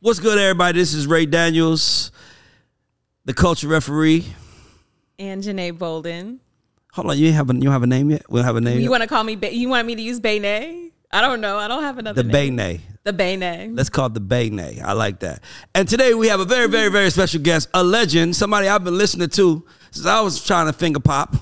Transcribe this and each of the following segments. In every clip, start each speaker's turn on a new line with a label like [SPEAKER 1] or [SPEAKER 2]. [SPEAKER 1] What's good, everybody? This is Ray Daniels, the culture referee.
[SPEAKER 2] And Janae Bolden.
[SPEAKER 1] Hold on, you ain't have a, you don't have a name yet. We don't have a name.
[SPEAKER 2] You
[SPEAKER 1] yet?
[SPEAKER 2] want to call me? Ba- You want me to use Bayne? I don't know. I don't have another.
[SPEAKER 1] the
[SPEAKER 2] name.
[SPEAKER 1] Bay Nay.
[SPEAKER 2] The Bayne.
[SPEAKER 1] Let's call it the Bay Nay. I like that. And today we have a very, very, very special guest, a legend, somebody I've been listening to since I was trying to finger pop.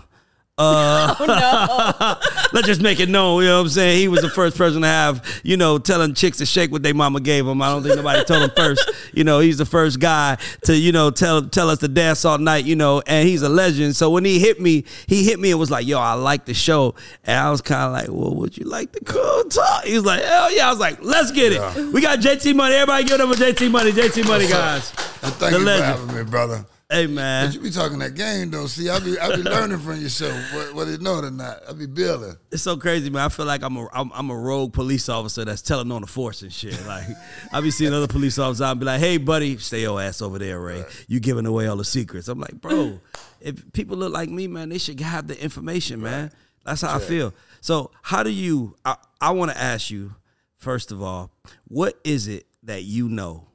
[SPEAKER 2] Oh no!
[SPEAKER 1] Let's just make it known. You know what I'm saying? He was the first person to have, you know, telling chicks to shake what they mama gave him. I don't think nobody told him first. You know, he's the first guy to, you know, tell tell us to dance all night. You know, and he's a legend. So when he hit me, he hit me and was like, "Yo, I like the show." And I was kind of like, "Well, would you like to come talk?" He was like, "Hell yeah!" I was like, "Let's get it." We got JT Money. Everybody, give it up for JT Money. JT Money, guys.
[SPEAKER 3] And thank
[SPEAKER 1] The
[SPEAKER 3] you
[SPEAKER 1] legend.
[SPEAKER 3] for having me, brother.
[SPEAKER 1] Hey
[SPEAKER 3] But
[SPEAKER 1] man,
[SPEAKER 3] you be talking that game though. See, I be I be learning from your show, wh- whether you know it or not. I be building.
[SPEAKER 1] it's so crazy, man. I feel like I'm a I'm, I'm a rogue police officer that's telling on the force and shit. Like I be seeing other police officers out and be like, "Hey, buddy, stay your ass over there, Ray. You giving away all the secrets." I'm like, bro, if people look like me, man, they should have the information, man. That's how I feel. So, how do you? I, I want to ask you first of all, what is it that you know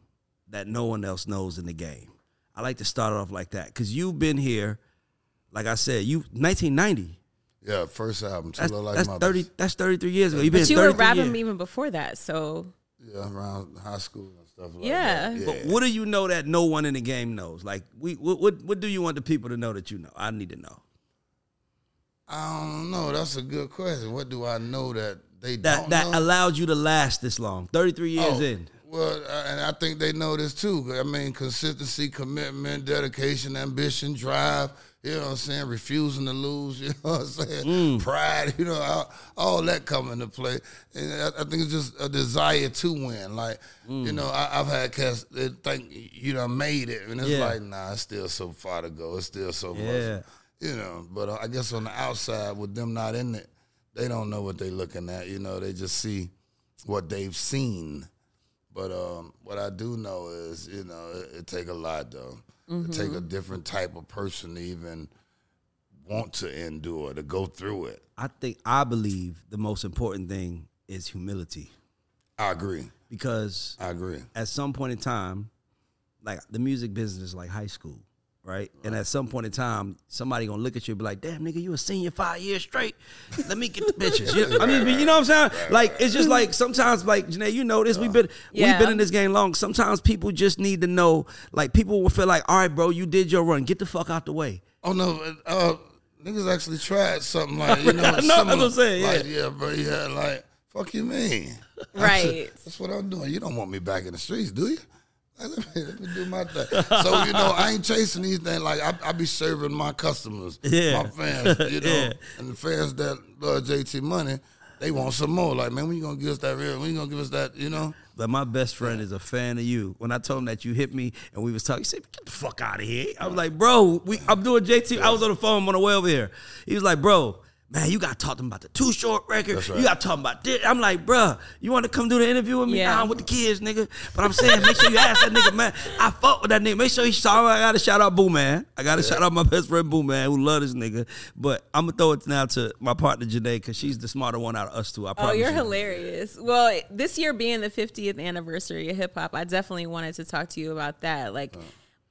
[SPEAKER 1] that no one else knows in the game? I like to start off like that because you've been here. Like I said, you 1990.
[SPEAKER 3] Yeah, first album, Two
[SPEAKER 1] That's,
[SPEAKER 3] Little Like
[SPEAKER 1] that's
[SPEAKER 3] Mothers.
[SPEAKER 1] thirty. That's thirty three years ago. You've been
[SPEAKER 2] But you were
[SPEAKER 1] 33
[SPEAKER 2] rapping
[SPEAKER 1] years.
[SPEAKER 2] even before that, so
[SPEAKER 3] Yeah, around high school and stuff like
[SPEAKER 2] Yeah.
[SPEAKER 3] that.
[SPEAKER 1] But what do you know that no one in the game knows? Like, we what, what what do you want the people to know that you know? I need to know
[SPEAKER 3] I don't know. That's a good question. What do I know that they
[SPEAKER 1] that
[SPEAKER 3] don't
[SPEAKER 1] that
[SPEAKER 3] know?
[SPEAKER 1] allowed you to last this long. Thirty three years
[SPEAKER 3] Oh,
[SPEAKER 1] in.
[SPEAKER 3] Well, uh, and I think they know this too. I mean, consistency, commitment, dedication, ambition, drive. You know what I'm saying? Refusing to lose. You know what I'm saying?
[SPEAKER 1] Mm.
[SPEAKER 3] Pride. You know, all, all that come into play. And I, I think it's just a desire to win. Like,
[SPEAKER 1] Mm.
[SPEAKER 3] you know, I, I've had cats that think you done made it, and it's
[SPEAKER 1] Yeah.
[SPEAKER 3] like, nah, it's still so far to go. It's still so
[SPEAKER 1] Yeah.
[SPEAKER 3] much. You know, but I guess on the outside, with them not in it, they don't know what they looking at. You know, they just see what they've seen. But um, what I do know is, you know, it, it take a lot though.
[SPEAKER 1] Mm-hmm.
[SPEAKER 3] It take a different type of person to even want to endure to go through it.
[SPEAKER 1] I think I believe the most important thing is humility
[SPEAKER 3] I agree.
[SPEAKER 1] because
[SPEAKER 3] I agree.
[SPEAKER 1] at some point in time, like the music business is like high school, right? And at some point in time, somebody gonna look at you and be like, "Damn, nigga, you a senior five years straight. Let me get the bitches." You know- I mean, but you know what I'm saying? Like, it's just like sometimes, like Janae, you know this. We've been we've been
[SPEAKER 2] Yeah.
[SPEAKER 1] in this game long. Sometimes people just need to know. Like, people will feel like, "All right, bro, you did your run. Get the fuck out the way."
[SPEAKER 3] Oh no, uh, uh, niggas actually tried something like you know.
[SPEAKER 1] I know, that's what I'm
[SPEAKER 3] similar.
[SPEAKER 1] saying,
[SPEAKER 3] Like, yeah. bro. Yeah, like fuck you, mean.
[SPEAKER 2] right.
[SPEAKER 3] That's what I'm doing. You don't want me back in the streets, do you? Like, let, me, let me do my thing. So you know, I ain't chasing these things. Like I, I be serving my customers,
[SPEAKER 1] Yeah.
[SPEAKER 3] my fans, you know,
[SPEAKER 1] Yeah.
[SPEAKER 3] and the fans that love JT Money, they want some more. Like man, when you gonna give us that real? When you gonna give us that? You know,
[SPEAKER 1] But my best friend is a fan of you. When I told him that you hit me and we was talking, he said, "Get the fuck out of here." I was like, "Bro, we, I'm doing JT." I was on the phone on the way over here. He was like, "Bro, man, you got to talk to him about the Too Short record. You got to talk about this." I'm like, "Bro, you want to come do the interview with me?
[SPEAKER 2] Yeah.
[SPEAKER 1] Nah, I'm with the kids, nigga." But I'm saying, make sure you ask that nigga, man. I fuck with that nigga. Make sure he saw. him. I got to shout out Boo Man. I got to shout out my best friend Boo Man, who love this nigga. But I'm gonna throw it now to my partner Janae because she's the smarter one out of us two. I
[SPEAKER 2] Oh,
[SPEAKER 1] promise.
[SPEAKER 2] you're
[SPEAKER 1] you.
[SPEAKER 2] hilarious. Well, this year being the 50th anniversary of hip hop, I definitely wanted to talk to you about that. Like,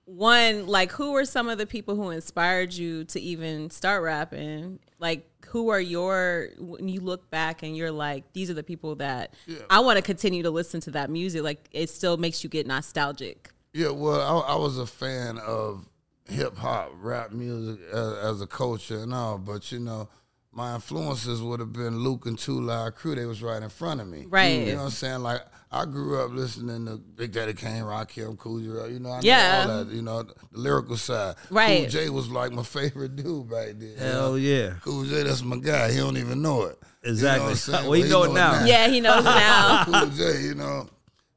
[SPEAKER 2] one, like, who were some of the people who inspired you to even start rapping? Like, who are your, when you look back and you're like, these are the people that I want to continue to listen to that music? Like, it still makes you get nostalgic.
[SPEAKER 3] Yeah, well, I, I was a fan of hip hop, rap music as, as a culture and all, but you know, my influences would have been Luke and Two Live Crew. They was right in front of me.
[SPEAKER 2] Right.
[SPEAKER 3] You know what I'm saying? Like I grew up listening to Big Daddy Kane, Rakim, Cool J. You know, I know
[SPEAKER 2] Yeah.
[SPEAKER 3] all that. You know, the lyrical side.
[SPEAKER 2] Right.
[SPEAKER 3] Cool J was like my favorite dude back then.
[SPEAKER 1] Hell yeah.
[SPEAKER 3] Cool J, that's my guy. He don't even know it.
[SPEAKER 1] Exactly. Well, he
[SPEAKER 3] But
[SPEAKER 1] know it now.
[SPEAKER 2] Yeah, he knows now.
[SPEAKER 3] Cool J, you know.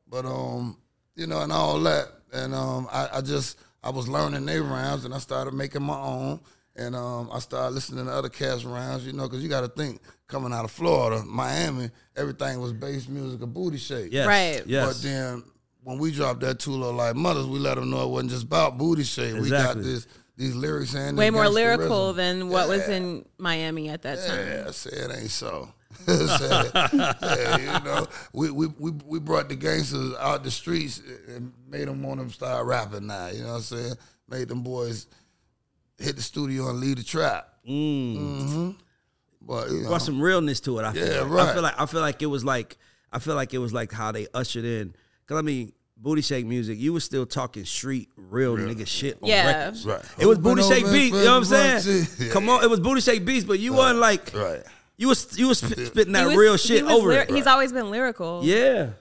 [SPEAKER 3] But um, you know, and all that. And um I, I just I was learning their rounds and I started making my own. And um I started listening to other cats rounds, you know, because you gotta think coming out of Florida, Miami, everything was bass music and booty shake.
[SPEAKER 1] Yes.
[SPEAKER 2] Right.
[SPEAKER 1] Yes.
[SPEAKER 3] But then when we dropped that two little like mothers, we let them know it wasn't just about booty shake. We
[SPEAKER 1] Exactly.
[SPEAKER 3] got this these lyrics and
[SPEAKER 2] Way
[SPEAKER 3] this
[SPEAKER 2] more
[SPEAKER 3] gangsta
[SPEAKER 2] lyrical
[SPEAKER 3] rhythm.
[SPEAKER 2] than what was in Miami at that time.
[SPEAKER 3] Yeah, I said it ain't so. Said, yeah, you know, we, we, we, we brought the gangsters out the streets and made them want them start rapping now. You know what I'm saying? Made them boys hit the studio and leave the trap. Mm. hmm But you know,
[SPEAKER 1] brought some realness to it. I feel like.
[SPEAKER 3] Yeah,
[SPEAKER 1] I
[SPEAKER 3] right.
[SPEAKER 1] feel like I feel like it was like I feel like it was like how they ushered in. Cause I mean, booty shake music. You was still talking street real nigga shit on
[SPEAKER 2] Yeah.
[SPEAKER 1] records.
[SPEAKER 3] Right.
[SPEAKER 1] It was
[SPEAKER 3] Open
[SPEAKER 1] booty
[SPEAKER 3] over
[SPEAKER 1] shake
[SPEAKER 3] and
[SPEAKER 1] beat. You know what I'm
[SPEAKER 3] spread the
[SPEAKER 1] saying?
[SPEAKER 3] bunch. Yeah.
[SPEAKER 1] Come on, it was booty shake beats, but you weren't like
[SPEAKER 3] right.
[SPEAKER 1] you was you was sp- spitting that
[SPEAKER 2] He was-
[SPEAKER 1] real
[SPEAKER 2] he
[SPEAKER 1] shit
[SPEAKER 2] was
[SPEAKER 1] over
[SPEAKER 2] lyri-
[SPEAKER 1] it.
[SPEAKER 2] He's always been lyrical.
[SPEAKER 1] Yeah.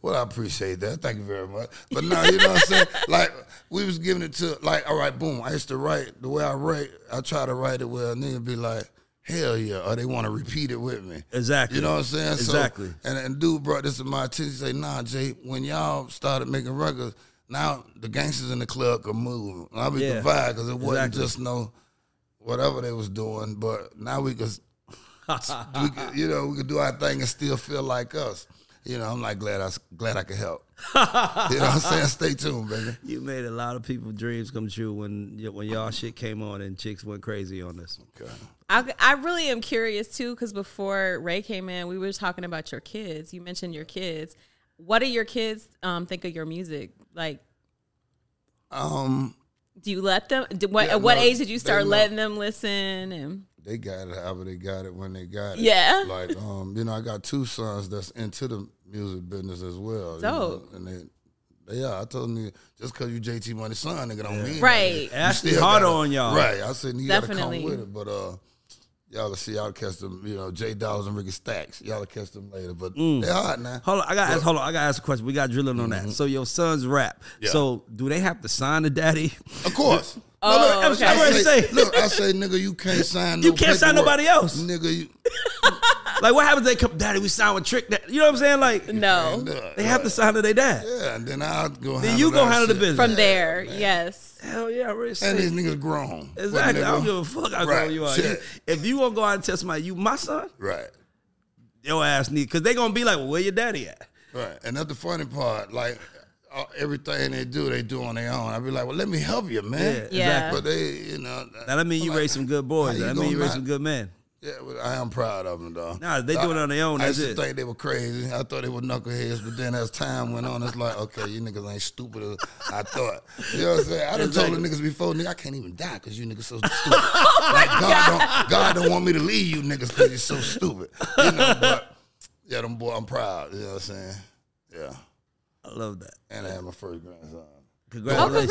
[SPEAKER 3] Well, I appreciate that. Thank you very much. But no, you know what I'm saying? Like we was giving it to like, all right, boom. I used to write the way I write, I try to write it where a nigga be like, hell yeah, or they want to repeat it with me.
[SPEAKER 1] Exactly.
[SPEAKER 3] You know what I'm saying? So-
[SPEAKER 1] Exactly.
[SPEAKER 3] and, and dude brought this to my attention. Say, nah, Jay, when y'all started making records, now the gangsters in the club could move. And I be
[SPEAKER 1] Yeah.
[SPEAKER 3] the vibe because it wasn't
[SPEAKER 1] Exactly.
[SPEAKER 3] just no whatever they was doing, but now we could we could, you know, we could do our thing and still feel like us. You know, I'm like glad I s- glad I could help. you know what I'm saying? Stay tuned, baby.
[SPEAKER 1] You made a lot of people's dreams come true when y- when y'all shit came on and chicks went crazy on this.
[SPEAKER 2] I, I really am curious too, because before Ray came in, we were talking about your kids. You mentioned your kids. What do your kids um, think of your music? Like,
[SPEAKER 3] Um,
[SPEAKER 2] do you let them? Do, what,
[SPEAKER 3] Yeah,
[SPEAKER 2] at what
[SPEAKER 3] no,
[SPEAKER 2] age did you
[SPEAKER 3] they
[SPEAKER 2] start
[SPEAKER 3] know.
[SPEAKER 2] letting them listen? And
[SPEAKER 3] they got it however they got it when they got it.
[SPEAKER 2] Yeah.
[SPEAKER 3] Like, um, you know, I got two sons that's into the music business as well. you know,
[SPEAKER 2] Dope.
[SPEAKER 3] and they, yeah, I told them just because you JT Money son, nigga, don't mean
[SPEAKER 2] right,
[SPEAKER 1] Ashley
[SPEAKER 3] still
[SPEAKER 1] harder
[SPEAKER 3] gotta-
[SPEAKER 1] on y'all.
[SPEAKER 3] Right. I said you
[SPEAKER 2] Definitely.
[SPEAKER 3] gotta come with it. But uh y'all see y'all catch them, you know, J Dawes and Ricky Stacks. Y'all catch them later. But
[SPEAKER 1] Mm.
[SPEAKER 3] they hard now.
[SPEAKER 1] Hold on, I got to hold on. I got to ask a question. We got drilling on
[SPEAKER 3] Mm-hmm.
[SPEAKER 1] that. So your sons rap. So do they have to sign the daddy?
[SPEAKER 3] Of course.
[SPEAKER 2] Oh,
[SPEAKER 1] look, I'm
[SPEAKER 2] okay.
[SPEAKER 1] sorry.
[SPEAKER 3] I say,
[SPEAKER 1] say-
[SPEAKER 3] look, I say, nigga, you can't sign. No
[SPEAKER 1] You can't sign
[SPEAKER 3] paperwork.
[SPEAKER 1] nobody else.
[SPEAKER 3] nigga. You,
[SPEAKER 1] Like what happens? They come, daddy. We sign with trick. That you know what I'm saying? Like
[SPEAKER 2] no,
[SPEAKER 3] look,
[SPEAKER 1] they have to sign to their dad.
[SPEAKER 3] yeah, and then I'll go.
[SPEAKER 1] Then you go
[SPEAKER 3] that
[SPEAKER 1] handle the
[SPEAKER 3] shit.
[SPEAKER 1] business.
[SPEAKER 2] from there, yes.
[SPEAKER 1] Hell yeah, I already said
[SPEAKER 3] And these
[SPEAKER 1] it.
[SPEAKER 3] niggas grown. But
[SPEAKER 1] Exactly. I
[SPEAKER 3] nigga-
[SPEAKER 1] don't give a fuck how
[SPEAKER 3] Right.
[SPEAKER 1] grown you are.
[SPEAKER 3] Shit.
[SPEAKER 1] You- if you gonna go out and tell somebody you my son,
[SPEAKER 3] Right.
[SPEAKER 1] your ass need because they gonna be like, well, where your daddy at?
[SPEAKER 3] Right. And that's the funny part. Like uh, everything they do, they do on their own. I'd be like, well, let me help you, man.
[SPEAKER 1] Yeah,
[SPEAKER 2] Yeah.
[SPEAKER 3] But they, you know.
[SPEAKER 1] Now that mean you
[SPEAKER 3] I'm like,
[SPEAKER 1] raise some good
[SPEAKER 3] how
[SPEAKER 1] boys.
[SPEAKER 3] you
[SPEAKER 1] That mean you
[SPEAKER 3] gonna
[SPEAKER 1] raise
[SPEAKER 3] not-
[SPEAKER 1] some good men.
[SPEAKER 3] Yeah, well, I am proud of them, though.
[SPEAKER 1] Nah, they doing it on their own,
[SPEAKER 3] I
[SPEAKER 1] that's
[SPEAKER 3] used to
[SPEAKER 1] it.
[SPEAKER 3] think they were crazy. I thought they were knuckleheads, but then as time went on, it's like, okay, you niggas ain't stupid as I thought. You know what I'm saying? I done told the niggas before, nigga, I can't even die because you niggas so stupid. like, God don't, God don't want me to leave you niggas because you're so stupid. You know, but yeah, them boy, I'm proud. You know what I'm saying? Yeah.
[SPEAKER 1] I love that.
[SPEAKER 3] And I had my first grandson.
[SPEAKER 2] Oh,
[SPEAKER 1] Congratulations.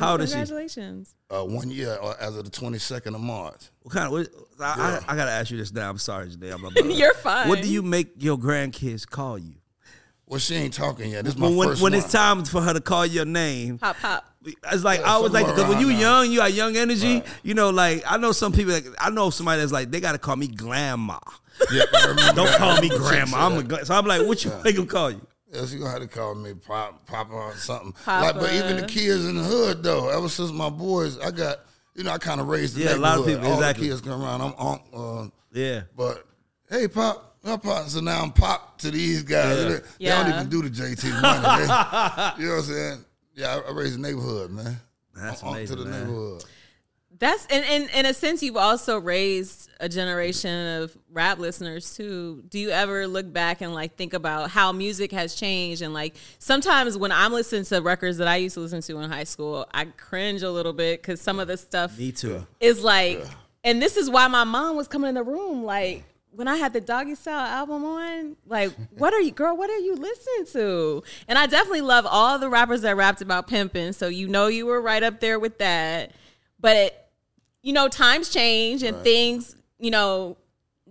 [SPEAKER 2] congratulations!
[SPEAKER 1] How old is she?
[SPEAKER 2] congratulations.
[SPEAKER 3] Uh, one year uh, as of the 22nd of March.
[SPEAKER 1] What kind of? What, I, I, I gotta ask you this now. I'm sorry, Janae. I'm about-
[SPEAKER 2] You're fine.
[SPEAKER 1] What do you make your grandkids call you?
[SPEAKER 3] Well, she ain't talking yet. This is my
[SPEAKER 1] When, when,
[SPEAKER 3] first
[SPEAKER 1] when
[SPEAKER 3] one.
[SPEAKER 1] it's time for her to call your name,
[SPEAKER 2] Pop, pop.
[SPEAKER 1] it's like I was like
[SPEAKER 3] somewhere
[SPEAKER 1] because when you
[SPEAKER 3] around
[SPEAKER 1] young, you got young energy. You know, like I know some people. Like, I know somebody that's like they gotta call me grandma.
[SPEAKER 3] Yeah, I remember
[SPEAKER 1] Don't
[SPEAKER 3] that.
[SPEAKER 1] call me
[SPEAKER 3] She said
[SPEAKER 1] grandma. I'm a
[SPEAKER 3] that.
[SPEAKER 1] gla- so I'm like, what you make them call you?
[SPEAKER 3] Yeah, she gonna have to call me pop, papa or something. Like, but even the
[SPEAKER 2] Papa.
[SPEAKER 3] kids in the hood though. Ever since my boys, I got you know I kind of raised the
[SPEAKER 1] Yeah, a lot of
[SPEAKER 3] neighborhood.
[SPEAKER 1] people,
[SPEAKER 3] All
[SPEAKER 1] exactly.
[SPEAKER 3] the kids come around. I'm on. Uh,
[SPEAKER 1] Yeah.
[SPEAKER 3] but hey, pop, my pop. So now I'm pop to these guys.
[SPEAKER 1] Yeah.
[SPEAKER 3] They- They,
[SPEAKER 2] Yeah.
[SPEAKER 3] don't even do the JT money. They, you know what I'm saying? Yeah, I, I raised the neighborhood, man.
[SPEAKER 1] That's
[SPEAKER 3] I'm on
[SPEAKER 1] amazing,
[SPEAKER 3] to the
[SPEAKER 1] man.
[SPEAKER 3] neighborhood.
[SPEAKER 2] That's and, and in a sense you've also raised a generation of rap listeners too. Do you ever look back and like think about how music has changed and like sometimes when I'm listening to records that I used to listen to in high school, I cringe a little bit cuz some of the stuff
[SPEAKER 1] Me too.
[SPEAKER 2] is like and this is why my mom was coming in the room like when I had the doggy style album on, like, what are you, girl? What are you listening to? And I definitely love all the rappers that rapped about pimping. So you know you were right up there with that. But it, you know, times change and things you know,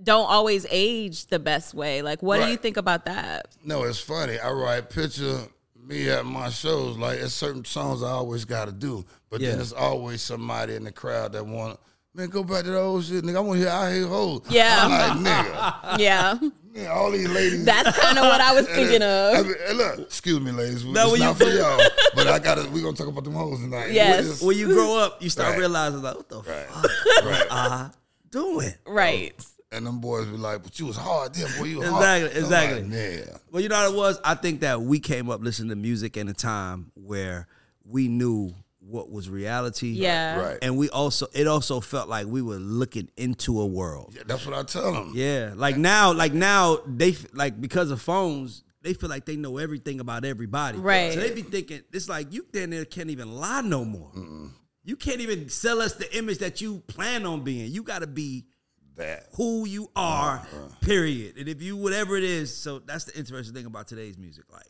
[SPEAKER 2] don't always age the best way. Like, what do you
[SPEAKER 3] Right.
[SPEAKER 2] think about that?
[SPEAKER 3] No, it's funny. I write picture me at my shows. Like it's certain songs I always got to do, but
[SPEAKER 1] Yeah.
[SPEAKER 3] then there's always somebody in the crowd that want. Man, go back to the old shit, nigga. I want to hear I hate hoes.
[SPEAKER 2] Yeah.
[SPEAKER 3] I'm like, nigga,
[SPEAKER 2] Yeah,
[SPEAKER 3] man, all these ladies.
[SPEAKER 2] that's kind of what I was thinking
[SPEAKER 3] I
[SPEAKER 2] of.
[SPEAKER 3] mean, hey, look, excuse me, ladies.
[SPEAKER 1] Now,
[SPEAKER 3] it's
[SPEAKER 1] when you
[SPEAKER 3] not for
[SPEAKER 1] go-
[SPEAKER 3] y'all, but I gotta. We gonna talk about them hoes tonight.
[SPEAKER 2] Yes.
[SPEAKER 3] It's-
[SPEAKER 1] When you grow up, you start
[SPEAKER 3] Right.
[SPEAKER 1] realizing like, what the fuck
[SPEAKER 3] right.
[SPEAKER 1] I doing?
[SPEAKER 2] Right.
[SPEAKER 3] And them boys be like, "But you was hard then, boy. You was hard."
[SPEAKER 1] Exactly,
[SPEAKER 3] I'm like,
[SPEAKER 1] exactly.
[SPEAKER 3] yeah.
[SPEAKER 1] Well, you know what it was? I think that we came up listening to music in a time where we knew what was reality.
[SPEAKER 2] Yeah.
[SPEAKER 3] Right.
[SPEAKER 1] And we also it also felt like we were looking into a world.
[SPEAKER 3] Yeah, That's what I tell them.
[SPEAKER 1] Yeah. Like now, like now they f- like because of phones, they feel like they know everything about everybody.
[SPEAKER 2] Right.
[SPEAKER 1] So they be thinking it's like you then there can't even lie no more. You can't even sell us the image that you plan on being. You gotta be
[SPEAKER 3] That.
[SPEAKER 1] who you are, period. And if you whatever it is, so that's the interesting thing about today's music. Like,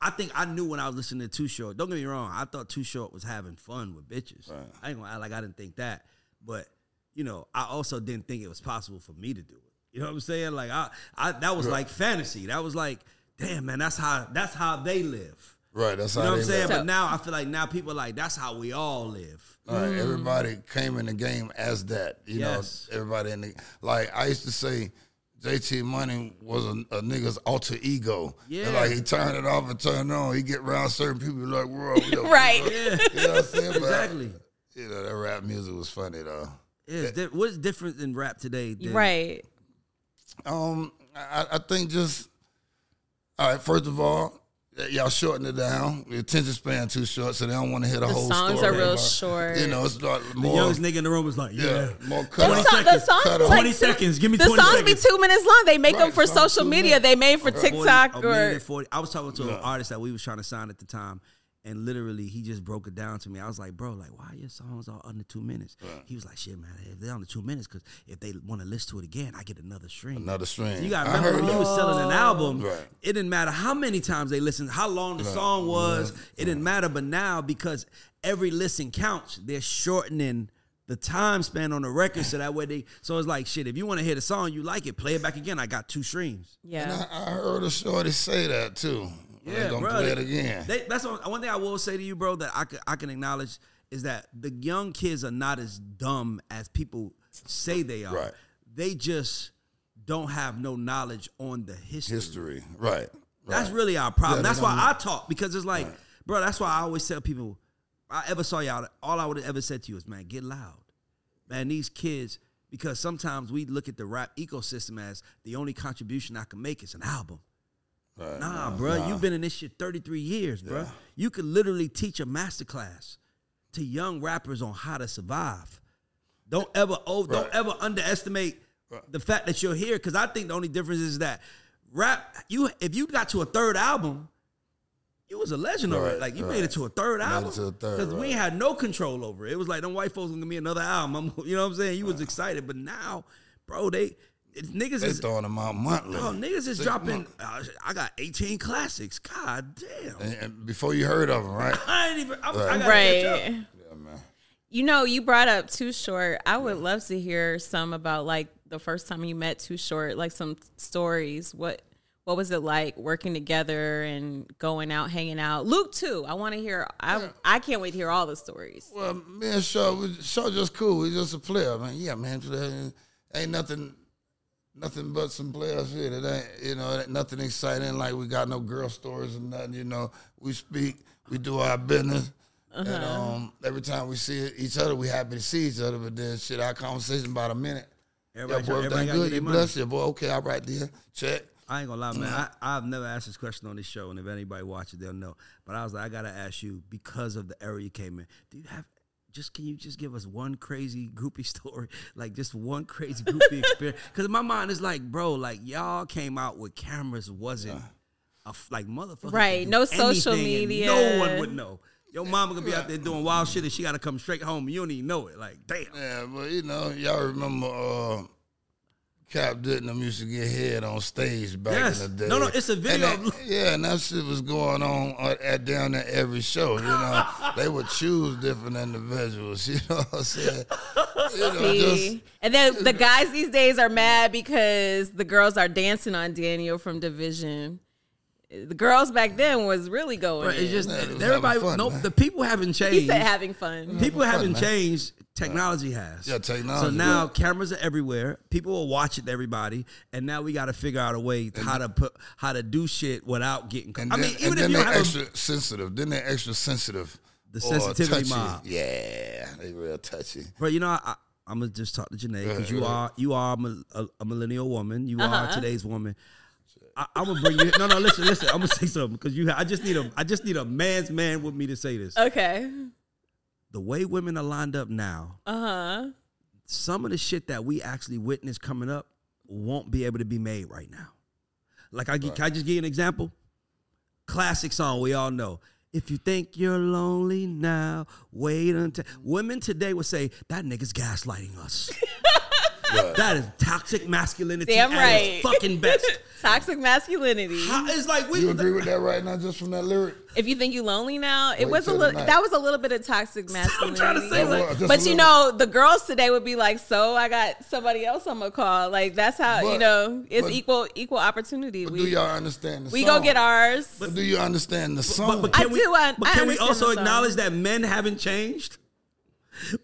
[SPEAKER 1] I think I knew when I was listening to Too Short. Don't get me wrong, I thought Too Short was having fun with bitches. I ain't gonna act like I didn't think that, but you know, I also didn't think it was possible for me to do it. You know what I'm saying? Like, I, I that was like fantasy. That was like, damn man, that's how that's how they live.
[SPEAKER 3] Right. That's
[SPEAKER 1] You
[SPEAKER 3] how
[SPEAKER 1] know what I'm
[SPEAKER 3] they
[SPEAKER 1] saying?
[SPEAKER 3] live.
[SPEAKER 1] but now I feel like now people are like that's how we all live.
[SPEAKER 3] All
[SPEAKER 2] Mm.
[SPEAKER 3] right, everybody came in the game as that. You
[SPEAKER 1] Yes.
[SPEAKER 3] know, everybody in the like I used to say JT Money was a, a nigga's alter ego.
[SPEAKER 1] Yeah.
[SPEAKER 3] And like he turned it off and turned it on. He get around certain people he like, whoa, we don't-
[SPEAKER 2] Right.
[SPEAKER 1] Yeah,
[SPEAKER 3] You know what I'm saying? But,
[SPEAKER 1] exactly.
[SPEAKER 3] you know, that rap music was funny though.
[SPEAKER 1] Is di- what's different in rap today? Than,
[SPEAKER 2] Right.
[SPEAKER 3] Um, I, I think just all right. First of all, y- y'all shorten it down. The attention span too short, so they don't want to hear the,
[SPEAKER 2] The
[SPEAKER 3] whole
[SPEAKER 2] songs
[SPEAKER 3] story.
[SPEAKER 2] are real
[SPEAKER 3] Like,
[SPEAKER 2] short.
[SPEAKER 3] You know, it's not
[SPEAKER 1] The
[SPEAKER 3] more.
[SPEAKER 1] youngest nigga in the room was like,
[SPEAKER 3] yeah,
[SPEAKER 1] yeah.
[SPEAKER 3] more
[SPEAKER 2] The,
[SPEAKER 3] cut.
[SPEAKER 1] Twenty
[SPEAKER 3] off.
[SPEAKER 2] so- the
[SPEAKER 1] seconds.
[SPEAKER 2] songs
[SPEAKER 3] Cut
[SPEAKER 2] be
[SPEAKER 3] off.
[SPEAKER 2] like
[SPEAKER 1] 20 seconds. Give me
[SPEAKER 2] The
[SPEAKER 1] 20
[SPEAKER 2] songs
[SPEAKER 1] seconds.
[SPEAKER 2] be two minutes long. They make
[SPEAKER 3] Right,
[SPEAKER 2] them for
[SPEAKER 3] songs
[SPEAKER 2] social
[SPEAKER 3] two
[SPEAKER 2] media.
[SPEAKER 3] minutes.
[SPEAKER 2] They made for
[SPEAKER 1] 40
[SPEAKER 2] TikTok
[SPEAKER 1] a minute
[SPEAKER 2] or
[SPEAKER 1] and 40. I was talking to an artist that we was trying to sign at the time, and literally he just broke it down to me. I was like, bro, like, why are your songs all under two minutes? He was like, shit, man, if they're under two minutes, because if they want to listen to it again, I get another stream.
[SPEAKER 3] Another string.
[SPEAKER 1] You gotta
[SPEAKER 3] I
[SPEAKER 1] remember
[SPEAKER 3] heard
[SPEAKER 1] when you
[SPEAKER 3] that.
[SPEAKER 1] was selling an album,
[SPEAKER 3] Right.
[SPEAKER 1] it didn't matter how many times they listened, how long the song was, it didn't matter. But now because every listen counts, they're shortening the time span on the record so that way they so it's like shit, if you want to hear the song, you like it, play it back again. I got two streams.
[SPEAKER 2] yeah.
[SPEAKER 3] I heard a shorty say that too. They're gonna
[SPEAKER 1] bro,
[SPEAKER 3] play it
[SPEAKER 1] they-
[SPEAKER 3] again.
[SPEAKER 1] they- that's one, one thing I will say to you, bro, that I could, I can acknowledge is that the young kids are not as dumb as people say they are.
[SPEAKER 3] Right.
[SPEAKER 1] They just don't have no knowledge on the history.
[SPEAKER 3] History, right?
[SPEAKER 1] That's
[SPEAKER 3] right.
[SPEAKER 1] really our problem.
[SPEAKER 3] Yeah, they
[SPEAKER 1] that's why
[SPEAKER 3] don't-
[SPEAKER 1] I talk because it's like, bro. That's why I always tell people, I ever saw y'all. All I would have ever said to you is, man, get loud, man. These kids, because sometimes we look at the rap ecosystem as the only contribution I can make is an album.
[SPEAKER 3] Right,
[SPEAKER 1] Nah, bro, you've been in this shit 33 years, bro. You could literally teach a master class to young rappers on how to survive. Don't ever oh, don't
[SPEAKER 3] Right.
[SPEAKER 1] ever underestimate the fact that you're here cuz I think the only difference is that rap you if you got to a third album you was a legend already.
[SPEAKER 3] Right,
[SPEAKER 1] Like you
[SPEAKER 3] right.
[SPEAKER 1] made it to a third
[SPEAKER 3] it
[SPEAKER 1] album.
[SPEAKER 3] to a third,
[SPEAKER 1] Because we
[SPEAKER 3] right.
[SPEAKER 1] had no control over it. It was like them white folks gonna give me another album. I'm, you know what I'm saying? You was excited, but now, bro, they it's, niggas
[SPEAKER 3] They
[SPEAKER 1] is
[SPEAKER 3] throwing them out monthly.
[SPEAKER 1] Oh, niggas is
[SPEAKER 3] Six
[SPEAKER 1] dropping.
[SPEAKER 3] months.
[SPEAKER 1] Uh, I got 18 classics. God damn.
[SPEAKER 3] And, and before you heard of them, Eh. right?
[SPEAKER 1] I ain't even. I'm, I gotta catch up.
[SPEAKER 2] Right.
[SPEAKER 3] yeah, man.
[SPEAKER 2] You know, you brought up Too Short. I would love to hear some about like the first time you met Too Short, like some stories. What what was it like working together and going out, hanging out? Luke too. I want to hear. I I can't wait to hear all the stories.
[SPEAKER 3] Well, me and Shaw, we, Shaw just cool. He's just a player, man. Yeah, man. Ain't nothing, nothing but some player shit. It ain't, you know, it ain't nothing exciting. Like we got no girl stories or nothing. You know, we speak, we do our business, and um, every time we see each other, we happy to see each other. But then, shit, our conversation about a minute.
[SPEAKER 1] Everybody,
[SPEAKER 3] yeah, boy,
[SPEAKER 1] everybody
[SPEAKER 3] everything
[SPEAKER 1] gotta get
[SPEAKER 3] good.
[SPEAKER 1] their
[SPEAKER 3] You
[SPEAKER 1] money.
[SPEAKER 3] blessed, yeah, boy. Okay, all right, then check.
[SPEAKER 1] I ain't gonna lie, man.
[SPEAKER 3] Mm.
[SPEAKER 1] I, I've never asked this question on this show, and if anybody watches, they'll know. But I was like, I gotta ask you because of the era you came in. Do you have? Just can you just give us one crazy groupie story, like just one crazy groupie experience? Because my mind is like, bro, like y'all came out with cameras wasn't a f like motherfucker, could
[SPEAKER 2] Right,
[SPEAKER 1] do
[SPEAKER 2] no social
[SPEAKER 1] anything and No one
[SPEAKER 2] media.
[SPEAKER 1] would know. Your mama could be out there doing wild shit, and she gotta come straight home, and you don't even know it. Like, damn.
[SPEAKER 3] Yeah, but you know, y'all remember uh, Cap Dutton used to get head on stage back
[SPEAKER 1] Yes.
[SPEAKER 3] in the day.
[SPEAKER 1] No, no, it's a video
[SPEAKER 3] And that-
[SPEAKER 1] of-
[SPEAKER 3] yeah, and that shit was going on at, at down at every show. You know, they would choose different individuals. You know what I'm saying? You know, just-
[SPEAKER 2] See? and then the guys these days are mad because the girls are dancing on Daniel from Division. The girls back then was really going.
[SPEAKER 1] But
[SPEAKER 2] in.
[SPEAKER 1] it's just
[SPEAKER 3] Yeah, it was
[SPEAKER 1] everybody.
[SPEAKER 3] having fun,
[SPEAKER 1] nope,
[SPEAKER 3] man.
[SPEAKER 1] the people haven't changed.
[SPEAKER 2] he said having fun.
[SPEAKER 1] people haven't
[SPEAKER 3] man.
[SPEAKER 1] changed. Technology has.
[SPEAKER 3] Yeah,
[SPEAKER 1] So
[SPEAKER 3] technology.
[SPEAKER 1] now cameras are everywhere. People are watching everybody, and now we got to figure out a way how to put how to do shit without getting.
[SPEAKER 3] and
[SPEAKER 1] I
[SPEAKER 3] then,
[SPEAKER 1] mean, even
[SPEAKER 3] and
[SPEAKER 1] if
[SPEAKER 3] then
[SPEAKER 1] you
[SPEAKER 3] they're
[SPEAKER 1] don't have a-
[SPEAKER 3] extra sensitive. Then they're extra sensitive.
[SPEAKER 1] The
[SPEAKER 3] or
[SPEAKER 1] sensitivity
[SPEAKER 3] touchy.
[SPEAKER 1] mob.
[SPEAKER 3] Yeah, they real touchy.
[SPEAKER 1] Bro, you know, I, I'm gonna just talk to Janae because you are you are a mil- a, a millennial woman. You are today's woman. I, I'm gonna bring you. No, no, listen, listen. I'm gonna say something because you. I just need a. I just need a man's man with me to say this.
[SPEAKER 2] Okay.
[SPEAKER 1] The way women are lined up now,
[SPEAKER 2] Uh huh.
[SPEAKER 1] some of the shit that we actually witness coming up won't be able to be made right now. Like I get, can I just give you an example? Classic song we all know. If you think you're lonely now, wait until women today would say that nigga's gaslighting us. that is toxic masculinity
[SPEAKER 2] Damn
[SPEAKER 1] at
[SPEAKER 2] right.
[SPEAKER 1] its fucking best.
[SPEAKER 2] Toxic masculinity.
[SPEAKER 1] How- it's like we
[SPEAKER 3] You agree with that right now, just from that lyric?
[SPEAKER 2] If you think you lonely now, it
[SPEAKER 3] Wait
[SPEAKER 2] was a
[SPEAKER 3] till
[SPEAKER 2] little.
[SPEAKER 3] tonight.
[SPEAKER 2] That was a little bit of toxic masculinity.
[SPEAKER 1] trying to say, like-
[SPEAKER 3] Just a
[SPEAKER 2] but you
[SPEAKER 3] little.
[SPEAKER 2] know, the girls today would be like, "So I got somebody else I'm gonna call." Like that's how you
[SPEAKER 3] But-
[SPEAKER 2] know it's
[SPEAKER 3] but-
[SPEAKER 2] equal equal opportunity.
[SPEAKER 3] But
[SPEAKER 2] We
[SPEAKER 3] do y'all understand the
[SPEAKER 2] we
[SPEAKER 3] song?
[SPEAKER 2] go get ours.
[SPEAKER 3] But do you understand the song?
[SPEAKER 1] But, but can
[SPEAKER 2] I
[SPEAKER 1] we,
[SPEAKER 2] do, I-
[SPEAKER 1] but
[SPEAKER 2] I
[SPEAKER 1] can we
[SPEAKER 2] understand
[SPEAKER 1] also
[SPEAKER 2] the song.
[SPEAKER 1] acknowledge that men haven't changed?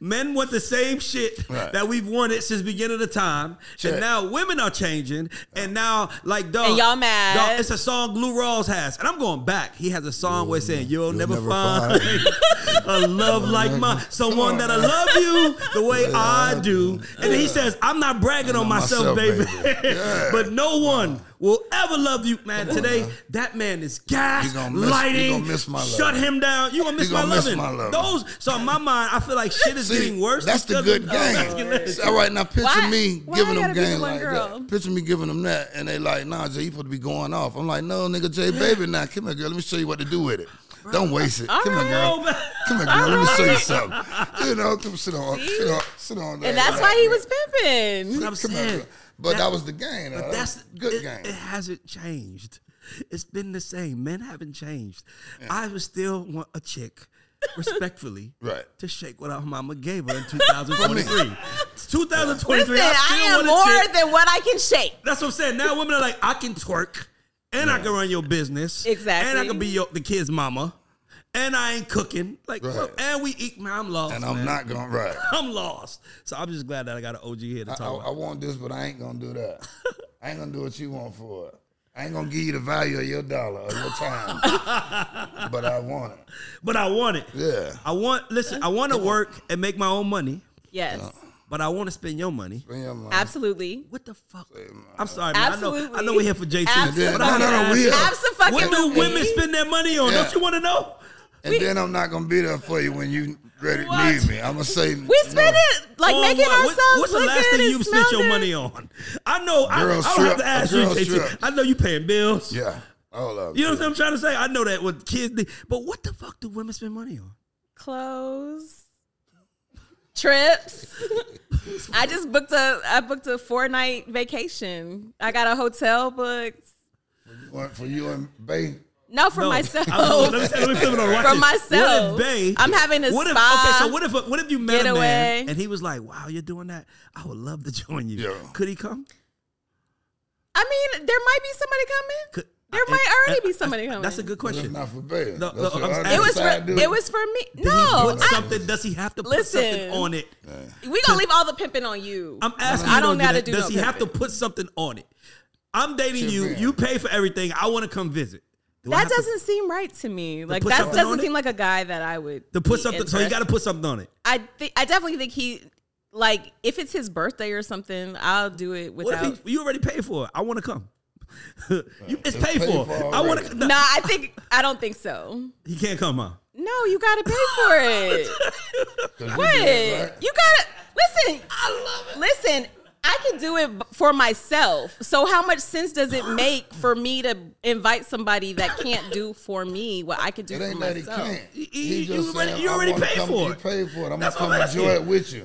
[SPEAKER 1] Men want the same shit
[SPEAKER 3] Right.
[SPEAKER 1] that we've wanted since beginning of time,
[SPEAKER 3] Check.
[SPEAKER 1] and now women are changing. And now, like, dog,
[SPEAKER 2] And y'all mad.
[SPEAKER 1] dog, it's a song Lou Rawls has, and I'm going back. He has a song where it's saying, "You'll, never,
[SPEAKER 3] never
[SPEAKER 1] find, a love like my someone that'll love you the way I do." And then he says, "I'm not bragging on myself,
[SPEAKER 3] myself,
[SPEAKER 1] baby,
[SPEAKER 3] baby. Yeah.
[SPEAKER 1] but no one will ever love you, man." Today, that man is gas
[SPEAKER 3] You gonna miss-
[SPEAKER 1] lighting.
[SPEAKER 3] you gonna miss my
[SPEAKER 1] shut
[SPEAKER 3] loving.
[SPEAKER 1] him down. You gonna miss,
[SPEAKER 3] You gonna
[SPEAKER 1] my,
[SPEAKER 3] miss
[SPEAKER 1] loving.
[SPEAKER 3] my loving.
[SPEAKER 1] Those. So in my mind, I feel like shit is
[SPEAKER 3] See,
[SPEAKER 1] getting worse.
[SPEAKER 3] That's the
[SPEAKER 1] because
[SPEAKER 3] good
[SPEAKER 1] of
[SPEAKER 3] game.
[SPEAKER 1] masculinity.
[SPEAKER 3] All right, now picture
[SPEAKER 2] Why-
[SPEAKER 3] me
[SPEAKER 2] why I
[SPEAKER 3] giving them
[SPEAKER 2] gotta be the
[SPEAKER 3] game
[SPEAKER 2] one
[SPEAKER 3] like
[SPEAKER 2] girl?
[SPEAKER 3] that. Picture me giving them that, and they like, nah, Jay, you supposed to be going off. I'm like, no, nigga, Jay, baby, now come here, girl. Let me show you what to do with it. Don't waste it.
[SPEAKER 2] All
[SPEAKER 3] come
[SPEAKER 2] right.
[SPEAKER 3] here,
[SPEAKER 1] oh,
[SPEAKER 3] girl. Come here, girl. Let me show you something. You know, come sit on, sit on, sit on.
[SPEAKER 2] and that's why he was pimping.
[SPEAKER 1] I'm saying.
[SPEAKER 3] But that, was the game. though.
[SPEAKER 1] But
[SPEAKER 3] That
[SPEAKER 1] that's
[SPEAKER 3] was Uh, good
[SPEAKER 1] it,
[SPEAKER 3] game.
[SPEAKER 1] It hasn't changed. It's been the same. Men haven't changed. I would still want a chick, respectfully,
[SPEAKER 3] Right.
[SPEAKER 1] to shake what our mama gave her in 2023. It's 2023.
[SPEAKER 2] Listen, I
[SPEAKER 1] still want
[SPEAKER 2] am
[SPEAKER 1] a chick.
[SPEAKER 2] more than what I can shake.
[SPEAKER 1] That's what I'm saying. Now women are like, I can twerk, and I can run your business,
[SPEAKER 2] Exactly.
[SPEAKER 1] and I can be your, the kid's mama, and I ain't cooking, like,
[SPEAKER 3] Right.
[SPEAKER 1] look, and we eat. Man, I'm lost.
[SPEAKER 3] and I'm
[SPEAKER 1] man.
[SPEAKER 3] not going, right.
[SPEAKER 1] I'm lost. So I'm just glad that I got an OG here to talk
[SPEAKER 3] I, I
[SPEAKER 1] about.
[SPEAKER 3] want this, but I ain't gonna do that. I ain't gonna do what you want for it. I ain't gonna give you the value of your dollar or your time, but I want it.
[SPEAKER 1] but I want it.
[SPEAKER 3] Yeah.
[SPEAKER 1] I want. Listen, I want to work and make my own money,
[SPEAKER 2] Yes,
[SPEAKER 1] but I want to spend your money.
[SPEAKER 3] Yeah, man.
[SPEAKER 2] absolutely.
[SPEAKER 1] What the fuck? I'm sorry, man. I know, I
[SPEAKER 2] Absolutely.
[SPEAKER 1] know we're here for JT.
[SPEAKER 2] Absolutely.
[SPEAKER 1] But I
[SPEAKER 3] No, no, no, we-
[SPEAKER 2] Abso-fucking
[SPEAKER 1] what do
[SPEAKER 2] movie.
[SPEAKER 1] women spend their money on?
[SPEAKER 3] Yeah.
[SPEAKER 1] Don't you want to know?
[SPEAKER 3] and then I'm not gonna be there for you when you ready
[SPEAKER 2] What?
[SPEAKER 3] need me. I'm gonna say
[SPEAKER 2] We spend it like
[SPEAKER 1] on
[SPEAKER 2] making
[SPEAKER 1] Um, Oh, what? What-
[SPEAKER 2] ourselves
[SPEAKER 1] What's the
[SPEAKER 2] look
[SPEAKER 1] last
[SPEAKER 2] good
[SPEAKER 1] thing
[SPEAKER 2] and
[SPEAKER 1] you spent your
[SPEAKER 2] smell
[SPEAKER 1] money on? I know. I, I
[SPEAKER 3] Girl
[SPEAKER 1] don't have
[SPEAKER 3] trip.
[SPEAKER 1] to ask you,
[SPEAKER 3] Girl
[SPEAKER 1] JT.
[SPEAKER 3] trip.
[SPEAKER 1] I know you paying bills.
[SPEAKER 3] Yeah, all of it.
[SPEAKER 1] You know what I'm trying to say? I know that with kids, they- but what the fuck do women spend money on?
[SPEAKER 2] clothes, trips. I just booked a I booked a four night vacation. I got a hotel booked.
[SPEAKER 3] One for you and Bay.
[SPEAKER 2] No, for
[SPEAKER 1] No.
[SPEAKER 2] myself.
[SPEAKER 1] I know. Let me tell- let me tell you what I'm watching.
[SPEAKER 2] For myself.
[SPEAKER 1] What if Bay-
[SPEAKER 2] I'm having a
[SPEAKER 1] what if,
[SPEAKER 2] spa.
[SPEAKER 1] Okay, so what if what if you met a
[SPEAKER 2] getaway.
[SPEAKER 1] man and he was like, "Wow, you're doing that. I would love to join you.
[SPEAKER 3] Yeah.
[SPEAKER 1] Could he come?
[SPEAKER 2] I mean, there might be somebody coming.
[SPEAKER 1] Could,
[SPEAKER 2] There
[SPEAKER 1] I-
[SPEAKER 2] might already
[SPEAKER 1] I-
[SPEAKER 2] be somebody
[SPEAKER 1] I-
[SPEAKER 2] coming.
[SPEAKER 1] That's a good
[SPEAKER 3] That's
[SPEAKER 1] question.
[SPEAKER 3] not for Bay.
[SPEAKER 1] No,
[SPEAKER 3] That's
[SPEAKER 1] no,
[SPEAKER 3] your
[SPEAKER 1] I'm-
[SPEAKER 3] other
[SPEAKER 2] it was
[SPEAKER 3] side,
[SPEAKER 2] for
[SPEAKER 3] dude.
[SPEAKER 2] it was for me.
[SPEAKER 1] Did he
[SPEAKER 2] No,
[SPEAKER 1] put
[SPEAKER 2] I-
[SPEAKER 1] something? Does he have to put something
[SPEAKER 2] Listen.
[SPEAKER 1] on it?
[SPEAKER 2] we gonna leave all the pimping on you.
[SPEAKER 1] I'm asking.
[SPEAKER 2] I
[SPEAKER 1] you
[SPEAKER 2] don't
[SPEAKER 1] to do
[SPEAKER 2] gotta
[SPEAKER 1] that.
[SPEAKER 2] do
[SPEAKER 1] Does
[SPEAKER 2] no
[SPEAKER 1] he have to
[SPEAKER 2] pimping.
[SPEAKER 1] put something on it? I'm dating
[SPEAKER 3] Chip
[SPEAKER 1] you.
[SPEAKER 3] in.
[SPEAKER 1] You pay for everything. I want to come visit. Do I
[SPEAKER 2] that
[SPEAKER 1] have to-
[SPEAKER 2] doesn't seem right to me. Like
[SPEAKER 1] put
[SPEAKER 2] that
[SPEAKER 1] something on
[SPEAKER 2] doesn't
[SPEAKER 1] it?
[SPEAKER 2] seem like a guy that I would
[SPEAKER 1] to put
[SPEAKER 2] be
[SPEAKER 1] something. So you got to put something on it.
[SPEAKER 2] I think I definitely think he like if it's his birthday or something, I'll do it without.
[SPEAKER 1] What if he, you already paid for it? I want to come. You- it's paid
[SPEAKER 3] paid
[SPEAKER 1] for.
[SPEAKER 3] for
[SPEAKER 1] I want
[SPEAKER 3] already.
[SPEAKER 1] to.
[SPEAKER 2] nah, I think I don't think so.
[SPEAKER 1] He can't come, huh?
[SPEAKER 2] No, you gotta pay for it.
[SPEAKER 3] 'Cause you
[SPEAKER 2] what?
[SPEAKER 3] did, right?
[SPEAKER 2] You gotta listen. I love it. Listen, I can do it b- for myself. So how much sense does it make for me to invite somebody that can't do for me what I could do
[SPEAKER 3] It
[SPEAKER 2] for
[SPEAKER 3] ain't that he
[SPEAKER 2] myself?
[SPEAKER 3] can't.
[SPEAKER 1] You-
[SPEAKER 3] He
[SPEAKER 1] you-
[SPEAKER 3] just
[SPEAKER 1] you already-
[SPEAKER 3] saying,
[SPEAKER 1] you
[SPEAKER 3] I
[SPEAKER 1] already
[SPEAKER 3] wanna
[SPEAKER 1] paid
[SPEAKER 3] come-
[SPEAKER 1] for
[SPEAKER 3] You
[SPEAKER 1] it.
[SPEAKER 3] paid for it. I'm
[SPEAKER 1] That's what
[SPEAKER 3] gonna
[SPEAKER 1] I'm
[SPEAKER 3] come enjoy
[SPEAKER 1] asking.
[SPEAKER 3] it with you.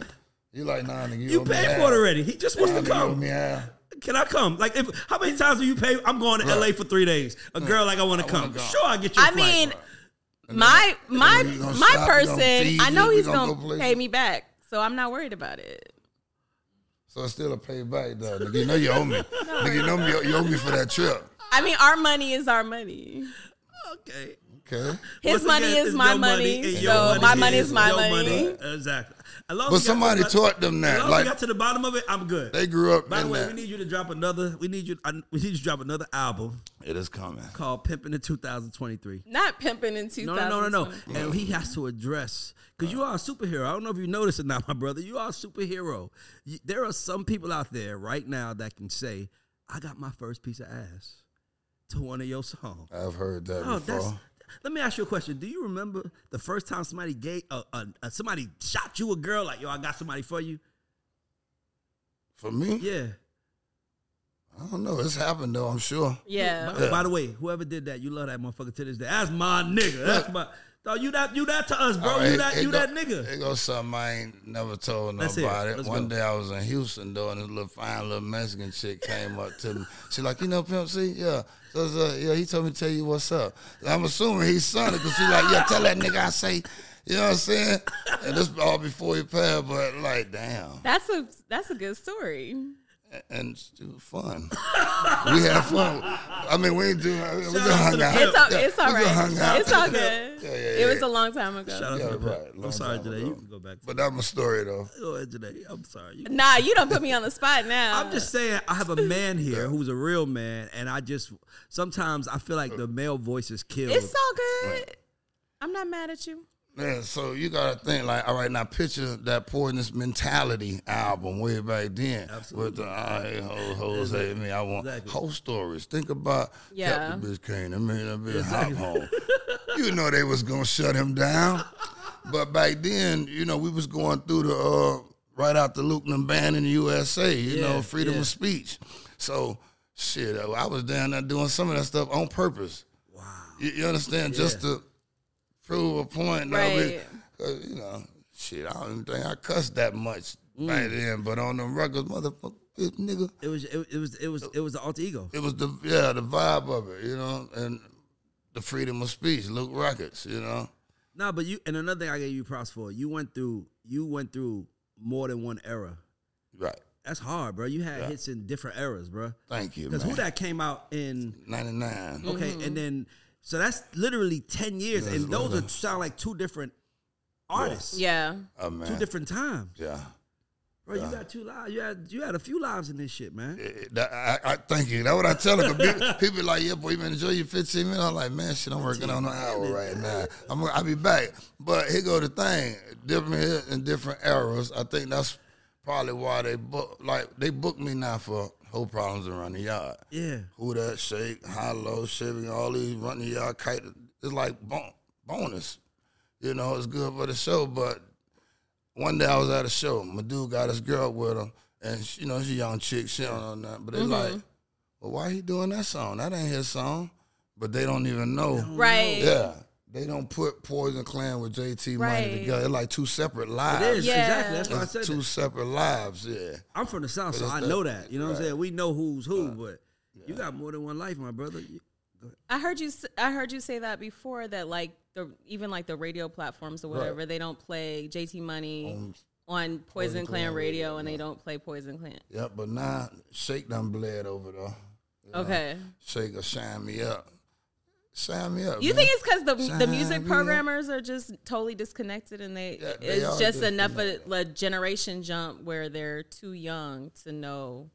[SPEAKER 3] You like, nah, nigga.
[SPEAKER 1] You
[SPEAKER 3] owe me
[SPEAKER 1] paid
[SPEAKER 3] half.
[SPEAKER 1] for it already. He just wants
[SPEAKER 3] Nah,
[SPEAKER 1] to
[SPEAKER 3] nigga, you owe
[SPEAKER 1] come.
[SPEAKER 3] me half.
[SPEAKER 1] Can I come? Like, if how many times do you pay? I'm going to LA for three days. A girl like I want to come.
[SPEAKER 3] go.
[SPEAKER 1] Sure, I get you. a
[SPEAKER 2] I
[SPEAKER 1] flight.
[SPEAKER 2] mean, my my
[SPEAKER 3] we
[SPEAKER 2] my
[SPEAKER 3] gonna stop, we gonna
[SPEAKER 2] person.
[SPEAKER 3] feed
[SPEAKER 2] I
[SPEAKER 3] you,
[SPEAKER 2] know
[SPEAKER 3] we
[SPEAKER 2] he's
[SPEAKER 3] gonna
[SPEAKER 2] gonna,
[SPEAKER 3] go places.
[SPEAKER 2] pay me back, so I'm not worried about it.
[SPEAKER 3] So it's still a payback, though. Nigga, you know you owe me. Nigga, you know me, you owe me for that trip.
[SPEAKER 2] I mean, our money is our money.
[SPEAKER 1] okay.
[SPEAKER 3] Okay.
[SPEAKER 2] His
[SPEAKER 1] Once
[SPEAKER 2] money
[SPEAKER 1] again,
[SPEAKER 2] is
[SPEAKER 1] it's
[SPEAKER 2] my
[SPEAKER 1] your
[SPEAKER 2] money,
[SPEAKER 1] and your
[SPEAKER 2] so my money
[SPEAKER 1] is
[SPEAKER 2] is my
[SPEAKER 1] your
[SPEAKER 2] money.
[SPEAKER 1] Exactly. As long as
[SPEAKER 3] But
[SPEAKER 1] we got to
[SPEAKER 3] somebody
[SPEAKER 1] the-
[SPEAKER 3] taught
[SPEAKER 1] As
[SPEAKER 3] them that,
[SPEAKER 1] long as
[SPEAKER 3] like-
[SPEAKER 1] we got to the bottom of it, I'm good.
[SPEAKER 3] They grew up
[SPEAKER 1] By the
[SPEAKER 3] in
[SPEAKER 1] way,
[SPEAKER 3] that.
[SPEAKER 1] we need you to drop another. We need you. I, we need you to drop another album
[SPEAKER 3] it is coming.
[SPEAKER 1] called "Pimpin' in 2023."
[SPEAKER 2] Not pimping in 2000.
[SPEAKER 1] No, no, no, no, no. And he has to address because you are a superhero. I don't know if you noticed or not, my brother. You are a superhero. You, there are some people out there right now that can say, "I got my first piece of ass" to one of your songs.
[SPEAKER 3] I've heard that
[SPEAKER 1] Oh, that's.
[SPEAKER 3] before.
[SPEAKER 1] Let me ask you a question. Do you remember the first time somebody gave uh, uh, uh, somebody shot you a girl like yo? I got somebody for you.
[SPEAKER 3] For me?
[SPEAKER 1] Yeah.
[SPEAKER 3] I don't know. It's happened, though, I'm sure.
[SPEAKER 2] Yeah.
[SPEAKER 1] By, by the way, whoever did that, you love that motherfucker to this day. That's my nigga. That's my. Dog, you that you that to us, bro.
[SPEAKER 3] All right,
[SPEAKER 1] you that
[SPEAKER 3] here
[SPEAKER 1] you
[SPEAKER 3] go-
[SPEAKER 1] that nigga.
[SPEAKER 3] Here goes something I ain't never told
[SPEAKER 1] Let's hear it.
[SPEAKER 3] nobody.
[SPEAKER 1] Let's
[SPEAKER 3] One
[SPEAKER 1] go.
[SPEAKER 3] day I was in Houston though, and this little fine little Mexican chick came up to me. She like, you know, Pimp C, yeah, so, so, yeah. He told me to tell you what's up. And I'm assuming he's son because she like, yeah, tell that nigga I say, you know what I'm saying? And this all before he passed, but like, damn,
[SPEAKER 2] That's a that's a good story.
[SPEAKER 3] and it was fun. we had fun. I mean, we ain't do. We just
[SPEAKER 1] Shout out to
[SPEAKER 3] hung
[SPEAKER 1] the
[SPEAKER 3] out.
[SPEAKER 1] Pimp.
[SPEAKER 2] It's all,
[SPEAKER 3] Yeah,
[SPEAKER 2] it's all
[SPEAKER 3] we just hung out.
[SPEAKER 2] right. It's all good.
[SPEAKER 3] Yeah, yeah,
[SPEAKER 2] It
[SPEAKER 3] yeah.
[SPEAKER 2] was a long time ago.
[SPEAKER 1] Shout out
[SPEAKER 3] Yeah,
[SPEAKER 1] to the
[SPEAKER 3] right.
[SPEAKER 1] pimp. I'm
[SPEAKER 3] Long
[SPEAKER 1] sorry,
[SPEAKER 3] time
[SPEAKER 1] Janae.
[SPEAKER 3] ago.
[SPEAKER 1] You can go back. To
[SPEAKER 3] But that was my story though.
[SPEAKER 1] go ahead, Janae. I'm sorry. You-
[SPEAKER 2] Nah, you don't put me on the spot now.
[SPEAKER 1] I'm just saying, I have a man here who's a real man, and I just sometimes I feel like the male voice is killed.
[SPEAKER 2] It's all good. I'm not mad at you.
[SPEAKER 3] Yeah, so you gotta think like, all right, now picture that poisonous mentality album way back then with the I ho hoes hate me. I want
[SPEAKER 1] Exactly.
[SPEAKER 3] whole stories. Think about
[SPEAKER 2] Yeah.
[SPEAKER 3] Captain Bitch Kane. I mean, that bitch hop home. you know they was gonna shut him down, but back then, you know, we was going through the uh, right out the Lukeman ban in the USA. You
[SPEAKER 1] Yeah,
[SPEAKER 3] know, freedom
[SPEAKER 1] yeah.
[SPEAKER 3] of speech. So shit, I was down there doing some of that stuff on purpose. Wow, you, you understand? Just to prove a point. Now, we-
[SPEAKER 2] Right.
[SPEAKER 3] 'cause, you know, shit, I don't even think I cussed that much
[SPEAKER 1] Mm.
[SPEAKER 3] back then, but on them records, motherfucker, bitch, nigga,
[SPEAKER 1] It was it, it was it was it was the alter ego.
[SPEAKER 3] it was the yeah the vibe of it, you know, and the freedom of speech, Luke Rockets, you know.
[SPEAKER 1] No, but you and another thing I gave you props for. You went through you went through more than one era.
[SPEAKER 3] Right.
[SPEAKER 1] That's hard, bro. You had hits in different eras, bro.
[SPEAKER 3] Thank you, man.
[SPEAKER 1] Because who that came out in
[SPEAKER 3] Ninety nine.
[SPEAKER 1] okay,
[SPEAKER 2] Mm-hmm.
[SPEAKER 1] and then so that's literally ten years,
[SPEAKER 3] That's
[SPEAKER 1] and those
[SPEAKER 3] literally-
[SPEAKER 1] are sound like two different artists,
[SPEAKER 2] Yeah.
[SPEAKER 3] Oh
[SPEAKER 1] two
[SPEAKER 3] man.
[SPEAKER 1] different times,
[SPEAKER 3] yeah.
[SPEAKER 1] bro. You got two lives. You had you had a few lives in this shit, man.
[SPEAKER 3] Eh, that- I, I thank you. That's what I tell them. People, people like, yeah, boy, you been enjoying your 15 minutes. I'm like, man, shit, I'm working on an hour right now. I'm gonna- I'll be back. But here go the thing. Different here in different eras. I think that's probably why they book like they booked me now for whole problems around the yard.
[SPEAKER 1] Yeah,
[SPEAKER 3] Who that shake, high low, shaving, all these running the yard kite. It's like bon- bonus. You know, it's good for the show, but one day I was at a show. My dude got his girl with him, and she, you know she's a young chick. She don't know nothing, but they like, well, why he doing that song? That ain't his song. But they don't even know.
[SPEAKER 2] Right.
[SPEAKER 3] Yeah, they don't put Poison Clan with JT Money
[SPEAKER 2] Right.
[SPEAKER 3] together. They're like two separate
[SPEAKER 1] it
[SPEAKER 3] lives.
[SPEAKER 1] is
[SPEAKER 2] Yeah.
[SPEAKER 1] exactly. That's why I
[SPEAKER 3] It's
[SPEAKER 1] said
[SPEAKER 3] two
[SPEAKER 1] that.
[SPEAKER 3] separate lives. Yeah.
[SPEAKER 1] I'm from the south, so
[SPEAKER 3] it's
[SPEAKER 1] I
[SPEAKER 3] the-
[SPEAKER 1] know that. You know what I'm
[SPEAKER 3] right.
[SPEAKER 1] saying? We know who's who, but you got more than one life, my brother. You-
[SPEAKER 2] I heard you. s- I heard you say that before. That like the even like the radio platforms or whatever, they don't play JT Money on Poison Clan, radio, and they don't play Poison Clan.
[SPEAKER 3] Yeah, but now Shake done bled over though.
[SPEAKER 2] Okay.
[SPEAKER 3] Shake will shine me up. Shine me up.
[SPEAKER 2] You
[SPEAKER 3] man.
[SPEAKER 2] think it's because the the music
[SPEAKER 3] Shine
[SPEAKER 2] programmers are just totally disconnected, and they,
[SPEAKER 3] Yeah, they
[SPEAKER 2] it's
[SPEAKER 3] are
[SPEAKER 2] just enough of a generation jump where they're too young to know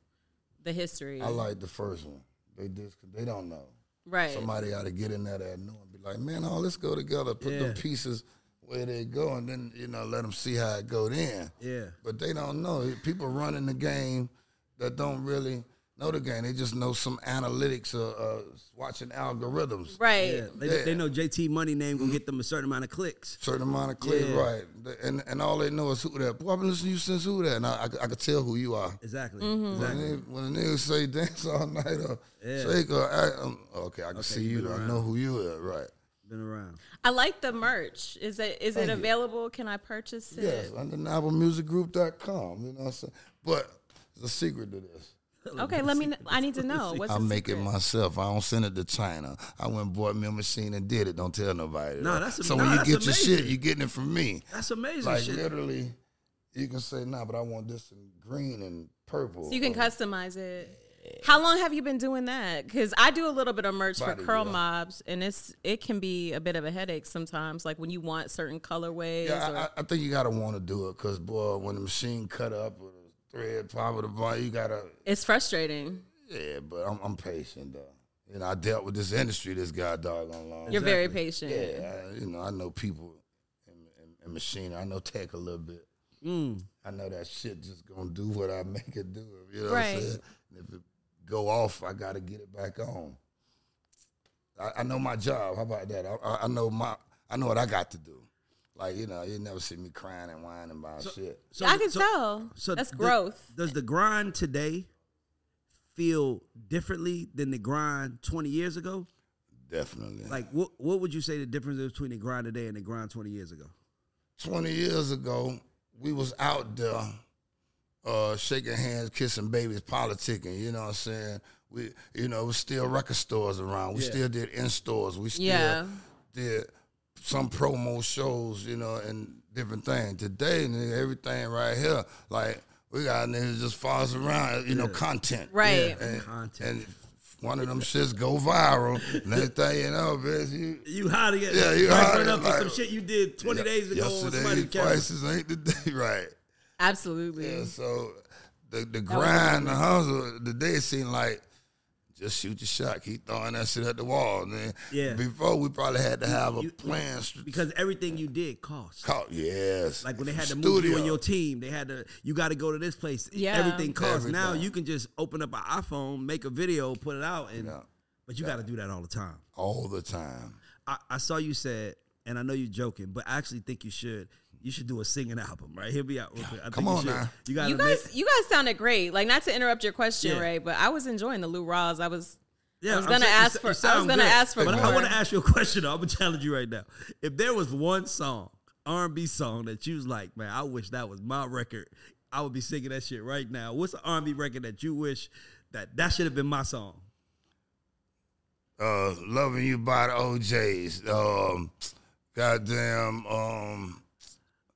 [SPEAKER 2] the history.
[SPEAKER 3] I like the first one. They just they don't know.
[SPEAKER 2] right.
[SPEAKER 3] Somebody ought to get in there that new and be like, man, all let's go together. Put
[SPEAKER 1] Yeah.
[SPEAKER 3] them pieces where they go, and then you know let them see how it go. Then,
[SPEAKER 1] Yeah,
[SPEAKER 3] but they don't know. People running the game that don't really know the game. They just know some analytics or uh, watching algorithms.
[SPEAKER 2] Right.
[SPEAKER 1] yeah. They, they know JT Money name
[SPEAKER 3] Mm-hmm.
[SPEAKER 1] gonna get them a certain amount of clicks.
[SPEAKER 3] Certain amount of clear,
[SPEAKER 1] Yeah.
[SPEAKER 3] right? The- And and all they know is who that. Boy, I've been listening to you since who that, and I, I, could- I could tell who you are.
[SPEAKER 1] Exactly.
[SPEAKER 2] Mm-hmm.
[SPEAKER 3] When
[SPEAKER 1] Exactly.
[SPEAKER 3] they- When the niggas say dance all night or
[SPEAKER 1] Yeah.
[SPEAKER 3] shake or act, um, okay, I can see
[SPEAKER 1] you've
[SPEAKER 3] you.
[SPEAKER 1] been
[SPEAKER 3] though. I
[SPEAKER 1] around.
[SPEAKER 3] know who you are, right?
[SPEAKER 1] Been around.
[SPEAKER 2] I like the merch. Is it is it
[SPEAKER 3] you.
[SPEAKER 2] available? Can I purchase it?
[SPEAKER 3] Yes, undeniablemusicgroup.com. You know what I'm saying? But there's a secret to this.
[SPEAKER 2] Okay, let me. kn- I need to know. What's
[SPEAKER 3] I
[SPEAKER 2] the
[SPEAKER 3] make it
[SPEAKER 2] secret?
[SPEAKER 3] myself. I don't send it to China. I went and bought me a machine and did it. Don't tell nobody.
[SPEAKER 1] Nah,
[SPEAKER 3] though.
[SPEAKER 1] that's am-
[SPEAKER 3] so
[SPEAKER 1] nah,
[SPEAKER 3] when you
[SPEAKER 1] that's
[SPEAKER 3] get your shit,
[SPEAKER 1] amazing.
[SPEAKER 3] you're getting it from me.
[SPEAKER 1] That's amazing
[SPEAKER 3] Like
[SPEAKER 1] shit.
[SPEAKER 3] literally, you can say, "Nah, but I want this in green and purple."
[SPEAKER 2] So you can
[SPEAKER 3] or
[SPEAKER 2] customize it. How long have you been doing that? Because I do a little bit of merch for
[SPEAKER 3] Body
[SPEAKER 2] curl
[SPEAKER 3] roll.
[SPEAKER 2] mobs, and it's it can be a bit of a headache sometimes. Like when you want certain colorways,
[SPEAKER 3] Yeah,
[SPEAKER 2] or
[SPEAKER 3] I- I, I think you gotta want to do it because boy, when the machine cut up or the thread pop or the bond, you gotta.
[SPEAKER 2] it's frustrating.
[SPEAKER 3] Yeah, but I'm, I'm patient though. You know, I dealt with this industry this guy doggone long.
[SPEAKER 2] You're very patient.
[SPEAKER 3] yeah, I, you know, I know people and, and, and machine. I know tech a little bit.
[SPEAKER 1] Mm.
[SPEAKER 3] I know that shit just gonna do what I make it do. You know
[SPEAKER 2] Right.
[SPEAKER 3] what I'm saying? And if it go off, I gotta get it back on. I, I know my job. How about that? I, I, I know my. I know what I got to do. Like you know, you never see me crying and whining about shit.
[SPEAKER 1] So
[SPEAKER 2] I
[SPEAKER 1] th-
[SPEAKER 2] can tell. That's
[SPEAKER 1] th-
[SPEAKER 2] growth.
[SPEAKER 1] Does the grind today feel differently than the grind 20 years ago?
[SPEAKER 3] Definitely.
[SPEAKER 1] Like, what what would you say the difference is between the grind today and the grind 20 years ago?
[SPEAKER 3] 20 years ago, we was out there uh, shaking hands, kissing babies, politicking, you know what I'm saying? We, you know, it was still record stores around. We still did in stores. We still
[SPEAKER 2] Yeah.
[SPEAKER 3] did some promo shows, you know, and different things. Today, nigga, everything right here, like, we got niggas just follows around, you know, content.
[SPEAKER 2] Right.
[SPEAKER 3] And,
[SPEAKER 1] Content.
[SPEAKER 3] and one of them shits go viral. Next thing you know, bitch, you
[SPEAKER 1] You hot again?
[SPEAKER 3] Yeah, you
[SPEAKER 1] Right,
[SPEAKER 3] hot
[SPEAKER 1] right up for
[SPEAKER 3] like-
[SPEAKER 1] some shit you did 20 days ago on somebody's
[SPEAKER 3] Yesterday,
[SPEAKER 1] camera.
[SPEAKER 3] prices ain't the day, right?
[SPEAKER 2] Absolutely.
[SPEAKER 3] Yeah, so the the grind, the hustle, the day seemed like just shoot your shot, keep throwing that shit at the wall, man.
[SPEAKER 1] Yeah.
[SPEAKER 3] Before we probably had to have a plan. str-
[SPEAKER 1] Because everything you did cost.
[SPEAKER 3] call- yes.
[SPEAKER 1] Like when they had to move
[SPEAKER 3] Studio.
[SPEAKER 1] you and your team, they had to. You got to go to this place.
[SPEAKER 2] Yeah.
[SPEAKER 1] everything costs. Now
[SPEAKER 3] Everything.
[SPEAKER 1] you can just open up an iPhone, make a video, put it out, and
[SPEAKER 3] Yeah.
[SPEAKER 1] but you got to do that all the time.
[SPEAKER 3] all the time.
[SPEAKER 1] I, I saw you said, and I know you're joking, but I actually think you should. You should do a singing album, right? He'll be out. Real quick. I
[SPEAKER 3] Come
[SPEAKER 1] think
[SPEAKER 3] on
[SPEAKER 1] you should.
[SPEAKER 3] now.
[SPEAKER 1] You got
[SPEAKER 2] You guys, you guys sounded great. Like not to interrupt your question,
[SPEAKER 1] Yeah.
[SPEAKER 2] Ray, but I was enjoying the Lou Rawls. I was
[SPEAKER 1] Yeah,
[SPEAKER 2] I was
[SPEAKER 1] I'm saying,
[SPEAKER 2] gonna
[SPEAKER 1] you
[SPEAKER 2] ask
[SPEAKER 1] sa-
[SPEAKER 2] for-
[SPEAKER 1] you
[SPEAKER 2] I was
[SPEAKER 1] sound
[SPEAKER 2] gonna
[SPEAKER 1] good.
[SPEAKER 2] ask for
[SPEAKER 1] But I
[SPEAKER 2] more.
[SPEAKER 1] want to ask you a question. though. I'm gonna challenge you right now. If there was one song, R&B song that you was like, man, I wish that was my record. I would be singing that shit right now. What's an R&B record that you wish that that should have been my song?
[SPEAKER 3] Uh, loving you by the OJ's. Um, goddamn. Um,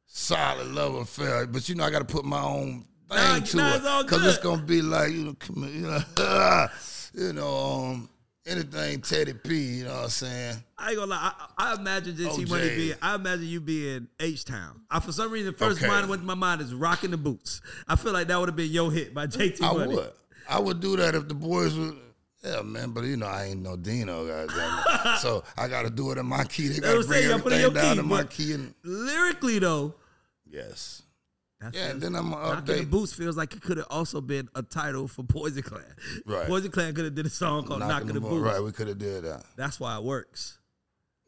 [SPEAKER 3] solid love affair. But you know, I got to put my own thing
[SPEAKER 1] Nah,
[SPEAKER 3] to
[SPEAKER 1] nah,
[SPEAKER 3] it
[SPEAKER 1] it's all
[SPEAKER 3] it's
[SPEAKER 1] good.
[SPEAKER 3] gonna be like you know, come here, you know, you know um, anything Teddy P. You know what I'm saying?
[SPEAKER 1] I ain't gonna lie. I, I imagine this T Money
[SPEAKER 3] OJ.
[SPEAKER 1] being. I imagine you being H Town. I for some reason first
[SPEAKER 3] Okay.
[SPEAKER 1] mind went to my mind is rocking the boots. I feel like that would have been your hit by JT
[SPEAKER 3] I
[SPEAKER 1] Money.
[SPEAKER 3] would. I would do that if the boys would. Yeah, man, but you know I ain't no Dino, goddamn. it. so I got to do it in my key. They
[SPEAKER 1] what
[SPEAKER 3] got to
[SPEAKER 1] I'm
[SPEAKER 3] bring
[SPEAKER 1] saying, y'all put it in your
[SPEAKER 3] everything down
[SPEAKER 1] key,
[SPEAKER 3] to my
[SPEAKER 1] but-
[SPEAKER 3] key, and
[SPEAKER 1] Lyrically though,
[SPEAKER 3] yes,
[SPEAKER 1] that's
[SPEAKER 3] yeah. And then I'm gonna
[SPEAKER 1] Rocking the
[SPEAKER 3] update.
[SPEAKER 1] Boots feels like it could have also been a title for Poison Clan.
[SPEAKER 3] Right.
[SPEAKER 1] Poison Clan could have did a song called Knocking, the,
[SPEAKER 3] Bo-
[SPEAKER 1] Boots.
[SPEAKER 3] Right, we could have did that.
[SPEAKER 1] That's why it works.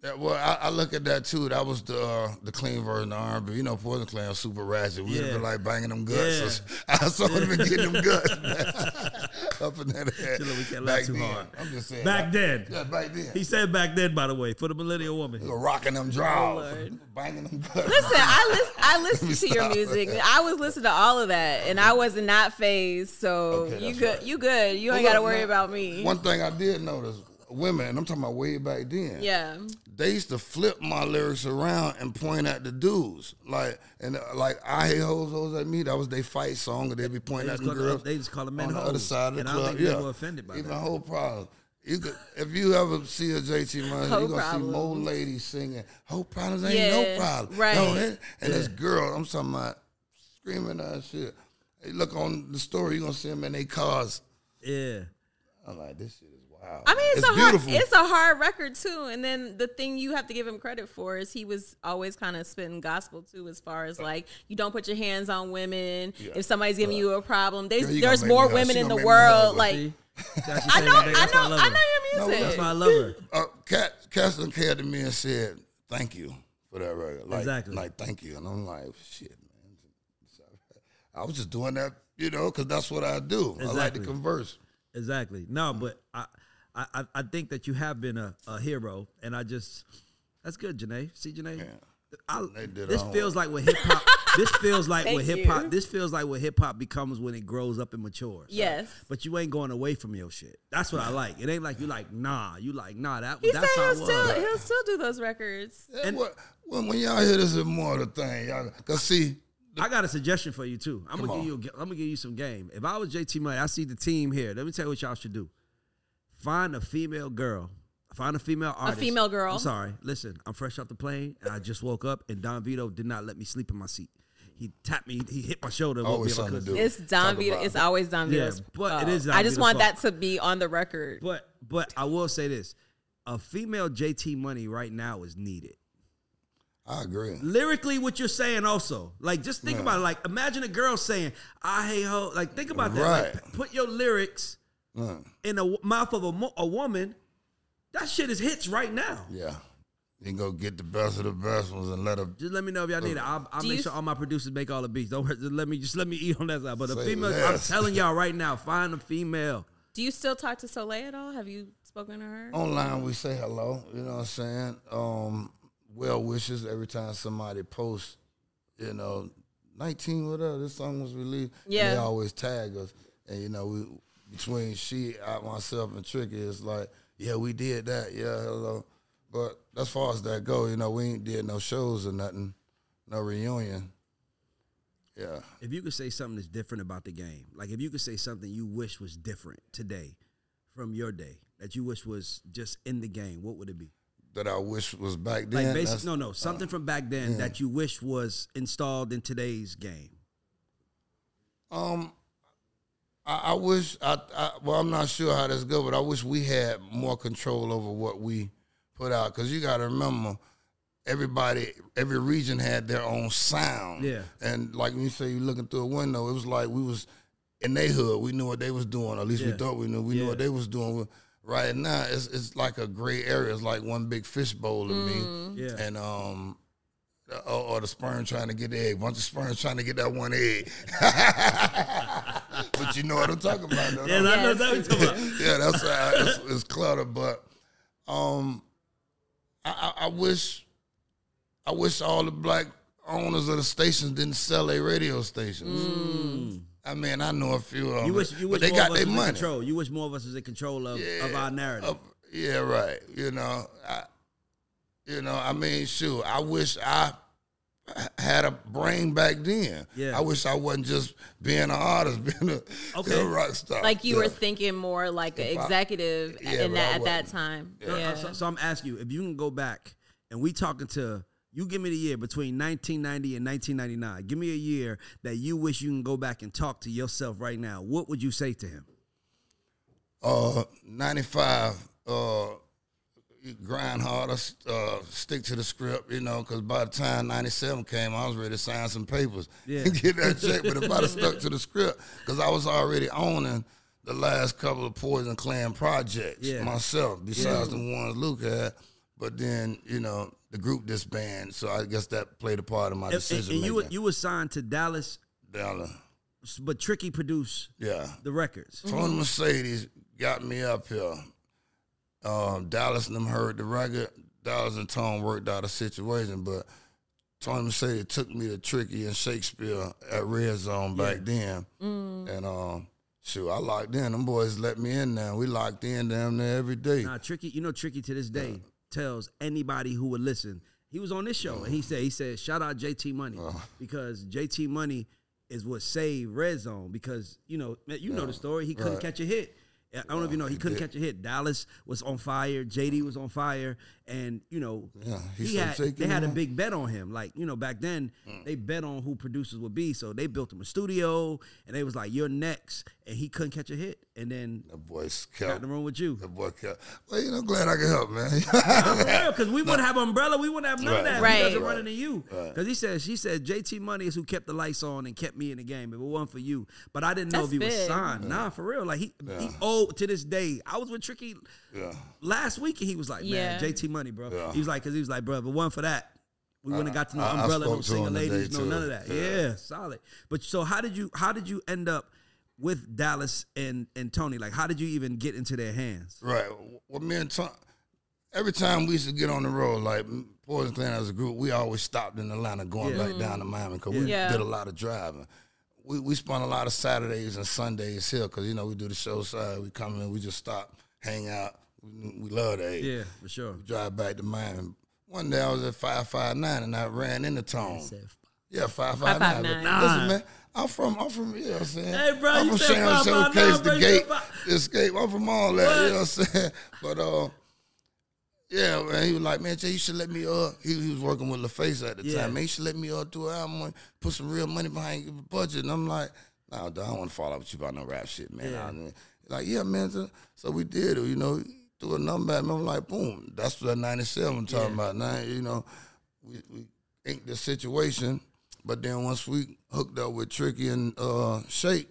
[SPEAKER 3] Yeah, well, I, I look at that too. That was the uh, the clean version of R&B. You know, Poison Clan was super ratchet. We'd
[SPEAKER 1] Yeah.
[SPEAKER 3] have been like banging them guts. I saw them been getting them guts up in that head.
[SPEAKER 1] Chilla, we can't laugh
[SPEAKER 3] back
[SPEAKER 1] too
[SPEAKER 3] then.
[SPEAKER 1] hard.
[SPEAKER 3] I'm just saying.
[SPEAKER 1] Back
[SPEAKER 3] like-
[SPEAKER 1] then.
[SPEAKER 3] Yeah, back then.
[SPEAKER 1] He Oh, said back then, by the way, for the millennial
[SPEAKER 3] We
[SPEAKER 1] woman.
[SPEAKER 3] were rocking them draws,
[SPEAKER 2] Lord.
[SPEAKER 3] banging them guts.
[SPEAKER 2] Listen, I listen. I listened to your
[SPEAKER 3] stop.
[SPEAKER 2] music. I was listening to all of that, and I was not phased. So
[SPEAKER 3] Okay,
[SPEAKER 2] you
[SPEAKER 3] that's
[SPEAKER 2] good.
[SPEAKER 3] right.
[SPEAKER 2] You good. You
[SPEAKER 3] But
[SPEAKER 2] ain't got to
[SPEAKER 3] look,
[SPEAKER 2] worry
[SPEAKER 3] now,
[SPEAKER 2] about me.
[SPEAKER 3] One thing I did notice, women, and I'm talking about way back then.
[SPEAKER 2] yeah.
[SPEAKER 3] they used to flip my lyrics around and point at the dudes. Like and uh, like I hate hoes, hoes at me. That was they fight song, and they'd be pointing
[SPEAKER 1] They
[SPEAKER 3] at
[SPEAKER 1] just
[SPEAKER 3] the
[SPEAKER 1] call-
[SPEAKER 3] girls.
[SPEAKER 1] they just call them men
[SPEAKER 3] on the
[SPEAKER 1] hoes.
[SPEAKER 3] other side of the
[SPEAKER 1] And I
[SPEAKER 3] club.
[SPEAKER 1] don't think
[SPEAKER 3] yeah,
[SPEAKER 1] they were offended by
[SPEAKER 3] Even
[SPEAKER 1] that.
[SPEAKER 3] whole problem. You could, if you ever see a JT Money,
[SPEAKER 2] Hoe
[SPEAKER 3] you're gonna see more
[SPEAKER 2] problems.
[SPEAKER 3] ladies singing "Whole Problems Ain't
[SPEAKER 2] Yeah,
[SPEAKER 3] No Problem."
[SPEAKER 2] right.
[SPEAKER 3] No, and and this girl, I'm talking about screaming that shit. You look on the story, you're gonna see them in their cars.
[SPEAKER 1] Yeah.
[SPEAKER 3] I'm like, this shit is wild.
[SPEAKER 2] I mean, it's, a
[SPEAKER 3] beautiful.
[SPEAKER 2] hard, it's a hard record too. And then the thing you have to give him credit for is he was always kind of spitting gospel too, as far as like you don't put your hands on women. If somebody's giving you a problem, there's
[SPEAKER 3] Girl, you gonna
[SPEAKER 2] there's
[SPEAKER 3] make
[SPEAKER 2] more
[SPEAKER 3] me hug.
[SPEAKER 2] women
[SPEAKER 3] She
[SPEAKER 2] in the
[SPEAKER 3] gonna make me hug,
[SPEAKER 2] world.
[SPEAKER 3] but
[SPEAKER 2] Like
[SPEAKER 1] See? That's
[SPEAKER 2] I know, I know,
[SPEAKER 1] That's why I love
[SPEAKER 2] I
[SPEAKER 1] her.
[SPEAKER 2] know your music.
[SPEAKER 1] That's why I love her.
[SPEAKER 3] uh, Cat, Catherine came to me and said, "Thank you for that record." Like,
[SPEAKER 1] Exactly.
[SPEAKER 3] Like, thank you, and I'm like, "Shit, man." I was just doing that, you know, because that's what I do. I like to
[SPEAKER 1] Exactly.
[SPEAKER 3] converse.
[SPEAKER 1] Exactly. No, but I, I, I- I think that you have been a, a hero, and I just that's good, Janae. See, Janae, I,
[SPEAKER 3] They did
[SPEAKER 1] this
[SPEAKER 3] our
[SPEAKER 1] feels like what hip hop. this feels like what
[SPEAKER 2] Thank
[SPEAKER 1] hip hop.
[SPEAKER 2] you.
[SPEAKER 1] This feels like what hip hop becomes when it grows up and matures.
[SPEAKER 2] Yes.
[SPEAKER 1] But you ain't going away from your shit. That's what I like. It ain't like you like nah. You like nah. That
[SPEAKER 2] He
[SPEAKER 1] that's
[SPEAKER 2] said
[SPEAKER 1] how
[SPEAKER 2] he'll
[SPEAKER 1] it was.
[SPEAKER 2] still he'll still do those records.
[SPEAKER 3] That what- when, when y'all hear this immortal thing, y'all cause see,
[SPEAKER 1] I got a suggestion for you too. I'm gonna
[SPEAKER 3] Come
[SPEAKER 1] give you. A, I'm gonna give you some game. If I was JT Money, I see the team here. Let me tell you what y'all should do. Find a female girl. Find a female artist.
[SPEAKER 2] female girl.
[SPEAKER 1] I'm sorry. Listen, I'm fresh off the plane and I just woke up and Don Vito did not let me sleep in my seat. He tapped me. He hit my shoulder. and woke
[SPEAKER 3] Always
[SPEAKER 1] me up. I
[SPEAKER 3] something
[SPEAKER 1] couldn't-
[SPEAKER 3] to do.
[SPEAKER 2] It's Don
[SPEAKER 3] Talk
[SPEAKER 2] Vito.
[SPEAKER 3] about
[SPEAKER 2] It's
[SPEAKER 3] it.
[SPEAKER 2] always Don
[SPEAKER 1] Yeah,
[SPEAKER 2] Vito's.
[SPEAKER 1] but it
[SPEAKER 2] fault.
[SPEAKER 1] is Don
[SPEAKER 2] I just
[SPEAKER 1] Vito's
[SPEAKER 2] want
[SPEAKER 1] fault.
[SPEAKER 2] that to be on the record.
[SPEAKER 1] But but I will say this: a female JT Money right now is needed.
[SPEAKER 3] I agree.
[SPEAKER 1] lyrically what you're saying also like just think about it like imagine a girl saying i hate ho like think about that Like,
[SPEAKER 3] Right.
[SPEAKER 1] p- put your lyrics
[SPEAKER 3] Uh,
[SPEAKER 1] in the w- mouth of a, mo- a woman that shit is hits right now
[SPEAKER 3] yeah, you can go get the best of the best ones and let them.
[SPEAKER 1] just let me know if y'all need it. I'll, I'll
[SPEAKER 2] Do
[SPEAKER 1] make
[SPEAKER 2] you-
[SPEAKER 1] sure all my producers make all the beats. Don't worry, just let me just let me eat on that side. But a
[SPEAKER 3] Say
[SPEAKER 1] female, I'm
[SPEAKER 3] less.
[SPEAKER 1] telling y'all right now, find a female.
[SPEAKER 2] Do you still talk to Soleil at all? Have you spoken to her?
[SPEAKER 3] Online, we say hello. You know what I'm saying? Um, well wishes every time somebody posts. You know, 19 with her. This song was released. and
[SPEAKER 2] Yeah.
[SPEAKER 3] they always tag us, and you know we between she, I, myself, and Tricky, it's like, yeah, we did that. Yeah, hello. But as far as that go, you know, we ain't did no shows or nothing, no reunion. Yeah.
[SPEAKER 1] If you could say something that's different about the game, like if you could say something you wish was different today from your day that you wish was just in the game, what would it be?
[SPEAKER 3] that I wish was back
[SPEAKER 1] Like
[SPEAKER 3] then. that's- uh,
[SPEAKER 1] basic, no, no, something from back then that you wish was installed in today's game.
[SPEAKER 3] Um, I, I wish I, I. Well, I'm not sure how this go, but I wish we had more control over what we put out. Cause you got to remember, everybody, every region had their own sound.
[SPEAKER 1] Yeah.
[SPEAKER 3] And like when you say, you looking through a window, it was like we was in their hood. We knew what they was doing. At least
[SPEAKER 1] Yeah.
[SPEAKER 3] we thought we knew. We knew
[SPEAKER 1] Yeah.
[SPEAKER 3] what they was doing. Right now, it's it's like a gray area. It's like one big fishbowl to
[SPEAKER 2] Mm.
[SPEAKER 3] me.
[SPEAKER 1] Yeah.
[SPEAKER 3] And um, or, or the sperm trying to get the egg. Bunch of sperms trying to get that one egg. but you know what I'm talking about. Though,
[SPEAKER 1] Yeah,
[SPEAKER 3] don't
[SPEAKER 1] I know
[SPEAKER 2] Yes. Mm.
[SPEAKER 1] that was talking about.
[SPEAKER 3] you? yeah, that's how it's, it's clutter. But um, I, I, I wish, I wish all the black owners of the stations didn't sell their radio stations. I mean, I know a few of them.
[SPEAKER 1] Mm. You wish, you wish
[SPEAKER 3] Um, but they
[SPEAKER 1] more
[SPEAKER 3] got
[SPEAKER 1] of us
[SPEAKER 3] their
[SPEAKER 1] was in
[SPEAKER 3] money.
[SPEAKER 1] control. You wish more of us was in control of, of our narrative.
[SPEAKER 3] Uh, yeah, right. You know, I, you know, I mean, shoot, I wish I had a brain back then.
[SPEAKER 1] Yeah.
[SPEAKER 3] I wish I wasn't just being an artist, being a,
[SPEAKER 1] Okay.
[SPEAKER 3] a rock star.
[SPEAKER 2] Like you
[SPEAKER 3] Yeah.
[SPEAKER 2] were thinking more like an
[SPEAKER 3] If I-
[SPEAKER 2] executive
[SPEAKER 3] Yeah,
[SPEAKER 2] in
[SPEAKER 3] but I
[SPEAKER 2] that at that
[SPEAKER 3] wasn't.
[SPEAKER 2] time.
[SPEAKER 3] Yeah.
[SPEAKER 2] Yeah.
[SPEAKER 1] so, so I'm asking you if you can go back and we talking to you. Give me the year between 1990 and 1999. Give me a year that you wish you can go back and talk to yourself right now. What would you say to him?
[SPEAKER 3] uh, 95, uh, you grind harder, uh, stick to the script, you know, because by the time 97 came, I was ready to sign some papers
[SPEAKER 1] Yeah.
[SPEAKER 3] and get that check. But if I'd have stuck to the script, because I was already owning the last couple of Poison Clan projects
[SPEAKER 1] Yeah.
[SPEAKER 3] myself, besides the ones Luke had. But then, you know, the group disbanded, so I guess that played a part in my
[SPEAKER 1] And, and-
[SPEAKER 3] decision
[SPEAKER 1] and you were-
[SPEAKER 3] making.
[SPEAKER 1] you were signed to Dallas,
[SPEAKER 3] Dollar.
[SPEAKER 1] but Tricky produced
[SPEAKER 3] yeah.
[SPEAKER 1] the records.
[SPEAKER 3] Tony Mercedes got me up here. Um, Dallas and them heard the record. Dallas and Tone worked out a situation, but Tony Mercedes took me to Tricky and Shakespeare at Red Zone back then.
[SPEAKER 1] Mm.
[SPEAKER 3] And um, shoot, I locked in. Them boys let me in now. We locked in damn near every day.
[SPEAKER 1] Nah, Tricky, you know Tricky to this day tells anybody who would listen. He was on this show and he said, he said, shout out JT Money because JT Money is what saved Red Zone because you know man, you know the story. He couldn't catch a hit. I don't know if you know he couldn't catch a hit. Dallas was on fire. JD was on fire, and you know
[SPEAKER 3] Yeah, he
[SPEAKER 1] he
[SPEAKER 3] said,
[SPEAKER 1] had,
[SPEAKER 3] "Take
[SPEAKER 1] they
[SPEAKER 3] him
[SPEAKER 1] had a
[SPEAKER 3] on."
[SPEAKER 1] big bet on him. Like you know back then they bet on who producers would be, so they built him a studio and they was like you're next, and he couldn't catch a hit, and then
[SPEAKER 3] The boys
[SPEAKER 1] got in
[SPEAKER 3] kept.
[SPEAKER 1] the room with you.
[SPEAKER 3] The boy kept. Well, you know, glad I could help, man.
[SPEAKER 1] because we wouldn't have umbrella, we wouldn't have none of
[SPEAKER 3] Right.
[SPEAKER 1] that.
[SPEAKER 2] Right.
[SPEAKER 1] Because right. running to you. Because he said, she said, JT Money is who kept the lights on and kept me in the game. If it wasn't for you, but I didn't know
[SPEAKER 2] That's
[SPEAKER 1] if he was
[SPEAKER 2] big.
[SPEAKER 1] signed. Nah, for real. Like he, he old to this day. I was with Tricky
[SPEAKER 3] yeah.
[SPEAKER 1] last week, and he was like, man,
[SPEAKER 2] Yeah.
[SPEAKER 1] JT Money, bro. He was like, because he was like, bro, if it wasn't for that. We wouldn't have got to no
[SPEAKER 3] I- I
[SPEAKER 1] umbrella, no
[SPEAKER 3] spoke to him
[SPEAKER 1] single ladies,
[SPEAKER 3] today,
[SPEAKER 1] no
[SPEAKER 3] too.
[SPEAKER 1] none of that. Yeah. solid. But so how did you how did you end up with Dallas and and Tony? Like how did you even get into their hands?
[SPEAKER 3] Right. Well, me and Tom, every time we used to get on the road, like Poison Clan as a group, we always stopped in Atlanta going back down to Miami because we
[SPEAKER 2] Yeah.
[SPEAKER 3] did a lot of driving. We, we spent a lot of Saturdays and Sundays here because, you know, we do the show side. We come in, we just stop, hang out. We, we love that.
[SPEAKER 1] Yeah, for sure.
[SPEAKER 3] Drive back to Miami. One day I was at 559 and I ran into Tone. Yeah, five five nine. But
[SPEAKER 2] 559.
[SPEAKER 3] Listen, man, I'm from I'm from you know what I'm saying.
[SPEAKER 1] Hey, bro,
[SPEAKER 3] I'm
[SPEAKER 1] you
[SPEAKER 3] from
[SPEAKER 1] said
[SPEAKER 3] Sharon
[SPEAKER 1] 559,
[SPEAKER 3] Showcase,
[SPEAKER 1] bro,
[SPEAKER 3] the
[SPEAKER 1] you
[SPEAKER 3] gate,
[SPEAKER 1] said five-
[SPEAKER 3] the escape. I'm from all that. You know what I'm saying? But uh, yeah, man, he was like, man, Jay, you should let me uh. He, he was working with LaFace at the
[SPEAKER 1] Yeah.
[SPEAKER 3] time. Man, you should let me uh do an album, and put some real money behind your budget. And I'm like, nah, dog, I don't want to fall out with you about no rap shit, man. I mean, like, yeah, man. So, so we did it. You know, threw a number at me. I'm like, boom, that's what that '97 I'm talking about. Now, you know, we, we inked the situation. But then once we hooked up with Tricky and uh, Shake,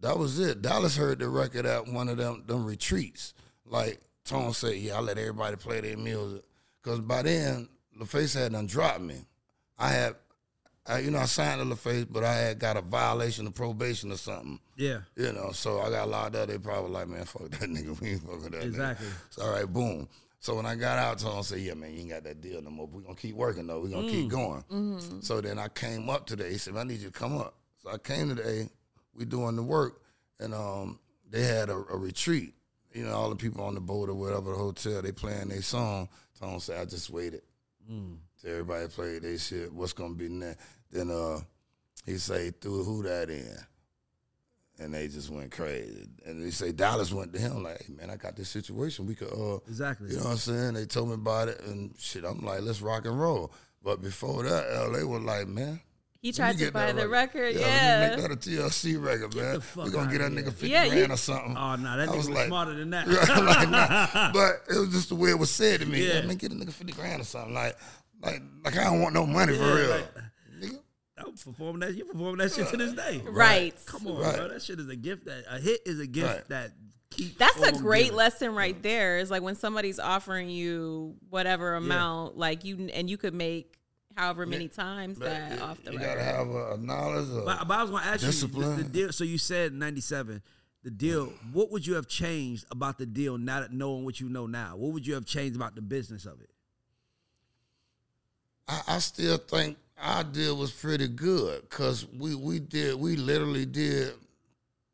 [SPEAKER 3] that was it. Dallas heard the record at one of them them retreats. Like Tone said, yeah, I let everybody play their music. Cause by then, LaFace had done dropped me. I had I, you know, I signed to LaFace, but I had got a violation of probation or something.
[SPEAKER 1] Yeah.
[SPEAKER 3] You know, so I got locked up. They probably like, man, fuck that nigga. We ain't fucking with that. nigga."
[SPEAKER 1] Exactly.
[SPEAKER 3] So, all right, boom. So when I got out, Tone said, yeah, man, you ain't got that deal no more. We're going to keep working, though. We're going to keep going. So then I came up today. He said, I need you to come up. So I came today. We doing the work. And um, they had a, a retreat. You know, all the people on the boat or whatever, the hotel, they playing their song. Tone said, I just waited. till everybody played their shit. What's going to be next? Then uh, he say, threw who that in? and they just went crazy. And they say Dallas went to him like, hey, man, I got this situation. We could, uh,
[SPEAKER 1] Exactly.
[SPEAKER 3] you know what I'm saying? They told me about it, and shit. I'm like, let's rock and roll. But before that, LA was like, man,
[SPEAKER 2] He
[SPEAKER 3] let me
[SPEAKER 2] tried to
[SPEAKER 3] get
[SPEAKER 2] buy
[SPEAKER 3] that
[SPEAKER 2] the record.
[SPEAKER 3] let
[SPEAKER 2] Yeah.
[SPEAKER 3] me make that a TLC record, man.
[SPEAKER 1] the fuck
[SPEAKER 3] We're gonna get
[SPEAKER 1] outta
[SPEAKER 3] that nigga
[SPEAKER 1] here.
[SPEAKER 3] fifty
[SPEAKER 2] Yeah, you-
[SPEAKER 3] grand or something.
[SPEAKER 1] Oh no, that
[SPEAKER 3] I
[SPEAKER 1] nigga
[SPEAKER 3] was
[SPEAKER 1] was
[SPEAKER 3] like-
[SPEAKER 1] smarter than that.
[SPEAKER 3] like, nah. But it was just the way it was said to me.
[SPEAKER 1] Yeah.
[SPEAKER 3] Like, man, get a nigga fifty grand or something. Like, like, like I don't want no money for real.
[SPEAKER 1] like-
[SPEAKER 3] nigga.
[SPEAKER 1] I'm performing that. You performing that shit to this day.
[SPEAKER 2] Right.
[SPEAKER 1] Come on,
[SPEAKER 3] Right.
[SPEAKER 1] bro. That shit is a gift. That a hit is a gift
[SPEAKER 3] Right.
[SPEAKER 1] that keeps.
[SPEAKER 2] That's
[SPEAKER 3] Oh,
[SPEAKER 2] a
[SPEAKER 1] on
[SPEAKER 2] great
[SPEAKER 1] giving.
[SPEAKER 2] lesson right there. Is like when somebody's offering you whatever amount, like you, and you could make however many times that
[SPEAKER 3] you,
[SPEAKER 2] off the
[SPEAKER 3] you
[SPEAKER 2] record.
[SPEAKER 3] gotta have a, a knowledge. Of,
[SPEAKER 1] But, uh, but I was gonna ask you the- the,
[SPEAKER 3] Discipline.
[SPEAKER 1] deal. So you said '97. The deal. What would you have changed about the deal? Now that knowing what you know now, what would you have changed about the business of it?
[SPEAKER 3] I, I still think our deal was pretty good because we, we did we literally did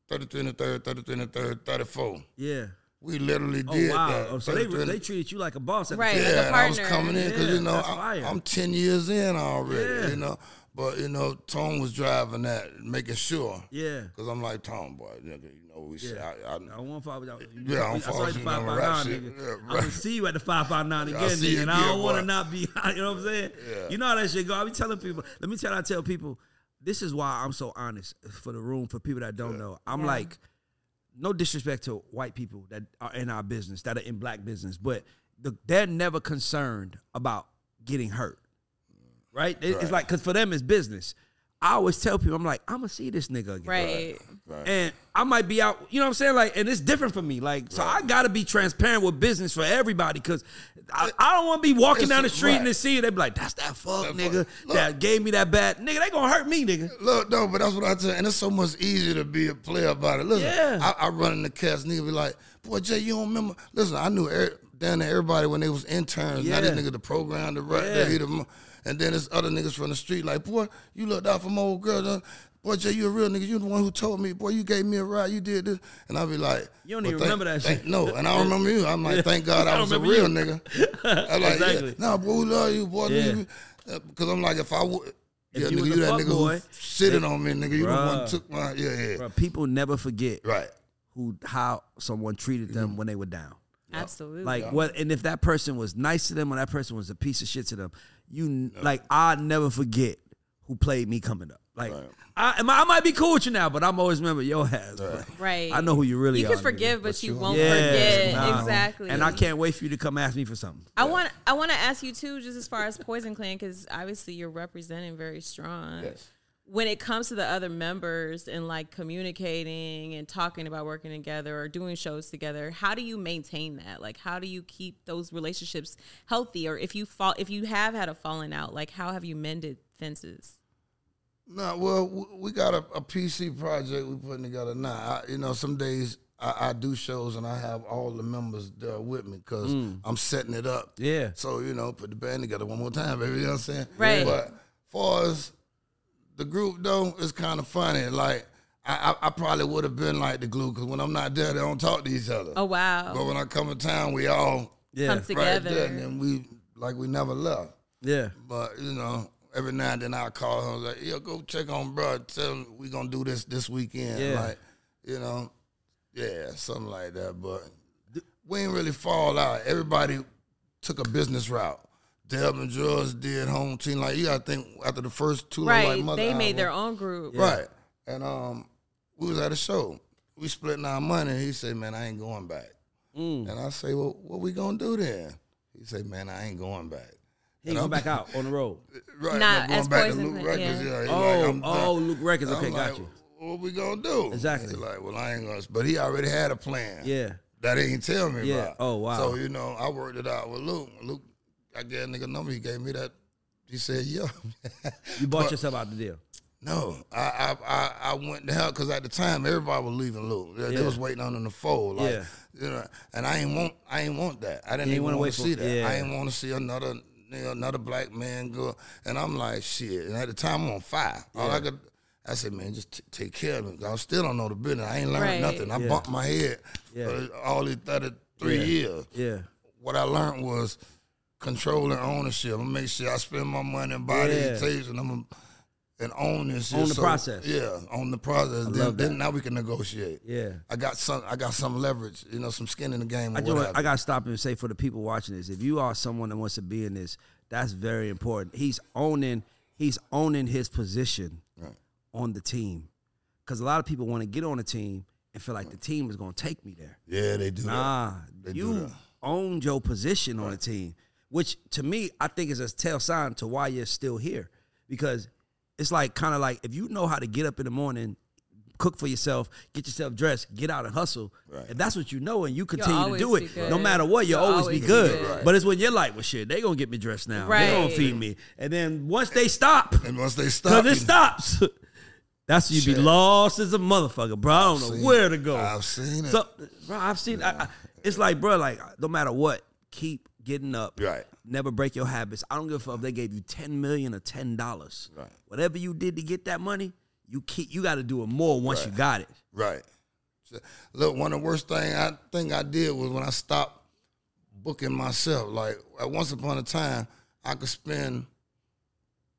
[SPEAKER 3] 33 and a third, 33 and a third, 34.
[SPEAKER 1] Yeah.
[SPEAKER 3] We literally
[SPEAKER 1] Oh
[SPEAKER 3] did
[SPEAKER 1] wow.
[SPEAKER 3] that.
[SPEAKER 1] Oh, so they
[SPEAKER 3] 33 and-
[SPEAKER 1] they treated you like a boss. At
[SPEAKER 2] Right.
[SPEAKER 1] The
[SPEAKER 2] like
[SPEAKER 3] yeah,
[SPEAKER 1] time.
[SPEAKER 2] a
[SPEAKER 3] and I was
[SPEAKER 2] partner.
[SPEAKER 3] coming in because
[SPEAKER 1] Yeah,
[SPEAKER 3] you know
[SPEAKER 1] that's
[SPEAKER 3] I,
[SPEAKER 1] fire.
[SPEAKER 3] I'm 10 years in already.
[SPEAKER 1] Yeah.
[SPEAKER 3] You know, but you know Tone was driving that, making sure.
[SPEAKER 1] Yeah.
[SPEAKER 3] Because I'm like Tone, boy, nigga, you know we said.
[SPEAKER 1] Yeah.
[SPEAKER 3] I, I,
[SPEAKER 1] I won't follow y'all.
[SPEAKER 3] Yeah, I don't
[SPEAKER 1] saw
[SPEAKER 3] follow
[SPEAKER 1] you at the
[SPEAKER 3] you on no
[SPEAKER 1] 559, nigga.
[SPEAKER 3] rap shit. Yeah,
[SPEAKER 1] I'm gonna
[SPEAKER 3] right.
[SPEAKER 1] see you at the five five nine again,
[SPEAKER 3] I'll see
[SPEAKER 1] nigga.
[SPEAKER 3] you
[SPEAKER 1] And I
[SPEAKER 3] again,
[SPEAKER 1] don't want to
[SPEAKER 3] boy.
[SPEAKER 1] not be. You know what I'm saying? You know how that shit go. I be telling people. Let me tell. I tell people. This is why I'm so honest for the room for people that don't know. I'm like, no disrespect to white people that are in our business that are in black business, but the, they're never concerned about getting hurt right? It- It's
[SPEAKER 3] Right.
[SPEAKER 1] like because for them it's business. I always tell people, I'm like, I'm gonna see this nigga again,
[SPEAKER 2] Right.
[SPEAKER 3] Right.
[SPEAKER 1] And I might be out, you know what I'm saying? Like, and it's different for me. Like, so I gotta be transparent with business for everybody because I, I don't want to be walking
[SPEAKER 3] It's-
[SPEAKER 1] down the street and
[SPEAKER 3] right.
[SPEAKER 1] they see it. They be like, that's that fuck
[SPEAKER 3] That
[SPEAKER 1] nigga
[SPEAKER 3] fuck. Look.
[SPEAKER 1] that gave me that bad nigga. They gonna hurt me, nigga.
[SPEAKER 3] Look, no, but that's what I tell. And it's so much easier to be a player about it. Listen,
[SPEAKER 1] Yeah.
[SPEAKER 3] I, I run in the cast, nigga be like, boy, Jay, you don't remember? Listen, I knew er- down there everybody when they was interns. Now
[SPEAKER 1] Yeah.
[SPEAKER 3] this nigga the program, the right
[SPEAKER 1] Yeah.
[SPEAKER 3] there, he the, mo- and then there's other niggas from the street like, boy, you looked out for my old girl. huh? Boy, Jay, you a real nigga. You the one who told me, boy, you gave me a ride. You did this. And I be like,
[SPEAKER 1] You don't
[SPEAKER 3] well,
[SPEAKER 1] even
[SPEAKER 3] thank-
[SPEAKER 1] remember that
[SPEAKER 3] thank-
[SPEAKER 1] shit.
[SPEAKER 3] No, and I don't remember you. I'm like, thank God
[SPEAKER 1] I
[SPEAKER 3] I
[SPEAKER 1] don't
[SPEAKER 3] was a
[SPEAKER 1] remember
[SPEAKER 3] real
[SPEAKER 1] you.
[SPEAKER 3] nigga. I'm like,
[SPEAKER 1] Exactly.
[SPEAKER 3] yeah, nah, boy, we love you, boy.
[SPEAKER 1] Yeah.
[SPEAKER 3] Because I'm like, if I would.
[SPEAKER 1] If
[SPEAKER 3] Yeah,
[SPEAKER 1] you was
[SPEAKER 3] nigga,
[SPEAKER 1] a
[SPEAKER 3] you that
[SPEAKER 1] fuck
[SPEAKER 3] nigga
[SPEAKER 1] boy,
[SPEAKER 3] who shitting on me, nigga. You the one
[SPEAKER 1] Bruh.
[SPEAKER 3] took my yeah, yeah.
[SPEAKER 1] Bro, people never forget
[SPEAKER 3] Right.
[SPEAKER 1] who how someone treated them
[SPEAKER 3] Mm-hmm.
[SPEAKER 1] when they were down.
[SPEAKER 2] Absolutely.
[SPEAKER 1] Like what? And if that person was nice to them, or that person was a piece of shit to them, you like I never forget who played me coming up. Like I, am- I might be cool with you now, but I'm always remember your ass. bro.
[SPEAKER 2] right.
[SPEAKER 1] I know who you really
[SPEAKER 2] You
[SPEAKER 1] are.
[SPEAKER 2] can
[SPEAKER 1] nigga.
[SPEAKER 2] forgive, but, you, won't
[SPEAKER 1] Yeah,
[SPEAKER 2] forget.
[SPEAKER 1] nah.
[SPEAKER 2] Exactly.
[SPEAKER 1] And I can't wait for you to come ask me for something.
[SPEAKER 2] I want I want to ask you too, just as far as Poison Clan, because obviously you're representing very strong. When it comes to the other members and like communicating and talking about working together or doing shows together, how do you maintain that? Like, how do you keep those relationships healthy? Or if you fall, if you have had a falling out, like how have you mended fences?
[SPEAKER 3] No, well, w- we got a, a PC project we putting together now. I, you know, some days I, I do shows and I have all the members there with me because I'm setting it up.
[SPEAKER 1] Mm. Yeah.
[SPEAKER 3] So you know, put the band together one more time, baby. You know what I'm saying?
[SPEAKER 2] Right.
[SPEAKER 3] But far as the group though, it's kind of funny. Like I, I, I probably would have been like the glue because when I'm not there, they don't talk to each other.
[SPEAKER 2] Oh wow.
[SPEAKER 3] But when I come in town, we all
[SPEAKER 1] Yeah.
[SPEAKER 2] Come
[SPEAKER 3] right
[SPEAKER 2] together.
[SPEAKER 3] there, and then we like we never left.
[SPEAKER 1] Yeah.
[SPEAKER 3] But you know, every now and then I call him like, "Yo, go check on bro. Tell him we gonna do this this weekend."
[SPEAKER 1] Yeah.
[SPEAKER 3] Like, you know, yeah, something like that. But we ain't really fall out. Everybody took a business route. Deb and George did home team. Like you, gotta think after the first two,
[SPEAKER 2] right.
[SPEAKER 3] like mother
[SPEAKER 2] they
[SPEAKER 3] album,
[SPEAKER 2] made their own group.
[SPEAKER 3] right. And um, we was at a show. We splitting our money. He said, "Man, I ain't going back." And I say, "Well, what we gonna do then?" He said, "Man, I ain't going back."
[SPEAKER 1] He ain't
[SPEAKER 3] And
[SPEAKER 1] go
[SPEAKER 3] I'm-
[SPEAKER 1] back out on the road.
[SPEAKER 3] Right,
[SPEAKER 2] Not
[SPEAKER 3] not going
[SPEAKER 2] as
[SPEAKER 3] back
[SPEAKER 2] poison,
[SPEAKER 3] to Luke
[SPEAKER 2] but
[SPEAKER 3] Records.
[SPEAKER 2] yeah.
[SPEAKER 3] Yeah. he
[SPEAKER 1] Oh,
[SPEAKER 3] like, I'm-
[SPEAKER 1] oh, Luke Records.
[SPEAKER 3] I'm
[SPEAKER 1] Okay,
[SPEAKER 3] like,
[SPEAKER 1] got you.
[SPEAKER 3] What we gonna do?
[SPEAKER 1] Exactly.
[SPEAKER 3] He like, well, I ain't gonna. But he already had a plan.
[SPEAKER 1] Yeah.
[SPEAKER 3] That he ain't tell me
[SPEAKER 1] Yeah.
[SPEAKER 3] about.
[SPEAKER 1] Oh, wow.
[SPEAKER 3] So you know, I worked it out with Luke. Luke, I gave a nigga number. He gave me that. He said, "Yo,
[SPEAKER 1] You bought yourself out the deal.
[SPEAKER 3] no, I I I, I went to hell because at the time everybody was leaving Luke. They, they
[SPEAKER 1] Yeah.
[SPEAKER 3] was waiting on him to fold. Like,
[SPEAKER 1] Yeah.
[SPEAKER 3] You know, and I ain't want I ain't want that. I didn't
[SPEAKER 1] You ain't
[SPEAKER 3] even
[SPEAKER 1] wanna
[SPEAKER 3] want
[SPEAKER 1] wait
[SPEAKER 3] to
[SPEAKER 1] for-
[SPEAKER 3] see that.
[SPEAKER 1] yeah.
[SPEAKER 3] I ain't want to see another nigga, another black man go. And I'm like shit. And at the time I'm on fire. All I could. I said, man, just t- take care of him. I still don't know the business. I ain't learned
[SPEAKER 2] Right.
[SPEAKER 3] nothing. I bumped my head
[SPEAKER 1] Yeah.
[SPEAKER 3] for all these 33 years
[SPEAKER 1] Yeah.
[SPEAKER 3] what I learned was control and ownership. I'm gonna make sure I spend my money and buy
[SPEAKER 1] Yeah.
[SPEAKER 3] these tapes and I'm gonna, and own this. shit.
[SPEAKER 1] Own the process.
[SPEAKER 3] Yeah, own the process.
[SPEAKER 1] love
[SPEAKER 3] Then, then now we can negotiate.
[SPEAKER 1] Yeah.
[SPEAKER 3] I got some. I got some leverage. You know, some skin in the game. Or
[SPEAKER 1] I,
[SPEAKER 3] what
[SPEAKER 1] do,
[SPEAKER 3] have
[SPEAKER 1] I
[SPEAKER 3] you.
[SPEAKER 1] gotta stop and say for the people watching this, if you are someone that wants to be in this, that's very important. He's owning he's owning his position on the team. Cause a lot of people want to get on a team and feel like the team is gonna take me there.
[SPEAKER 3] yeah, they do. that.
[SPEAKER 1] Nah,
[SPEAKER 3] do
[SPEAKER 1] you
[SPEAKER 3] that.
[SPEAKER 1] owned your position on the team, which to me I think is a tell sign to why you're still here. Because it's like kind of like if you know how to get up in the morning, cook for yourself, get yourself dressed, get out and hustle. If that's what you know and you continue to
[SPEAKER 2] always
[SPEAKER 1] do
[SPEAKER 2] be
[SPEAKER 1] it,
[SPEAKER 2] good.
[SPEAKER 1] no matter what, you'll,
[SPEAKER 2] You'll
[SPEAKER 1] always,
[SPEAKER 2] always
[SPEAKER 1] be
[SPEAKER 2] be
[SPEAKER 1] good.
[SPEAKER 2] good.
[SPEAKER 1] But it's when you're like, well, shit, they gonna get me dressed now. They gonna
[SPEAKER 2] Right.
[SPEAKER 1] feed me, and then once they stop,
[SPEAKER 3] And once they stop,
[SPEAKER 1] because it stops. That's you be
[SPEAKER 3] Shit.
[SPEAKER 1] lost as a motherfucker, bro. I don't know
[SPEAKER 3] seen
[SPEAKER 1] where to
[SPEAKER 3] it.
[SPEAKER 1] go.
[SPEAKER 3] I've seen it.
[SPEAKER 1] So, bro, I've seen. I, I, it's like, bro, like no matter what, keep getting up.
[SPEAKER 3] Right.
[SPEAKER 1] Never break your habits. I don't give a fuck if they gave you ten million or ten dollars.
[SPEAKER 3] Right.
[SPEAKER 1] Whatever you did to get that money, you keep. You got to do it more once you got it.
[SPEAKER 3] Right. So, Look, one of the worst thing I think I did was when I stopped booking myself. Like at once upon a time, I could spend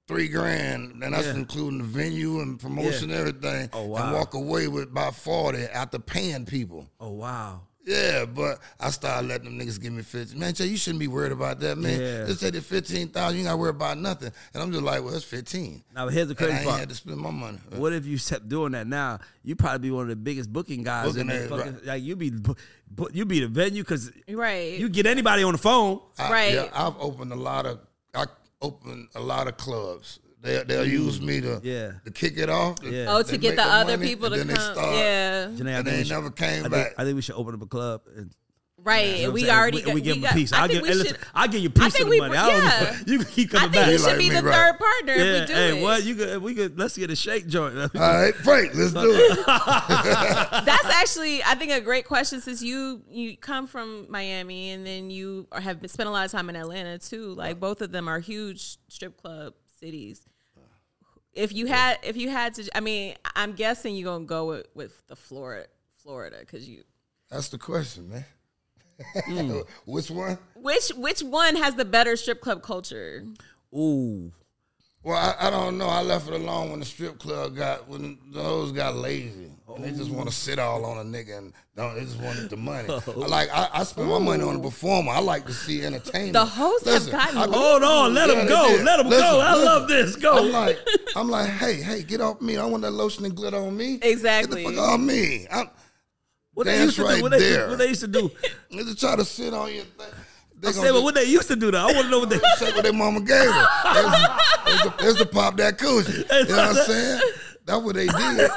[SPEAKER 3] three grand, and that's
[SPEAKER 1] Yeah.
[SPEAKER 3] including the venue and promotion, and everything,
[SPEAKER 1] Oh,
[SPEAKER 3] and
[SPEAKER 1] wow.
[SPEAKER 3] walk away with by forty after paying people.
[SPEAKER 1] Oh wow.
[SPEAKER 3] Yeah, but I started letting them niggas give me fifty. Man, Jay, you shouldn't be worried about that, man.
[SPEAKER 1] Yeah.
[SPEAKER 3] Just take the fifteen thousand. You ain't gotta worry about nothing. And I'm just like, well, it's fifteen.
[SPEAKER 1] Now here's the
[SPEAKER 3] And I
[SPEAKER 1] crazy
[SPEAKER 3] ain't had
[SPEAKER 1] part.
[SPEAKER 3] to spend my money.
[SPEAKER 1] What if you kept doing that now? You probably be one of the biggest booking guys in
[SPEAKER 3] Booking
[SPEAKER 1] the
[SPEAKER 3] it,
[SPEAKER 1] fucking,
[SPEAKER 3] right.
[SPEAKER 1] like you be bu- bu- you be the venue because
[SPEAKER 2] Right.
[SPEAKER 1] you get anybody on the phone.
[SPEAKER 3] I-
[SPEAKER 2] Right.
[SPEAKER 3] Yeah, I've opened a lot of I opened a lot of clubs. They they'll use me to
[SPEAKER 1] Mm. Yeah.
[SPEAKER 3] to kick it off. to-
[SPEAKER 1] Yeah.
[SPEAKER 2] oh, to
[SPEAKER 3] they
[SPEAKER 2] get
[SPEAKER 3] make
[SPEAKER 2] the
[SPEAKER 3] the
[SPEAKER 2] other
[SPEAKER 3] money,
[SPEAKER 2] people to
[SPEAKER 3] and
[SPEAKER 2] come.
[SPEAKER 3] then they start.
[SPEAKER 1] Janae, I
[SPEAKER 2] Yeah.
[SPEAKER 3] And
[SPEAKER 1] think
[SPEAKER 3] they
[SPEAKER 1] we should-
[SPEAKER 3] never
[SPEAKER 1] I
[SPEAKER 3] came
[SPEAKER 1] think-
[SPEAKER 3] back.
[SPEAKER 1] I think we should open up a club and
[SPEAKER 2] Right.
[SPEAKER 1] You know what I'm
[SPEAKER 2] we
[SPEAKER 1] saying?
[SPEAKER 2] already
[SPEAKER 1] and we give
[SPEAKER 2] got,
[SPEAKER 1] him a piece.
[SPEAKER 2] I
[SPEAKER 1] I'll
[SPEAKER 2] think
[SPEAKER 1] give,
[SPEAKER 2] we
[SPEAKER 1] hey, listen,
[SPEAKER 2] should,
[SPEAKER 1] I'll give you a
[SPEAKER 2] I
[SPEAKER 1] piece of
[SPEAKER 2] think
[SPEAKER 1] the
[SPEAKER 2] we-
[SPEAKER 1] money. I don't
[SPEAKER 2] yeah.
[SPEAKER 1] know. You can keep
[SPEAKER 2] I
[SPEAKER 1] coming
[SPEAKER 2] think we
[SPEAKER 1] back.
[SPEAKER 2] should
[SPEAKER 3] like
[SPEAKER 2] be
[SPEAKER 3] me,
[SPEAKER 2] the
[SPEAKER 3] right.
[SPEAKER 2] third partner
[SPEAKER 1] yeah,
[SPEAKER 2] if we do
[SPEAKER 1] hey,
[SPEAKER 2] it. Uh,
[SPEAKER 1] what you could we could let's get a shake joint.
[SPEAKER 3] All right, Frank, let's do it.
[SPEAKER 2] That's actually, I think, a great question since you you come from Miami and then you are- have spent a lot of time in Atlanta too. Like both of them are huge strip club cities. If you had, if you had to, I mean, I'm guessing you're gonna go with, with the Florida, Florida, because you
[SPEAKER 3] That's the question, man.
[SPEAKER 1] Hmm.
[SPEAKER 3] Which one?
[SPEAKER 2] which which one has the better strip club culture?
[SPEAKER 1] Ooh.
[SPEAKER 3] Well, I, I don't know. I left it alone when the strip club got when those got lazy. And they just
[SPEAKER 1] Oh.
[SPEAKER 3] want to sit all on a nigga and don't, they just wanted the money. I Like I, I spent my money
[SPEAKER 1] Oh.
[SPEAKER 3] on the performer. I like to see entertainment.
[SPEAKER 2] The hosts have gotten
[SPEAKER 3] I-
[SPEAKER 1] Hold on, let
[SPEAKER 3] Yeah,
[SPEAKER 1] him
[SPEAKER 3] they
[SPEAKER 1] go.
[SPEAKER 3] did.
[SPEAKER 1] Let him
[SPEAKER 3] Listen,
[SPEAKER 1] go. I
[SPEAKER 3] listen.
[SPEAKER 1] love this. Go.
[SPEAKER 3] I'm like, I'm like, hey, hey, get off me! I want that lotion and glitter on me.
[SPEAKER 2] Exactly.
[SPEAKER 3] Get the fuck off me! I'm,
[SPEAKER 1] what they
[SPEAKER 3] That's
[SPEAKER 1] used to do,
[SPEAKER 3] right
[SPEAKER 1] what they,
[SPEAKER 3] there.
[SPEAKER 1] what they used to do.
[SPEAKER 3] they just try to sit on your. Thing. They
[SPEAKER 1] I said, well, what they used to do though. I want to know what they
[SPEAKER 3] say what their mama gave her. That's, the, that's the pop that coochie. You know what I'm saying? That's what they did.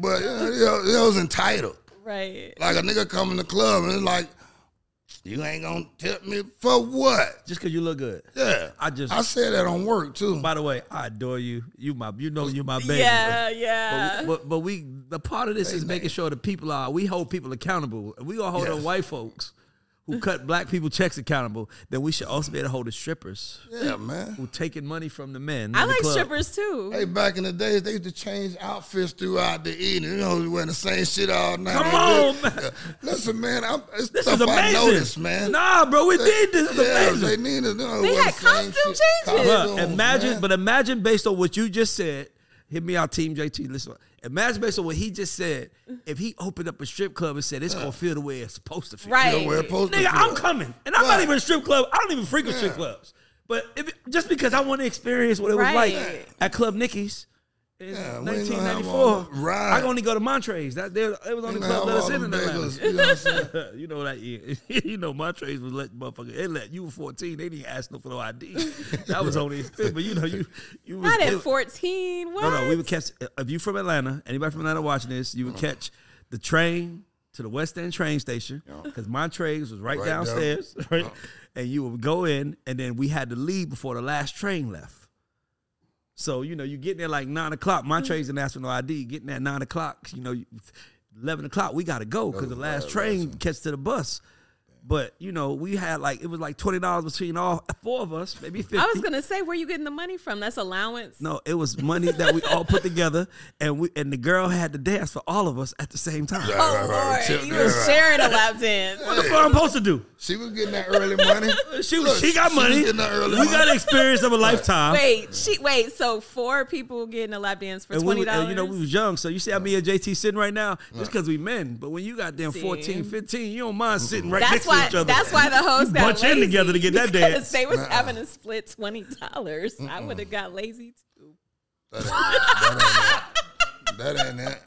[SPEAKER 3] But you know, it was entitled.
[SPEAKER 2] Right.
[SPEAKER 3] Like a nigga come in the club and it's like, You ain't gonna tip me for what?
[SPEAKER 1] Just because you look good.
[SPEAKER 3] Yeah.
[SPEAKER 1] I just-
[SPEAKER 3] I said that on work too.
[SPEAKER 1] By the way, I adore you. You my, you know, you my baby.
[SPEAKER 2] Yeah, yeah.
[SPEAKER 1] But, but but we the part of this is making sure the people are we hold people accountable. If we gonna hold
[SPEAKER 3] Yes.
[SPEAKER 1] the white folks who cut black people checks accountable, then we should also be able to hold the strippers
[SPEAKER 3] Yeah, man.
[SPEAKER 1] who taking money from the men. in
[SPEAKER 2] I
[SPEAKER 1] the
[SPEAKER 2] like
[SPEAKER 1] club.
[SPEAKER 2] strippers too.
[SPEAKER 3] Hey, back in the days, they used to change outfits throughout the evening. You know, wearing the same shit all night.
[SPEAKER 1] Come
[SPEAKER 3] Man,
[SPEAKER 1] on,
[SPEAKER 3] look-
[SPEAKER 1] man.
[SPEAKER 3] Listen, man, I'm, it's
[SPEAKER 1] This
[SPEAKER 3] stuff
[SPEAKER 1] is amazing.
[SPEAKER 3] I noticed, man.
[SPEAKER 1] Nah, bro, we did this. It's
[SPEAKER 3] yeah,
[SPEAKER 1] amazing.
[SPEAKER 3] they needed. You know,
[SPEAKER 2] They
[SPEAKER 3] wear
[SPEAKER 2] had
[SPEAKER 3] the same
[SPEAKER 2] costume
[SPEAKER 3] shit.
[SPEAKER 2] changes.
[SPEAKER 1] Bruh,
[SPEAKER 3] Costumes,
[SPEAKER 1] imagine,
[SPEAKER 3] man.
[SPEAKER 1] but imagine based on what you just said. Hit me out, Team JT. Listen, imagine based on what he just said. If he opened up a strip club and said it's gonna feel the way it's supposed to feel,
[SPEAKER 2] Right.
[SPEAKER 3] Don't wear a poster
[SPEAKER 1] Nigga,
[SPEAKER 3] for
[SPEAKER 1] I'm
[SPEAKER 3] it.
[SPEAKER 1] coming, and I'm not
[SPEAKER 3] Right.
[SPEAKER 1] even a strip club. I don't even frequent strip
[SPEAKER 3] Yeah.
[SPEAKER 1] clubs. But if, just because I want to experience what it was
[SPEAKER 2] Right.
[SPEAKER 1] like at Club Nicky's in
[SPEAKER 3] Yeah, we ain't gonna have
[SPEAKER 1] 1994,
[SPEAKER 3] all- right.
[SPEAKER 1] I can only go to Montrose. That there, it was the
[SPEAKER 3] You
[SPEAKER 1] only
[SPEAKER 3] know,
[SPEAKER 1] club that
[SPEAKER 3] all
[SPEAKER 1] us in
[SPEAKER 3] them
[SPEAKER 1] in Atlanta.
[SPEAKER 3] niggas, you know what I'm
[SPEAKER 1] you
[SPEAKER 3] saying?
[SPEAKER 1] know that yeah. you know my trades was let motherfucker. They let you were fourteen. They didn't ask no for no ID. That was only but you know you you was
[SPEAKER 2] Not at
[SPEAKER 1] it-
[SPEAKER 2] 14. What?
[SPEAKER 1] no no. We would catch if you from Atlanta. Anybody from Atlanta watching this, you would catch the train to the West End train station because Montrose was right,
[SPEAKER 3] Right down.
[SPEAKER 1] downstairs, right? And you would go in, and then we had to leave before the last train left. So you know you get there like nine o'clock. Montrose didn't ask for no ID. Getting there at nine o'clock, you know, you- eleven o'clock we gotta go because the last train catch to the bus. But you know we had like it was like twenty dollars between all four of us, maybe fifty.
[SPEAKER 2] I was gonna say, where you getting the money from? That's allowance.
[SPEAKER 1] no, it was money that we all put together, and we and the girl had to dance for all of us at the same time.
[SPEAKER 3] Yeah.
[SPEAKER 1] What
[SPEAKER 2] Oh
[SPEAKER 3] Right,
[SPEAKER 2] Lord,
[SPEAKER 3] right,
[SPEAKER 2] you
[SPEAKER 3] right.
[SPEAKER 2] were sharing a lap dance.
[SPEAKER 1] the fuck I'm supposed to do?
[SPEAKER 3] She was getting that early money.
[SPEAKER 1] She
[SPEAKER 3] Look,
[SPEAKER 1] she got
[SPEAKER 3] she was
[SPEAKER 1] money.
[SPEAKER 3] getting that early
[SPEAKER 1] we
[SPEAKER 3] money.
[SPEAKER 1] got experience of a lifetime.
[SPEAKER 2] Wait, she wait. So four people getting a lap dance for
[SPEAKER 1] And we,
[SPEAKER 2] twenty
[SPEAKER 1] was-
[SPEAKER 2] dollars.
[SPEAKER 1] and, you know, we was young, so you see how me and JT sitting right now, just because we men. But when you got them
[SPEAKER 2] See?
[SPEAKER 1] 14, 15, you don't mind sitting right
[SPEAKER 2] that's
[SPEAKER 1] next
[SPEAKER 2] why.
[SPEAKER 1] to each other.
[SPEAKER 2] That's why the hoes
[SPEAKER 1] You
[SPEAKER 2] got
[SPEAKER 1] bunch in
[SPEAKER 2] lazy
[SPEAKER 1] together to get that
[SPEAKER 2] because
[SPEAKER 1] dance.
[SPEAKER 2] They was having a split twenty dollars. I would have got lazy too.
[SPEAKER 3] That ain't that. That ain't it. That,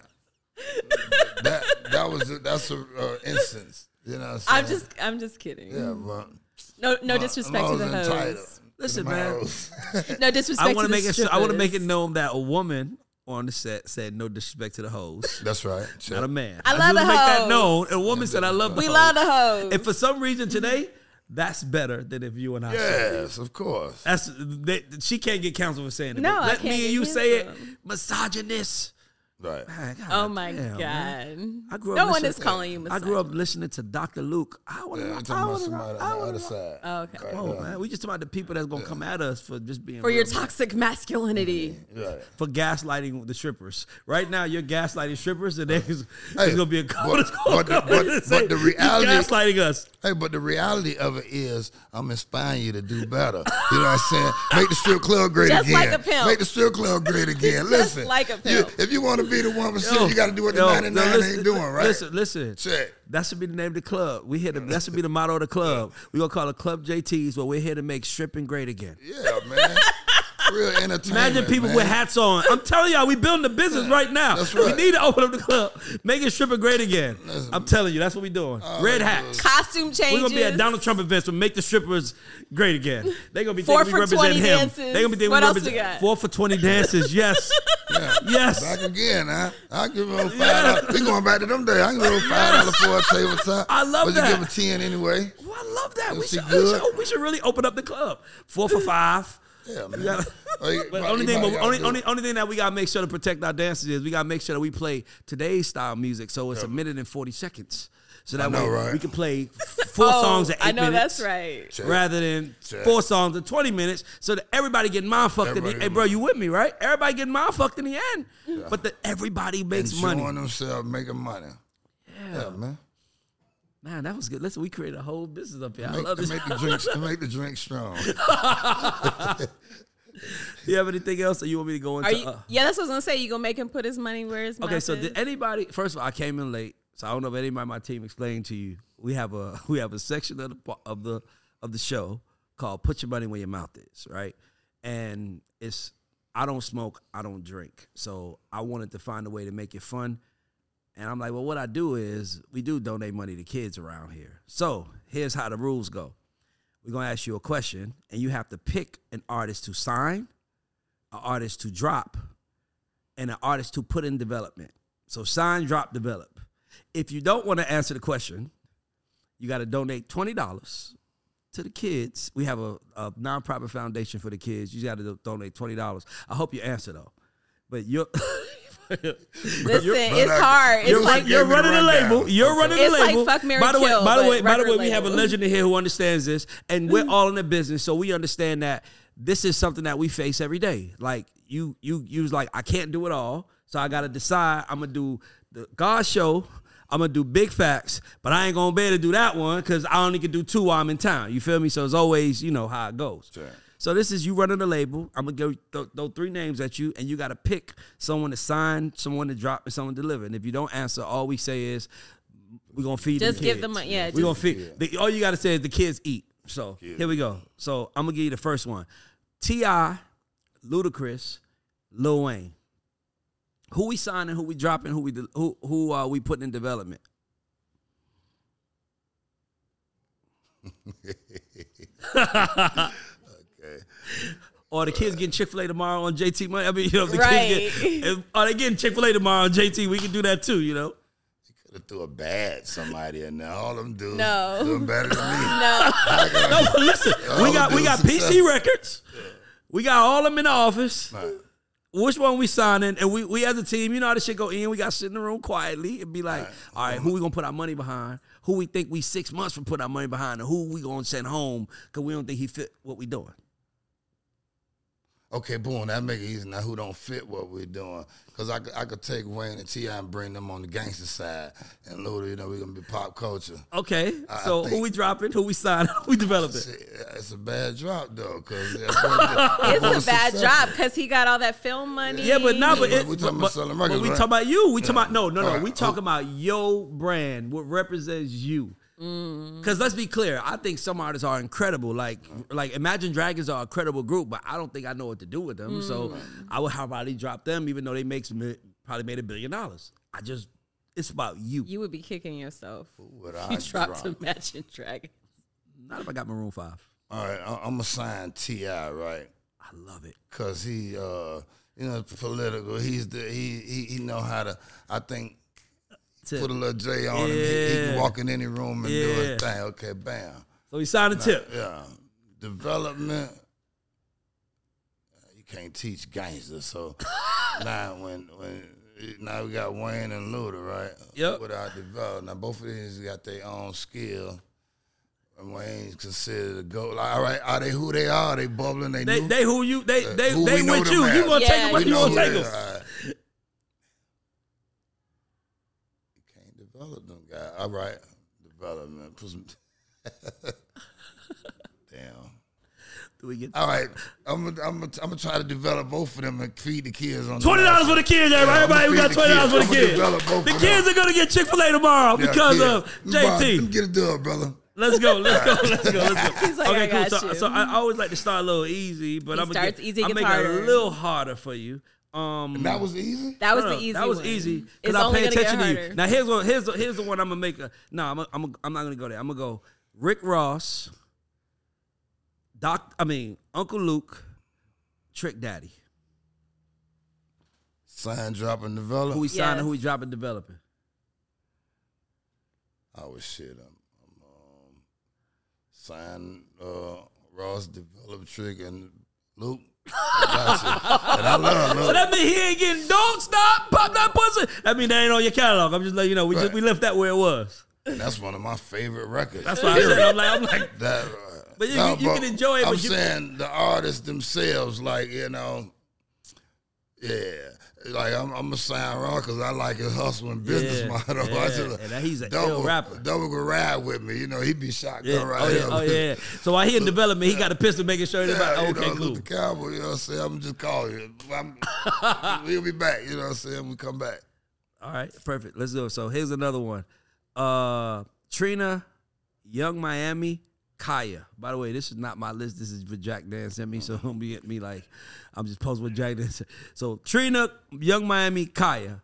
[SPEAKER 3] ain't it. that, that was a, that's a uh, instance. You know what I'm saying?
[SPEAKER 2] I'm just. I'm just kidding.
[SPEAKER 3] yeah, but
[SPEAKER 2] No, no disrespect to
[SPEAKER 3] I'm
[SPEAKER 2] the
[SPEAKER 3] always entitled
[SPEAKER 2] hoes.
[SPEAKER 3] to
[SPEAKER 1] Listen,
[SPEAKER 3] my
[SPEAKER 1] man.
[SPEAKER 3] hoes.
[SPEAKER 2] No disrespect.
[SPEAKER 1] I want
[SPEAKER 2] to
[SPEAKER 1] to make
[SPEAKER 2] the
[SPEAKER 1] it. so- I want to make
[SPEAKER 2] strippers.
[SPEAKER 1] it known that a woman on the set said, "No disrespect to the hoes,
[SPEAKER 3] That's right.
[SPEAKER 1] not a man."
[SPEAKER 2] I
[SPEAKER 1] just
[SPEAKER 2] love
[SPEAKER 1] wanna
[SPEAKER 2] the
[SPEAKER 1] make that
[SPEAKER 2] hoes.
[SPEAKER 1] known. A woman said, "I love." The
[SPEAKER 2] We
[SPEAKER 1] hoes.
[SPEAKER 2] love the hoes.
[SPEAKER 1] If for some reason today, that's better than if you and I. said it.
[SPEAKER 3] Yes, of course.
[SPEAKER 1] That's they, she can't get counsel for saying it.
[SPEAKER 2] No,
[SPEAKER 1] but
[SPEAKER 2] I
[SPEAKER 1] let
[SPEAKER 2] can't
[SPEAKER 1] me
[SPEAKER 2] get
[SPEAKER 1] and you say it.
[SPEAKER 2] counsel.
[SPEAKER 1] Misogynist.
[SPEAKER 3] Right.
[SPEAKER 1] Man, God
[SPEAKER 2] oh my
[SPEAKER 1] damn,
[SPEAKER 2] god.
[SPEAKER 1] man. I grew up
[SPEAKER 2] no one
[SPEAKER 1] listening-
[SPEAKER 2] is calling you.
[SPEAKER 1] I grew up listening to Dr. Luke. I want
[SPEAKER 3] Yeah,
[SPEAKER 1] to
[SPEAKER 3] I'm
[SPEAKER 1] rock.
[SPEAKER 3] talking
[SPEAKER 1] I
[SPEAKER 3] about
[SPEAKER 1] want to rock.
[SPEAKER 3] somebody on the
[SPEAKER 1] I
[SPEAKER 3] other
[SPEAKER 1] want to rock.
[SPEAKER 3] side.
[SPEAKER 2] Oh, okay.
[SPEAKER 3] Right,
[SPEAKER 1] Oh
[SPEAKER 3] yeah.
[SPEAKER 1] man, we just talking about the people that's gonna come at us for just being
[SPEAKER 2] for your
[SPEAKER 1] real-
[SPEAKER 2] toxic masculinity.
[SPEAKER 3] Right.
[SPEAKER 1] for gaslighting the strippers. Right now, you're gaslighting strippers, and there's,
[SPEAKER 3] Uh, Hey,
[SPEAKER 1] there's gonna be a couple
[SPEAKER 3] but-
[SPEAKER 1] that's gonna
[SPEAKER 3] but the-
[SPEAKER 1] come
[SPEAKER 3] but-
[SPEAKER 1] and
[SPEAKER 3] but
[SPEAKER 1] say,
[SPEAKER 3] the
[SPEAKER 1] "You
[SPEAKER 3] reality-
[SPEAKER 1] gaslighting us.
[SPEAKER 3] Hey, but the reality of it is, I'm inspiring you to do better. You know what I'm saying? Make the strip club great
[SPEAKER 2] Just
[SPEAKER 3] again.
[SPEAKER 2] like a pimp.
[SPEAKER 3] Make the strip club great again.
[SPEAKER 2] Just
[SPEAKER 3] Listen,
[SPEAKER 2] like a
[SPEAKER 3] you-
[SPEAKER 2] pimp.
[SPEAKER 3] if you want to be the one percent,
[SPEAKER 1] Yo,
[SPEAKER 3] you got to do what the
[SPEAKER 1] yo,
[SPEAKER 3] 99
[SPEAKER 1] no, listen-
[SPEAKER 3] ain't doing, right?
[SPEAKER 1] Listen, listen.
[SPEAKER 3] Check.
[SPEAKER 1] That should be the name of the club. We here. To, that should be the motto of the club. We gonna call it Club JT's, where we're here to make stripping great again.
[SPEAKER 3] Yeah, man. Real entertainment.
[SPEAKER 1] Imagine people
[SPEAKER 3] man.
[SPEAKER 1] with hats on. I'm telling y'all, we building the business right now.
[SPEAKER 3] that's right.
[SPEAKER 1] We need to open up the club, make it stripper great again. I'm telling you, that's what we doing.
[SPEAKER 3] Oh,
[SPEAKER 1] Red hats.
[SPEAKER 2] Costume changes.
[SPEAKER 1] We're gonna be at Donald Trump events. We make the strippers great again. They gonna be
[SPEAKER 2] Four
[SPEAKER 1] thinking
[SPEAKER 2] for
[SPEAKER 1] we
[SPEAKER 2] 20
[SPEAKER 1] represent him.
[SPEAKER 2] dances.
[SPEAKER 1] They gonna be thinking
[SPEAKER 2] What
[SPEAKER 1] we
[SPEAKER 2] else
[SPEAKER 1] represent
[SPEAKER 2] we got?
[SPEAKER 1] four for twenty dances. Yes,
[SPEAKER 3] Back
[SPEAKER 1] yes.
[SPEAKER 3] again, huh? I give them five
[SPEAKER 1] Yeah.
[SPEAKER 3] dollars. We going back to them days. I can give them five dollars for a tabletop.
[SPEAKER 1] I love
[SPEAKER 3] but
[SPEAKER 1] that.
[SPEAKER 3] you give a ten anyway.
[SPEAKER 1] Well, I love that. We
[SPEAKER 3] Is she
[SPEAKER 1] should, we,
[SPEAKER 3] good?
[SPEAKER 1] should, we should really open up the club. Four for five.
[SPEAKER 3] Yeah, man.
[SPEAKER 1] You gotta-
[SPEAKER 3] Oh, you-
[SPEAKER 1] but
[SPEAKER 3] you
[SPEAKER 1] only thing,
[SPEAKER 3] probably
[SPEAKER 1] but
[SPEAKER 3] gotta
[SPEAKER 1] only,
[SPEAKER 3] do it.
[SPEAKER 1] only, only thing that we gotta make sure to protect our dancers is we gotta make sure that we play today's style music, so it's a minute and forty seconds, so that
[SPEAKER 3] know,
[SPEAKER 1] way
[SPEAKER 3] right?
[SPEAKER 1] we can play four
[SPEAKER 2] Oh,
[SPEAKER 1] songs at eight
[SPEAKER 2] I know
[SPEAKER 1] minutes
[SPEAKER 2] that's right.
[SPEAKER 1] rather than
[SPEAKER 3] Check.
[SPEAKER 1] four songs at twenty minutes, so that everybody getting mind fucked. In the,
[SPEAKER 3] Everybody
[SPEAKER 1] hey,
[SPEAKER 3] get
[SPEAKER 1] bro, you with me, right? Everybody getting mind fucked in the end, but that everybody makes
[SPEAKER 3] Enjoying
[SPEAKER 1] money.
[SPEAKER 3] themselves, making money. Yeah, man.
[SPEAKER 1] Man, that was good. Listen, we created a whole business up here. I
[SPEAKER 3] Make,
[SPEAKER 1] love this.
[SPEAKER 3] make the drinks. make the drink strong.
[SPEAKER 1] you have anything else, or you want me to go into?
[SPEAKER 2] Are you,
[SPEAKER 1] uh,
[SPEAKER 2] yeah, that's what I was gonna say. You gonna make him put his money where his mouth
[SPEAKER 1] Okay, so
[SPEAKER 2] is?
[SPEAKER 1] did anybody? First of all, I came in late, so I don't know if anybody on my team explained to you. We have a we have a section of the po- of the of the show called "Put Your Money Where Your Mouth Is," right? And it's I don't smoke, I don't drink, so I wanted to find a way to make it fun. And I'm like, well, what I do is we do donate money to kids around here. So here's how the rules go: We're gonna ask you a question, and you have to pick an artist to sign, an artist to drop, and an artist to put in development. So sign, drop, develop. If you don't want to answer the question, You got to donate twenty dollars to the kids. We have a, a nonprofit foundation for the kids. You got to donate twenty dollars. I hope you answer though, but you're.
[SPEAKER 2] Listen, it's hard. It's
[SPEAKER 3] you're-
[SPEAKER 2] like
[SPEAKER 1] You're
[SPEAKER 3] Give me the
[SPEAKER 1] running the
[SPEAKER 3] rundown.
[SPEAKER 1] label. You're
[SPEAKER 3] Okay.
[SPEAKER 1] running the
[SPEAKER 2] It's like
[SPEAKER 1] label.
[SPEAKER 2] fuck, marry,
[SPEAKER 1] by the way,
[SPEAKER 2] kill,
[SPEAKER 1] by the
[SPEAKER 2] but
[SPEAKER 1] way, by the way,
[SPEAKER 2] record
[SPEAKER 1] we have a
[SPEAKER 2] label.
[SPEAKER 1] legend in here who understands this, and we're all in the business, so we understand that this is something that we face every day. Like you, you, you was like, I can't do it all, so I got to decide. I'm gonna do the God show. I'm gonna do big facts, but I ain't gonna be able to do that one because I only can do two while I'm in town. You feel me? So it's always, you know, how it goes. So this is you running the label. I'm gonna go th- throw three names at you, and you gotta pick someone to sign, someone to drop, and someone to deliver. And if you don't answer, all we say is we're gonna feed
[SPEAKER 2] Just
[SPEAKER 1] the
[SPEAKER 2] give
[SPEAKER 1] kids.
[SPEAKER 2] them a- yeah,
[SPEAKER 1] We're
[SPEAKER 2] just-
[SPEAKER 1] gonna feed the, all you gotta say is the kids eat. So here we go. So I'm gonna give you the first one. T.I., Ludacris, Lil Wayne. Who we signing, who we dropping, who we de- who who uh, we putting in development. Or the kids getting Chick Fil A tomorrow on JT money. I mean, you know, if the kids
[SPEAKER 2] Right.
[SPEAKER 1] get, if- are they getting Chick Fil A tomorrow on JT? We can do that too, you know.
[SPEAKER 3] Could have threw a bad somebody in there. All them dudes
[SPEAKER 2] No.
[SPEAKER 3] doing better than me.
[SPEAKER 2] no.
[SPEAKER 1] No, but listen, we
[SPEAKER 3] All
[SPEAKER 1] got we
[SPEAKER 3] due
[SPEAKER 1] got
[SPEAKER 3] success.
[SPEAKER 1] PC records. We got all them in the office.
[SPEAKER 3] Right.
[SPEAKER 1] Which one we signing? And we we as a team, you know how this shit go in. We got to sit in the room quietly and be like, all right, who we gonna put our money behind? Who we think we six months from put our money behind? And who we gonna send home? Cause we don't think he fit what we doing.
[SPEAKER 3] Okay, boom, that make it easy now. Who don't fit what we're doing? Because I, could- I could take Wayne and Ti and bring them on the gangster side, and Luda, you know, we're gonna be pop culture.
[SPEAKER 1] Okay,
[SPEAKER 3] I
[SPEAKER 1] so who
[SPEAKER 3] think-
[SPEAKER 1] we dropping? Who we signing? Who we developing?
[SPEAKER 3] See, It's a bad drop though, because
[SPEAKER 2] It's a bad job because he got all that film money.
[SPEAKER 1] Yeah, but not. But
[SPEAKER 3] Yeah,
[SPEAKER 1] it,
[SPEAKER 3] we talking about
[SPEAKER 1] but-
[SPEAKER 3] selling
[SPEAKER 1] but
[SPEAKER 3] records,
[SPEAKER 1] we
[SPEAKER 3] right?
[SPEAKER 1] talking about you. We talking about no, no, no.
[SPEAKER 3] Alright.
[SPEAKER 1] We talking about your brand, what represents you.
[SPEAKER 2] Mm.
[SPEAKER 1] Because let's be clear, I think some artists are incredible. Like, like Imagine Dragons are a credible group, but I don't think I know what to do with them. So
[SPEAKER 2] Mm.
[SPEAKER 1] I would probably drop them, even though they make some, probably made a billion dollars. I just, it's about you.
[SPEAKER 2] You would be kicking yourself.
[SPEAKER 3] What
[SPEAKER 2] if
[SPEAKER 3] I
[SPEAKER 2] you dropped
[SPEAKER 3] drop.
[SPEAKER 2] Imagine Dragon.
[SPEAKER 1] Not if I got Maroon Five.
[SPEAKER 3] All right, I, I'm gonna sign Ti right,
[SPEAKER 1] I love it.
[SPEAKER 3] because he, uh, you know, political. He's the he he, he know how to. I think
[SPEAKER 1] Tip.
[SPEAKER 3] put a little J on him. He, he
[SPEAKER 1] Yeah.
[SPEAKER 3] can walk in any room and do
[SPEAKER 1] Yeah.
[SPEAKER 3] his thing. Okay, bam.
[SPEAKER 1] So he signed a tip.
[SPEAKER 3] Yeah, development. uh, You can't teach gangster, so now when when now we got Wayne and Luda, right?
[SPEAKER 1] Yep.
[SPEAKER 3] Without development, now both of these got their own skill. And Wayne's considered a goat. Like, all right, are they who they are? They bubbling. They,
[SPEAKER 1] They,
[SPEAKER 3] new?
[SPEAKER 1] they who you they
[SPEAKER 3] Uh,
[SPEAKER 1] they
[SPEAKER 3] who
[SPEAKER 1] they
[SPEAKER 3] we know
[SPEAKER 1] with
[SPEAKER 3] them
[SPEAKER 1] you. You
[SPEAKER 3] as.
[SPEAKER 1] gonna
[SPEAKER 2] Yeah,
[SPEAKER 1] take them?
[SPEAKER 2] we
[SPEAKER 1] You
[SPEAKER 2] know
[SPEAKER 1] gonna
[SPEAKER 3] who
[SPEAKER 1] take
[SPEAKER 3] they
[SPEAKER 1] them?
[SPEAKER 3] are. You can't develop them, guy. All right, development. Put some. Damn.
[SPEAKER 1] Do we get
[SPEAKER 3] All right, I'm gonna I'm gonna I'm gonna try to develop both of them and feed the kids on the
[SPEAKER 1] Twenty dollars for the kids, everybody.
[SPEAKER 3] Yeah,
[SPEAKER 1] everybody,
[SPEAKER 3] I'ma
[SPEAKER 1] we got
[SPEAKER 3] feed the
[SPEAKER 1] twenty dollars for the
[SPEAKER 3] kids.
[SPEAKER 1] kids.
[SPEAKER 3] I'ma develop both
[SPEAKER 1] The
[SPEAKER 3] of
[SPEAKER 1] kids are
[SPEAKER 3] them.
[SPEAKER 1] gonna get Chick Fil A tomorrow
[SPEAKER 3] Yeah,
[SPEAKER 1] because
[SPEAKER 3] kid.
[SPEAKER 1] of
[SPEAKER 3] Bob, them
[SPEAKER 1] JT.
[SPEAKER 3] get a dub, brother.
[SPEAKER 1] Let's go, let's go, let's go, let's go.
[SPEAKER 2] He's like, I got
[SPEAKER 1] So,
[SPEAKER 2] you.
[SPEAKER 1] so I always like to start a little easy, but
[SPEAKER 2] He
[SPEAKER 1] I'm gonna
[SPEAKER 2] starts
[SPEAKER 1] get,
[SPEAKER 2] easy,
[SPEAKER 1] I'm
[SPEAKER 2] gets
[SPEAKER 1] making it a
[SPEAKER 2] harder.
[SPEAKER 1] little harder for you. Um,
[SPEAKER 3] That was easy.
[SPEAKER 2] That was
[SPEAKER 1] no,
[SPEAKER 2] the
[SPEAKER 1] no,
[SPEAKER 2] easy.
[SPEAKER 1] That was
[SPEAKER 2] one.
[SPEAKER 1] easy because
[SPEAKER 2] It's
[SPEAKER 1] I
[SPEAKER 2] only
[SPEAKER 1] pay
[SPEAKER 2] gonna get
[SPEAKER 1] attention to you.
[SPEAKER 2] harder.
[SPEAKER 1] Now here's one. Here's the, here's the one I'm gonna make. A, no, I'm a, I'm a, I'm not gonna go there. I'm gonna go Rick Ross, Doc. I mean Uncle Luke, Trick Daddy.
[SPEAKER 3] Sign, drop, and develop.
[SPEAKER 1] Who we signing?
[SPEAKER 2] Yes.
[SPEAKER 1] Who we dropping? Developing.
[SPEAKER 3] oh shit, I'm, I'm um, sign uh, Ross, develop trick, and Luke. I got you. and I love Luke.
[SPEAKER 1] So that mean he ain't getting don't stop pop that pussy. I mean that ain't on your catalog. I'm just letting you know we just
[SPEAKER 3] Right.
[SPEAKER 1] we left that where it was.
[SPEAKER 3] And that's one of my favorite records.
[SPEAKER 1] That's why I said I'm like I'm like
[SPEAKER 3] That, uh,
[SPEAKER 1] But you- you- you can enjoy it,
[SPEAKER 3] I'm
[SPEAKER 1] but you-
[SPEAKER 3] saying the artists themselves, like you know, yeah, like I'm, I'm a sign wrong because I like his hustle and business
[SPEAKER 1] Yeah,
[SPEAKER 3] model. I
[SPEAKER 1] yeah,
[SPEAKER 3] just- uh,
[SPEAKER 1] and that he's a
[SPEAKER 3] double
[SPEAKER 1] ill rapper.
[SPEAKER 3] Double could ride with me, you know. He'd be shocked
[SPEAKER 1] yeah.
[SPEAKER 3] right
[SPEAKER 1] oh, yeah,
[SPEAKER 3] here.
[SPEAKER 1] oh yeah. So while he in development, he got a pistol making sure
[SPEAKER 3] Yeah,
[SPEAKER 1] everybody
[SPEAKER 3] you
[SPEAKER 1] okay,
[SPEAKER 3] know,
[SPEAKER 1] cool.
[SPEAKER 3] Luther Cowboy, you know what I'm saying? I'm just calling you. I'm, we'll be back, you know what I'm saying? We come back.
[SPEAKER 1] All right, perfect. Let's do it. So here's another one. Uh Trina, Young Miami, Kaya. By the way, this is not my list. This is what Jack Dan sent me. So don't be at me like I'm just posting what Jack Dan said. So Trina, Young Miami, Kaya.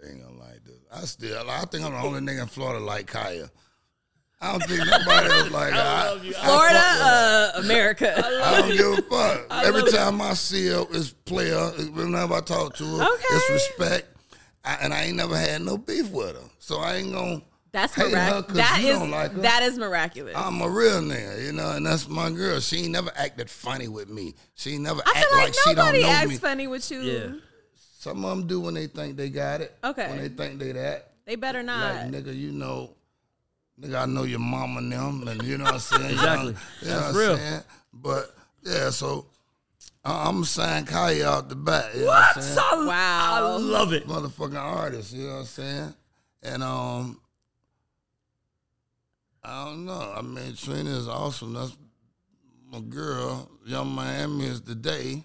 [SPEAKER 3] They ain't gonna like this. I still, I think I'm the only nigga in Florida like Kaya. I don't think nobody else like her. I, I fuck
[SPEAKER 2] Florida,
[SPEAKER 3] with her.
[SPEAKER 2] uh, America.
[SPEAKER 3] I don't give a fuck. Every
[SPEAKER 1] love it.
[SPEAKER 3] time I see her, it's play her. Whenever I talk to her,
[SPEAKER 2] Okay.
[SPEAKER 3] it's respect. I, and I ain't never had no beef with her. So I ain't gonna.
[SPEAKER 2] That's
[SPEAKER 3] Hate her
[SPEAKER 2] miraculous.
[SPEAKER 3] 'cause
[SPEAKER 2] That
[SPEAKER 3] you
[SPEAKER 2] is
[SPEAKER 3] don't like her.
[SPEAKER 2] that is miraculous.
[SPEAKER 3] I'm a real nigga, you know, and that's my girl. She ain't never acted funny with me. She ain't never
[SPEAKER 2] I
[SPEAKER 3] act
[SPEAKER 2] feel like,
[SPEAKER 3] like, she don't
[SPEAKER 2] nobody
[SPEAKER 3] know
[SPEAKER 2] acts
[SPEAKER 3] me.
[SPEAKER 2] funny with you.
[SPEAKER 1] Yeah.
[SPEAKER 3] Some of them do when they think they got it.
[SPEAKER 2] Okay.
[SPEAKER 3] When they think they that.
[SPEAKER 2] They better not.
[SPEAKER 3] Like, nigga, you know, nigga, I know your mama and them, and you know what I'm saying?
[SPEAKER 1] Exactly.
[SPEAKER 3] You know, you know
[SPEAKER 1] That's
[SPEAKER 3] what
[SPEAKER 1] real.
[SPEAKER 3] I'm saying? But, yeah, so I- I'm signing Kaya out the back. You what? Know what I'm saying?
[SPEAKER 1] I
[SPEAKER 2] wow.
[SPEAKER 1] love it.
[SPEAKER 3] motherfucking artist, you know what I'm saying? And um I don't know. I mean Trina is awesome. That's my girl. Young Miami is today.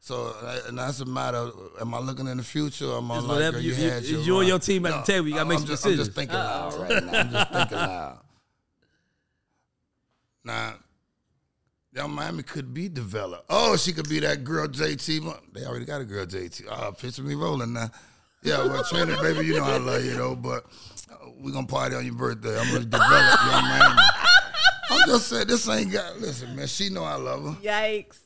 [SPEAKER 3] So uh, and that's a matter of am I looking in the future or am I
[SPEAKER 1] It's
[SPEAKER 3] like
[SPEAKER 1] whatever
[SPEAKER 3] girl,
[SPEAKER 1] you-
[SPEAKER 3] you,
[SPEAKER 1] you-
[SPEAKER 3] had
[SPEAKER 1] you
[SPEAKER 3] your
[SPEAKER 1] and
[SPEAKER 3] run?
[SPEAKER 1] your team at the table, you gotta make
[SPEAKER 3] I'm
[SPEAKER 1] some
[SPEAKER 3] just, I'm
[SPEAKER 1] decisions.
[SPEAKER 3] just thinking loud right now. I'm just thinking loud. Now Young Miami could be developed. Oh, she could be that girl JT. Mo- They already got a girl JT. Oh, picture me rolling now. Yeah, well, Trina, baby, you know I love you though, but uh, we gonna party on your birthday. I'm gonna develop Young Miami. I'm just saying this ain't got. Listen, man, she know I love her.
[SPEAKER 2] Yikes.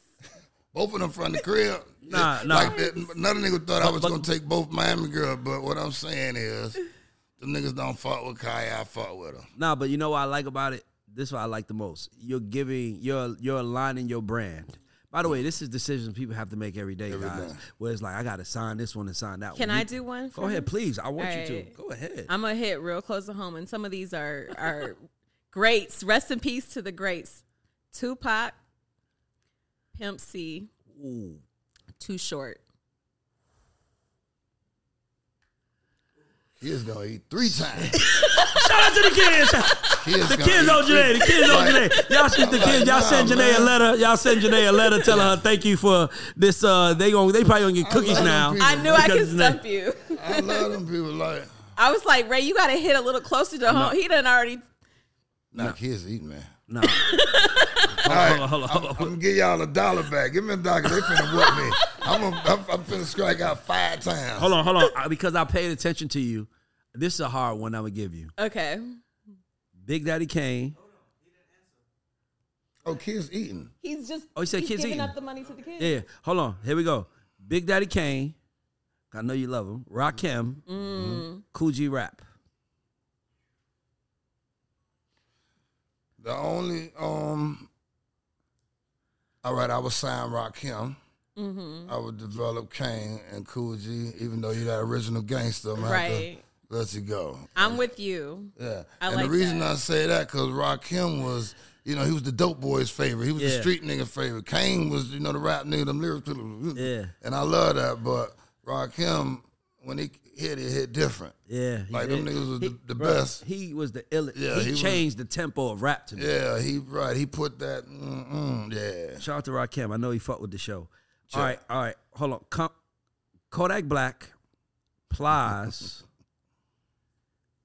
[SPEAKER 3] Both of them from the crib.
[SPEAKER 1] Nah,
[SPEAKER 3] It-
[SPEAKER 1] nah.
[SPEAKER 3] Like that, none of the niggas thought I was
[SPEAKER 1] but-
[SPEAKER 3] gonna take both Miami girls, but what I'm saying is, them niggas don't fuck with Kaya. I fuck with her.
[SPEAKER 1] Nah, but you know what I like about it? This is what I like the most. You're giving, you're you're aligning your brand. By the way, this is decisions people have to make every day, guys.
[SPEAKER 3] day.
[SPEAKER 1] Where it's like I gotta sign this one and sign that
[SPEAKER 2] Can
[SPEAKER 1] one.
[SPEAKER 2] I
[SPEAKER 1] You-
[SPEAKER 2] do one?
[SPEAKER 1] Go ahead, please. I want you to.
[SPEAKER 2] Alright.
[SPEAKER 1] Go ahead.
[SPEAKER 2] I'm gonna hit real close to home, and some of these are are greats. Rest in peace to the greats: Tupac, Pimp C,
[SPEAKER 1] Ooh.
[SPEAKER 2] Too Short.
[SPEAKER 3] He is gonna eat three times.
[SPEAKER 1] Shout out to the kids.
[SPEAKER 3] He is
[SPEAKER 1] The
[SPEAKER 3] gonna
[SPEAKER 1] kids
[SPEAKER 3] eat
[SPEAKER 1] on
[SPEAKER 3] three-
[SPEAKER 1] Janae. The kids on
[SPEAKER 3] Like,
[SPEAKER 1] Janae. Y'all shoot the
[SPEAKER 3] I'm
[SPEAKER 1] kids.
[SPEAKER 3] like,
[SPEAKER 1] Y'all send
[SPEAKER 3] nah,
[SPEAKER 1] Janae a
[SPEAKER 3] man.
[SPEAKER 1] letter. Y'all send Janae a letter telling her thank you for this. Uh, they going they probably gonna get cookies
[SPEAKER 3] love them
[SPEAKER 1] now.
[SPEAKER 3] people.
[SPEAKER 2] I knew I could
[SPEAKER 1] Because they-
[SPEAKER 2] stump you.
[SPEAKER 3] I love them people like
[SPEAKER 2] I was like, Ray, you gotta hit a little closer to home. He done already.
[SPEAKER 3] nah kids eating man.
[SPEAKER 1] No.
[SPEAKER 3] All right,
[SPEAKER 1] on, hold on,
[SPEAKER 3] I'm,
[SPEAKER 1] hold on.
[SPEAKER 3] I'm gonna give y'all a dollar back. Give me a dollar. 'cause They finna whoop me. I'm, a, I'm, I'm finna strike out five times.
[SPEAKER 1] Hold on, hold on. I- Because I paid attention to you. This is a hard one. I'm gonna give you.
[SPEAKER 2] Okay,
[SPEAKER 1] Big Daddy Kane.
[SPEAKER 3] Oh, kids eating.
[SPEAKER 2] he's just.
[SPEAKER 1] Oh, he said
[SPEAKER 2] he's
[SPEAKER 1] kids
[SPEAKER 2] giving
[SPEAKER 1] eating.
[SPEAKER 2] up the money to the kids.
[SPEAKER 1] Yeah, yeah. Hold on. Here we go. Big Daddy Kane. I know you love him. Rakim. Cool G Rap.
[SPEAKER 3] The only um. All right, I would sign Rock Kim.
[SPEAKER 2] Mm-hmm.
[SPEAKER 3] I would develop Kane and Cool G, even though you're that original gangster. I'm gonna have to
[SPEAKER 2] Right.
[SPEAKER 3] Let you go.
[SPEAKER 2] I'm with you.
[SPEAKER 3] Yeah.
[SPEAKER 2] I
[SPEAKER 3] and
[SPEAKER 2] like
[SPEAKER 3] the reason I say that because Rakim was, you know, he was the dope boy's favorite. He was
[SPEAKER 1] Yeah.
[SPEAKER 3] the street nigga favorite. Kane was, you know, the rap nigga, them lyrics.
[SPEAKER 1] Yeah.
[SPEAKER 3] And I love that, but Rakim, when he hit, it hit different.
[SPEAKER 1] Yeah. he
[SPEAKER 3] Like, them
[SPEAKER 1] did.
[SPEAKER 3] niggas was
[SPEAKER 1] He-
[SPEAKER 3] the, the
[SPEAKER 1] bro,
[SPEAKER 3] best.
[SPEAKER 1] He was the illest.
[SPEAKER 3] Yeah,
[SPEAKER 1] he,
[SPEAKER 3] he was-
[SPEAKER 1] changed the tempo of rap to me.
[SPEAKER 3] Yeah, he right. He put that. Mm-mm, yeah.
[SPEAKER 1] Shout out to Rakim. I know he fucked with the show. All right, all right. Hold on. Kom- Kodak Black, Plies,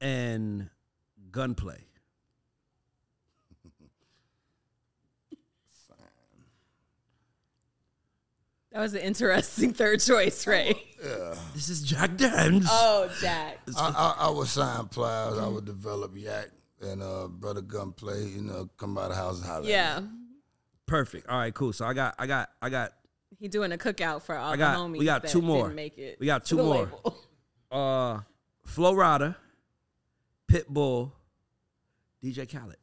[SPEAKER 1] and Gunplay.
[SPEAKER 2] That was an interesting third choice, Ray.
[SPEAKER 1] This is Jack Daniels.
[SPEAKER 2] Oh, Jack.
[SPEAKER 3] I, I, I would sign Plies. I would develop Yak and uh, Brother Gunplay. You know, come by the house and holler. at me.
[SPEAKER 2] Yeah,
[SPEAKER 1] Perfect. All right, cool. So I got, I got, I got.
[SPEAKER 2] he doing a cookout for all
[SPEAKER 1] I got-
[SPEAKER 2] the homies.
[SPEAKER 1] we got
[SPEAKER 2] that
[SPEAKER 1] two more.
[SPEAKER 2] Didn't make it
[SPEAKER 1] We got
[SPEAKER 2] to
[SPEAKER 1] two
[SPEAKER 2] the
[SPEAKER 1] more.
[SPEAKER 2] label.
[SPEAKER 1] Uh, Flo Rida, Pitbull, DJ Khaled.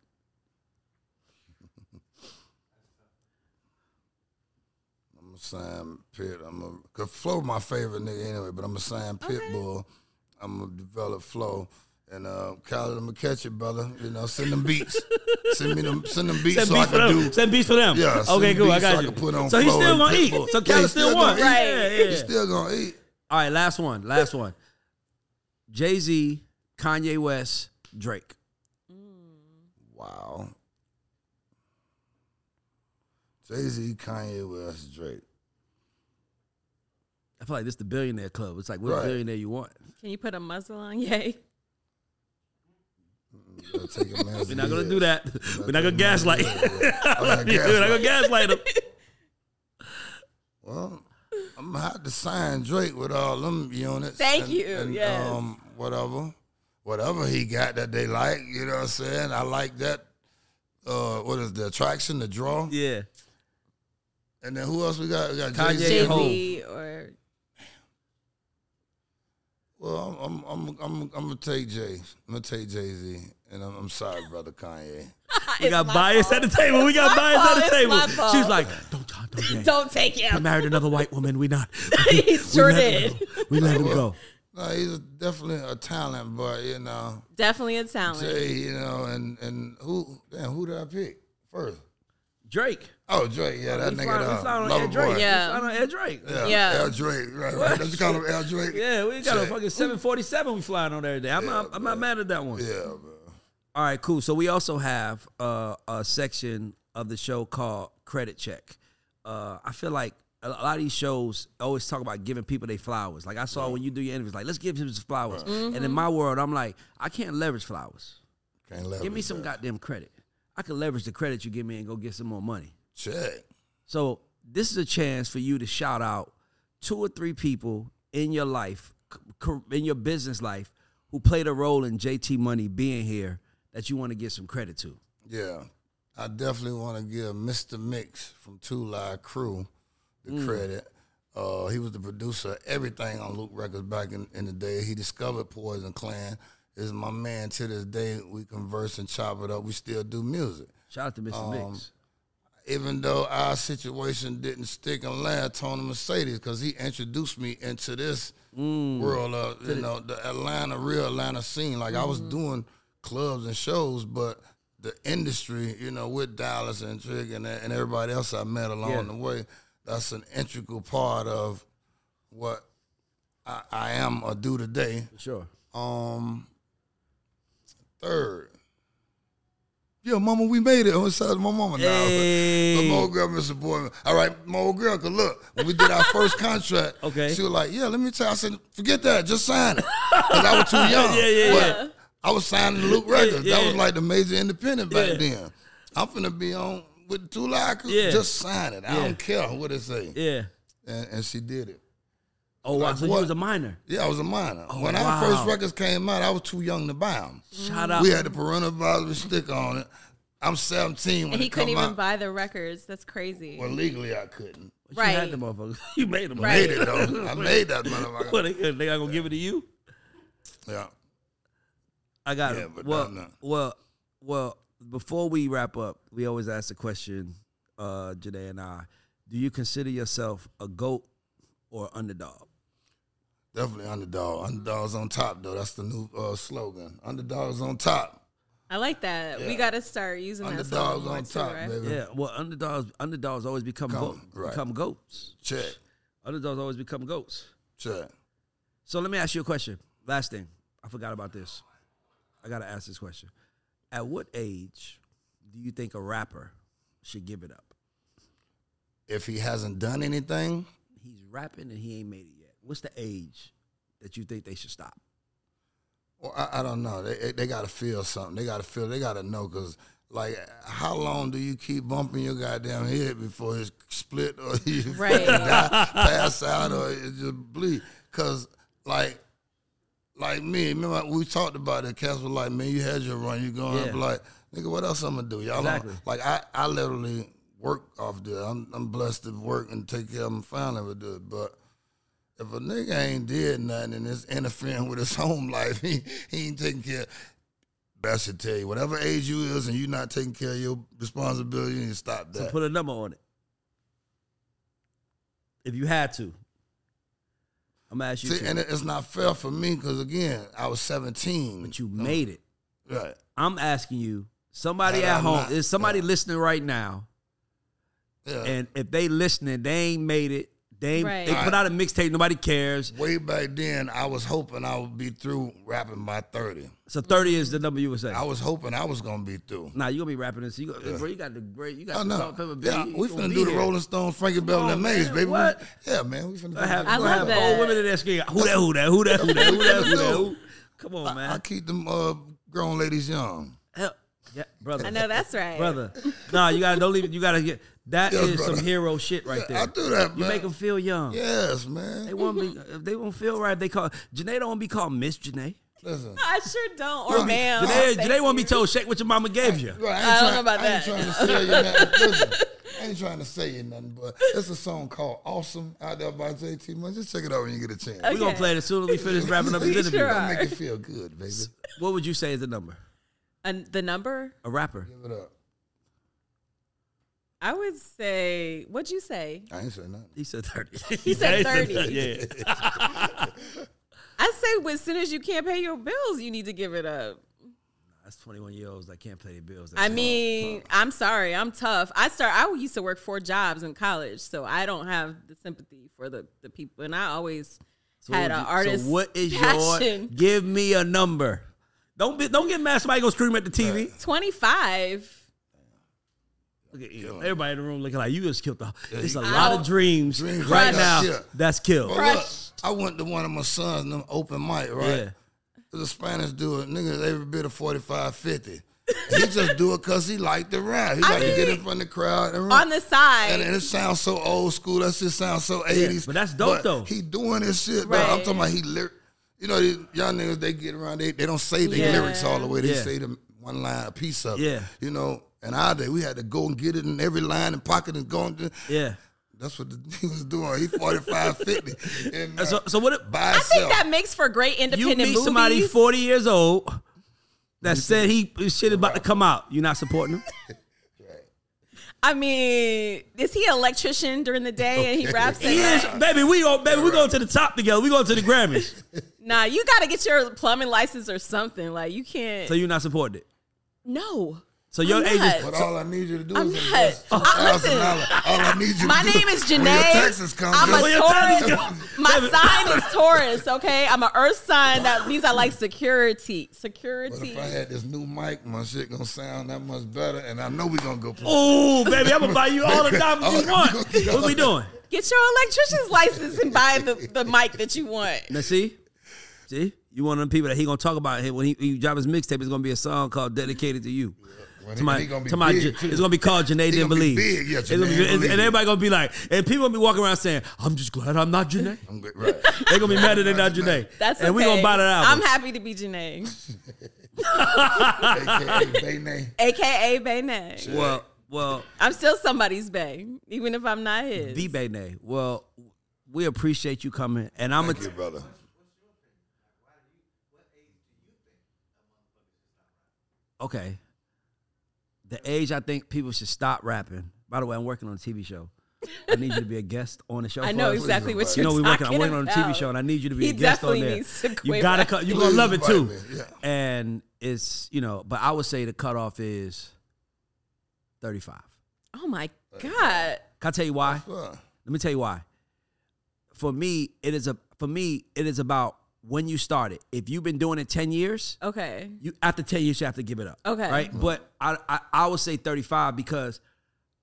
[SPEAKER 3] I'm gonna sign Pit. I'm gonna cause Flo my favorite nigga anyway, but I'm gonna sign Pitbull. I'm gonna develop Flo. And uh Khaled, I'm gonna catch it, brother. You know, send them beats. send me them send them beats
[SPEAKER 1] Send
[SPEAKER 3] so
[SPEAKER 1] beats
[SPEAKER 3] I
[SPEAKER 1] for
[SPEAKER 3] can
[SPEAKER 1] them.
[SPEAKER 3] do
[SPEAKER 1] Send beats for them.
[SPEAKER 3] Yeah, send
[SPEAKER 1] Okay, cool. I
[SPEAKER 3] beats so
[SPEAKER 1] got
[SPEAKER 3] I
[SPEAKER 1] you.
[SPEAKER 3] can put on
[SPEAKER 1] so he
[SPEAKER 3] Flo
[SPEAKER 1] still
[SPEAKER 3] and
[SPEAKER 1] want to eat.
[SPEAKER 3] Pitbull.
[SPEAKER 1] So
[SPEAKER 3] Yeah,
[SPEAKER 1] Khaled
[SPEAKER 3] he's
[SPEAKER 1] still
[SPEAKER 3] still
[SPEAKER 1] want. E?
[SPEAKER 3] gonna eat.
[SPEAKER 1] Yeah, yeah,
[SPEAKER 3] you
[SPEAKER 1] yeah.
[SPEAKER 3] still gonna eat.
[SPEAKER 1] All right, last one. Last one. Jay Z, Kanye West, Drake.
[SPEAKER 3] Wow. Jay Z, Kanye West, Drake.
[SPEAKER 1] I feel like this is the billionaire club. It's like what
[SPEAKER 3] Right.
[SPEAKER 1] billionaire you want.
[SPEAKER 2] Can you put a muzzle on? Yay.
[SPEAKER 3] We're
[SPEAKER 1] We're not gonna do that. We're not gonna gaslight.
[SPEAKER 3] I
[SPEAKER 1] We're not gonna gaslight him.
[SPEAKER 3] Well, I'm gonna have to sign Drake with all them units. um,
[SPEAKER 2] Thank you, yes.
[SPEAKER 3] whatever, whatever he got that they like. You know what I'm saying? I like that. Uh, what is the attraction, the draw?
[SPEAKER 1] Yeah.
[SPEAKER 3] And then who else we got? We got
[SPEAKER 1] Kanye
[SPEAKER 3] Jay
[SPEAKER 1] and
[SPEAKER 3] Z.
[SPEAKER 1] Hov.
[SPEAKER 2] Jay-Z or
[SPEAKER 3] Well, I'm I'm I'm I'm, I'm gonna take Jay. I'm gonna take Jay Z, and I'm, I'm sorry, brother Kanye.
[SPEAKER 1] We got bias at the table. We got bias
[SPEAKER 2] fault.
[SPEAKER 1] at the
[SPEAKER 2] It's
[SPEAKER 1] table.
[SPEAKER 2] my fault.
[SPEAKER 1] She was like, "Don't, John, don't, Jay.
[SPEAKER 2] Don't take
[SPEAKER 1] I
[SPEAKER 2] him.
[SPEAKER 1] married another white woman. We not.
[SPEAKER 2] He sure
[SPEAKER 1] we let him
[SPEAKER 2] did.
[SPEAKER 1] go. We let him go.
[SPEAKER 3] No, he's a, definitely a talent, but you know,
[SPEAKER 2] Definitely a talent.
[SPEAKER 3] Jay, you know, and and who damn who did I pick first?
[SPEAKER 1] Drake.
[SPEAKER 3] Oh, Drake. Yeah, that
[SPEAKER 1] We
[SPEAKER 3] nigga.
[SPEAKER 1] found, we
[SPEAKER 3] uh,
[SPEAKER 1] found on
[SPEAKER 3] Lover
[SPEAKER 1] Ed Drake.
[SPEAKER 3] Boy.
[SPEAKER 2] Yeah.
[SPEAKER 1] We found on Ed Drake.
[SPEAKER 3] Yeah,
[SPEAKER 2] Yeah.
[SPEAKER 3] L Drake, right, right. Let's call him L Drake.
[SPEAKER 1] Yeah, we got a
[SPEAKER 3] Shit.
[SPEAKER 1] fucking 747 we flying on every day. I'm, not, I'm not mad at that one.
[SPEAKER 3] Yeah, bro.
[SPEAKER 1] All right, cool. So we also have uh, a section of the show called Credit Check. Uh, I feel like a a lot of these shows always talk about giving people their flowers. Like I saw when you do your interviews, like let's give him some flowers. And
[SPEAKER 2] Mm-hmm.
[SPEAKER 1] in my world, I'm like, I can't leverage flowers.
[SPEAKER 3] Can't let
[SPEAKER 1] Give me some goddamn credit. I can leverage the credit you give me and go get some more money.
[SPEAKER 3] check.
[SPEAKER 1] So this is a chance for you to shout out two or three people in your life, c- c- in your business life, who played a role in JT Money being here that you want to give some credit to.
[SPEAKER 3] Yeah. I definitely want to give Mr. Mix from Two Live Crew the
[SPEAKER 1] Mm.
[SPEAKER 3] credit. Uh, he was the producer of everything on Luke Records back in, in the day. He discovered Poison Clan. Is my man to this day. We converse and chop it up. We still do music.
[SPEAKER 1] Shout out to Mr. Mix.
[SPEAKER 3] Um, Even though our situation didn't stick and last, Tony Mercedes, because he introduced me into this world of you know the Atlanta, real Atlanta scene. Like I was doing clubs and shows, but the industry, you know, with Dallas and Trig and, and everybody else I met along
[SPEAKER 1] Yeah.
[SPEAKER 3] the way, that's an integral part of what I, I am or do today.
[SPEAKER 1] Sure.
[SPEAKER 3] Um, third. Yeah, mama, we made it. I'm excited for my mama now.
[SPEAKER 1] Hey.
[SPEAKER 3] But my old girl been supporting me. All right, my old girl, cause look, when we did our first contract,
[SPEAKER 1] Okay.
[SPEAKER 3] she was like, yeah, let me tell you. I said, forget that, just sign it. Because I was too young.
[SPEAKER 1] Yeah, yeah,
[SPEAKER 3] But
[SPEAKER 1] yeah.
[SPEAKER 3] I was signing Luke Records.
[SPEAKER 1] Yeah,
[SPEAKER 3] That was
[SPEAKER 1] yeah.
[SPEAKER 3] like the major independent back
[SPEAKER 1] Yeah.
[SPEAKER 3] then. I'm finna be on with two like
[SPEAKER 1] Yeah.
[SPEAKER 3] just sign it. I
[SPEAKER 1] Yeah.
[SPEAKER 3] don't care what it say.
[SPEAKER 1] Yeah.
[SPEAKER 3] And, and she did it.
[SPEAKER 1] Oh, wow.
[SPEAKER 3] Like
[SPEAKER 1] So you
[SPEAKER 3] what?
[SPEAKER 1] was a minor.
[SPEAKER 3] Yeah, I was a minor. when
[SPEAKER 1] Oh, wow.
[SPEAKER 3] our first records came out, I was too young to buy them.
[SPEAKER 1] Shout out.
[SPEAKER 3] Mm. We had the parental advisory sticker on it. I'm 17 when
[SPEAKER 2] And he
[SPEAKER 3] it come
[SPEAKER 2] couldn't even
[SPEAKER 3] out.
[SPEAKER 2] buy the records. That's crazy.
[SPEAKER 3] Well, legally I couldn't.
[SPEAKER 1] you had
[SPEAKER 2] right.
[SPEAKER 1] the motherfucker. You made them.
[SPEAKER 3] Made
[SPEAKER 2] Right.
[SPEAKER 3] it though. I made that motherfucker.
[SPEAKER 1] What, they they not going to give it to you?
[SPEAKER 3] Yeah.
[SPEAKER 1] I got
[SPEAKER 3] Yeah,
[SPEAKER 1] it.
[SPEAKER 3] but
[SPEAKER 1] well,
[SPEAKER 3] no, no.
[SPEAKER 1] well, well. Before we wrap up, we always ask the question, uh, Janae and I: Do you consider yourself a goat or underdog?
[SPEAKER 3] Definitely underdog. Underdogs on top though. That's the new uh, slogan. Underdogs on top.
[SPEAKER 2] I like that. We
[SPEAKER 3] Yeah.
[SPEAKER 2] got to start using that. song
[SPEAKER 3] Underdogs
[SPEAKER 2] more
[SPEAKER 3] on
[SPEAKER 2] too,
[SPEAKER 3] top,
[SPEAKER 2] right?
[SPEAKER 3] baby.
[SPEAKER 1] Yeah. Well, underdogs underdogs always become
[SPEAKER 3] Come,
[SPEAKER 1] goat,
[SPEAKER 3] right.
[SPEAKER 1] become goats.
[SPEAKER 3] Check.
[SPEAKER 1] Underdogs always become goats.
[SPEAKER 3] Check.
[SPEAKER 1] So let me ask you a question. Last thing, I forgot about this. I gotta ask this question. At what age do you think a rapper should give it up?
[SPEAKER 3] If he hasn't done anything,
[SPEAKER 1] He's rapping and he ain't made it yet. What's the age that you think they should stop?
[SPEAKER 3] Well, I, I don't know. They, they, they got to feel something. They got to feel. They got to know because, like, how long do you keep bumping your goddamn head before it's split or you
[SPEAKER 2] Right.
[SPEAKER 3] die, pass out or it just bleed? Because, like, like me, remember we talked about it. Cats was like, man, you had your run. You going
[SPEAKER 1] Yeah.
[SPEAKER 3] up like, nigga, what else I'm gonna do? Y'all
[SPEAKER 1] Exactly.
[SPEAKER 3] don't, like I, I literally work off this. I'm, I'm blessed to work and take care of my family with this, but if a nigga ain't did nothing and it's interfering with his home life, he, he ain't taking care. That should tell you, whatever age you is and you not taking care of your responsibility, you need to stop
[SPEAKER 1] So
[SPEAKER 3] that.
[SPEAKER 1] put a number on it. If you had to. I'm gonna ask you,
[SPEAKER 3] See,
[SPEAKER 1] to,
[SPEAKER 3] and it- it's not fair for me because again, I was seventeen.
[SPEAKER 1] but you made it.
[SPEAKER 3] right.
[SPEAKER 1] I'm asking you, somebody
[SPEAKER 3] Had I
[SPEAKER 1] at home,
[SPEAKER 3] not-
[SPEAKER 1] is somebody listening right now,
[SPEAKER 3] Yeah.
[SPEAKER 1] and if they listening, they ain't made it. They ain't,
[SPEAKER 2] Right.
[SPEAKER 1] they put out a mixtape, nobody cares.
[SPEAKER 3] Way back then, I was hoping I would be through rapping by thirty.
[SPEAKER 1] So 30 is the number you would say.
[SPEAKER 3] I was hoping I was gonna be through.
[SPEAKER 1] Now you gonna be rapping this. You, gonna, bro, you got the great. You got
[SPEAKER 3] Oh
[SPEAKER 1] the
[SPEAKER 3] no!
[SPEAKER 1] Salt Pepper Bee.
[SPEAKER 3] Yeah,
[SPEAKER 1] You
[SPEAKER 3] we
[SPEAKER 1] gonna
[SPEAKER 3] finna
[SPEAKER 1] be
[SPEAKER 3] do the
[SPEAKER 1] there.
[SPEAKER 3] Rolling Stone, Frankie Beverly and Maze,
[SPEAKER 1] man,
[SPEAKER 3] baby. We-
[SPEAKER 1] what?
[SPEAKER 3] Yeah, man, we finna.
[SPEAKER 1] I have,
[SPEAKER 3] do
[SPEAKER 2] I
[SPEAKER 1] I
[SPEAKER 3] that.
[SPEAKER 2] love
[SPEAKER 1] have
[SPEAKER 2] that.
[SPEAKER 1] old women in that skin. Who that? Who that? Who that? Who that? Who that? Who that? Who? Come on,
[SPEAKER 3] I, I
[SPEAKER 1] man.
[SPEAKER 3] keep them uh, grown ladies young.
[SPEAKER 1] Help. Yeah, brother.
[SPEAKER 2] I know that's right.
[SPEAKER 1] brother. Nah, you gotta don't leave. it. You gotta get. That is
[SPEAKER 3] Yes, brother.
[SPEAKER 1] some hero shit right there.
[SPEAKER 3] I do that,
[SPEAKER 1] You
[SPEAKER 3] man.
[SPEAKER 1] make them feel young.
[SPEAKER 3] Yes,
[SPEAKER 1] They
[SPEAKER 3] man.
[SPEAKER 1] won't be. If they won't feel right, they call Janae. Don't wanna be called Miss Janae.
[SPEAKER 3] Listen.
[SPEAKER 2] I sure don't. Or ma'am.
[SPEAKER 1] Janae,
[SPEAKER 2] Thank
[SPEAKER 1] Janae won't be
[SPEAKER 2] you.
[SPEAKER 1] told shake what your mama gave you.
[SPEAKER 3] Bro, I, ain't
[SPEAKER 2] I don't
[SPEAKER 3] trying-
[SPEAKER 2] know about
[SPEAKER 3] I
[SPEAKER 2] that.
[SPEAKER 3] ain't trying to sell you nothing. Listen, I ain't trying to say you nothing, but it's a song called Awesome out there by JT Money. Just check it out when you get a chance.
[SPEAKER 1] We're gonna
[SPEAKER 2] Okay.
[SPEAKER 1] play it as soon as we finish wrapping up this
[SPEAKER 2] Sure.
[SPEAKER 1] interview.
[SPEAKER 3] That'll make you feel good, baby.
[SPEAKER 1] What would you say is the number?
[SPEAKER 2] And the number,
[SPEAKER 1] A rapper.
[SPEAKER 3] Give it up.
[SPEAKER 2] I would say, what'd you say?
[SPEAKER 3] I ain't saying nothing.
[SPEAKER 1] He said 30.
[SPEAKER 2] He said 30.
[SPEAKER 1] yeah.
[SPEAKER 2] I say, as soon as you can't pay your bills, you need to give it up.
[SPEAKER 1] That's 21 year olds that can't pay their bills.
[SPEAKER 2] I mean, I'm sorry, I'm tough. I start. I used to work four jobs in college, so I don't have the sympathy for the, the people. And I always
[SPEAKER 1] So
[SPEAKER 2] had
[SPEAKER 1] would
[SPEAKER 2] an
[SPEAKER 1] you-
[SPEAKER 2] artist.
[SPEAKER 1] So what is
[SPEAKER 2] passion.
[SPEAKER 1] your? Give me a number. Don't be, don't get mad. Somebody gonna scream at the TV.
[SPEAKER 2] Twenty five.
[SPEAKER 1] Look at you. Everybody in the room looking like you just killed the. It's a
[SPEAKER 2] you-
[SPEAKER 1] lot
[SPEAKER 2] Ow.
[SPEAKER 1] of dreams,
[SPEAKER 3] Dreams
[SPEAKER 1] right
[SPEAKER 3] right
[SPEAKER 1] now.
[SPEAKER 3] there.
[SPEAKER 1] That's killed.
[SPEAKER 3] But look,
[SPEAKER 2] Crushed.
[SPEAKER 3] I went to one of my sons in them open mic, right?
[SPEAKER 1] Yeah.
[SPEAKER 3] There's a Spanish dude, nigga, every bit of 45, 50. he just do it because he liked the rap. He
[SPEAKER 2] I
[SPEAKER 3] like to get in
[SPEAKER 2] mean,
[SPEAKER 3] front of the crowd. And
[SPEAKER 2] On the
[SPEAKER 3] and,
[SPEAKER 2] side,
[SPEAKER 3] and it sounds so old school. That shit sounds so 80s.
[SPEAKER 1] but that's dope, though.
[SPEAKER 3] He doing his shit, right. I'm
[SPEAKER 2] Right.
[SPEAKER 3] talking about he lyric. You know, these y'all niggas, they get around, they, they don't say their
[SPEAKER 2] Yeah.
[SPEAKER 3] lyrics all the way. They
[SPEAKER 1] Yeah.
[SPEAKER 3] say them one line, a piece of it.
[SPEAKER 1] Yeah.
[SPEAKER 3] You know, and our day, we had to go and get it in every line and pocket and go. And,
[SPEAKER 1] Yeah.
[SPEAKER 3] that's what the, he was doing. He 45, 50. And, uh,
[SPEAKER 1] So, so what? If,
[SPEAKER 3] by
[SPEAKER 2] I think
[SPEAKER 3] himself.
[SPEAKER 2] that makes for great
[SPEAKER 1] you
[SPEAKER 2] independent
[SPEAKER 1] meet
[SPEAKER 2] movies.
[SPEAKER 1] somebody 40 years old that said he his shit is about to come out. You're not supporting him.
[SPEAKER 2] I mean, is he an electrician during the day and he raps at
[SPEAKER 1] He is,
[SPEAKER 2] night?
[SPEAKER 1] baby. We go, baby. We going to the top together. We going to the Grammys.
[SPEAKER 2] Nah, you got to get your plumbing license or something. Like you can't.
[SPEAKER 1] So you're not supporting it.
[SPEAKER 2] no.
[SPEAKER 1] So your
[SPEAKER 2] I'm
[SPEAKER 1] age
[SPEAKER 2] not.
[SPEAKER 1] is
[SPEAKER 3] But all I need you to do
[SPEAKER 2] I'm
[SPEAKER 3] is
[SPEAKER 2] not-
[SPEAKER 3] invest
[SPEAKER 2] Uh, listen.
[SPEAKER 3] $2,000. All I need you
[SPEAKER 2] My
[SPEAKER 3] to do-
[SPEAKER 2] name is
[SPEAKER 3] When your
[SPEAKER 2] Janae.
[SPEAKER 3] taxes come,
[SPEAKER 2] I'm
[SPEAKER 3] just-
[SPEAKER 1] Well,
[SPEAKER 2] a
[SPEAKER 1] your taxes
[SPEAKER 2] Taurus.
[SPEAKER 1] go-
[SPEAKER 2] My
[SPEAKER 1] Baby.
[SPEAKER 2] sign is Taurus. Okay, I'm an Earth sign. That means I like security.
[SPEAKER 3] But
[SPEAKER 2] Security.
[SPEAKER 3] if I had this new mic, my shit gonna sound that much better, and I know we gonna go. play.
[SPEAKER 1] Oh, baby, I'm gonna buy you all the diamonds you
[SPEAKER 3] Oh,
[SPEAKER 1] want.
[SPEAKER 3] God.
[SPEAKER 1] What we doing?
[SPEAKER 2] Get your electrician's license and buy the, the mic that you want.
[SPEAKER 1] Now see, see, you one of them people that he gonna talk about him when he, he drop his mixtape. It's gonna be a song called "Dedicated to You."
[SPEAKER 3] When
[SPEAKER 1] To my,
[SPEAKER 3] he gonna be
[SPEAKER 1] to my,
[SPEAKER 3] big,
[SPEAKER 1] J-
[SPEAKER 3] too.
[SPEAKER 1] it's gonna be called Janae
[SPEAKER 3] He
[SPEAKER 1] Didn't
[SPEAKER 3] gonna be
[SPEAKER 1] Believe.
[SPEAKER 3] big, yeah,
[SPEAKER 1] It's gonna be-
[SPEAKER 3] Janae
[SPEAKER 1] and-
[SPEAKER 3] Believe.
[SPEAKER 1] And everybody gonna be like, and people gonna be walking around saying, "I'm just glad I'm not Janae."
[SPEAKER 3] I'm good, right.
[SPEAKER 1] They gonna be mad that they're not Janae.
[SPEAKER 2] That's okay.
[SPEAKER 1] and we gonna buy that
[SPEAKER 2] I'm
[SPEAKER 1] album.
[SPEAKER 2] happy to be Janae,
[SPEAKER 3] AKA Bay Nay.
[SPEAKER 2] aka Bay Nay.
[SPEAKER 1] well, well,
[SPEAKER 2] I'm still somebody's Bay, even if I'm not his.
[SPEAKER 1] the Bene. Well, we appreciate you coming, and I'm
[SPEAKER 3] Thank
[SPEAKER 1] gonna.
[SPEAKER 3] you, brother.
[SPEAKER 1] okay, the age I think people should stop rapping. By the way, I'm working on a TV show. I need you to be a guest on the show.
[SPEAKER 2] I
[SPEAKER 1] for
[SPEAKER 2] know
[SPEAKER 1] us.
[SPEAKER 2] exactly what
[SPEAKER 1] You
[SPEAKER 2] you're
[SPEAKER 1] know we working. I'm
[SPEAKER 2] talking
[SPEAKER 1] working on a TV
[SPEAKER 2] about.
[SPEAKER 1] show, and I need you to be
[SPEAKER 2] He
[SPEAKER 1] a guest on
[SPEAKER 2] definitely
[SPEAKER 1] there.
[SPEAKER 2] needs to
[SPEAKER 1] you
[SPEAKER 2] quit
[SPEAKER 1] gotta
[SPEAKER 2] rapping.
[SPEAKER 1] come. You gonna
[SPEAKER 3] Please
[SPEAKER 1] love it
[SPEAKER 3] invite
[SPEAKER 1] too.
[SPEAKER 3] me, yeah.
[SPEAKER 1] And it's you know, but I would say the cutoff is 35.
[SPEAKER 2] oh my god.
[SPEAKER 1] Can I tell you why?
[SPEAKER 3] Well,
[SPEAKER 1] Let me tell you why. For me, it is a for me it is about when you started. If you've been doing it 10 years,
[SPEAKER 2] Okay.
[SPEAKER 1] you after 10 years you have to give it up
[SPEAKER 2] Okay.
[SPEAKER 1] right but I, I i would say 35 because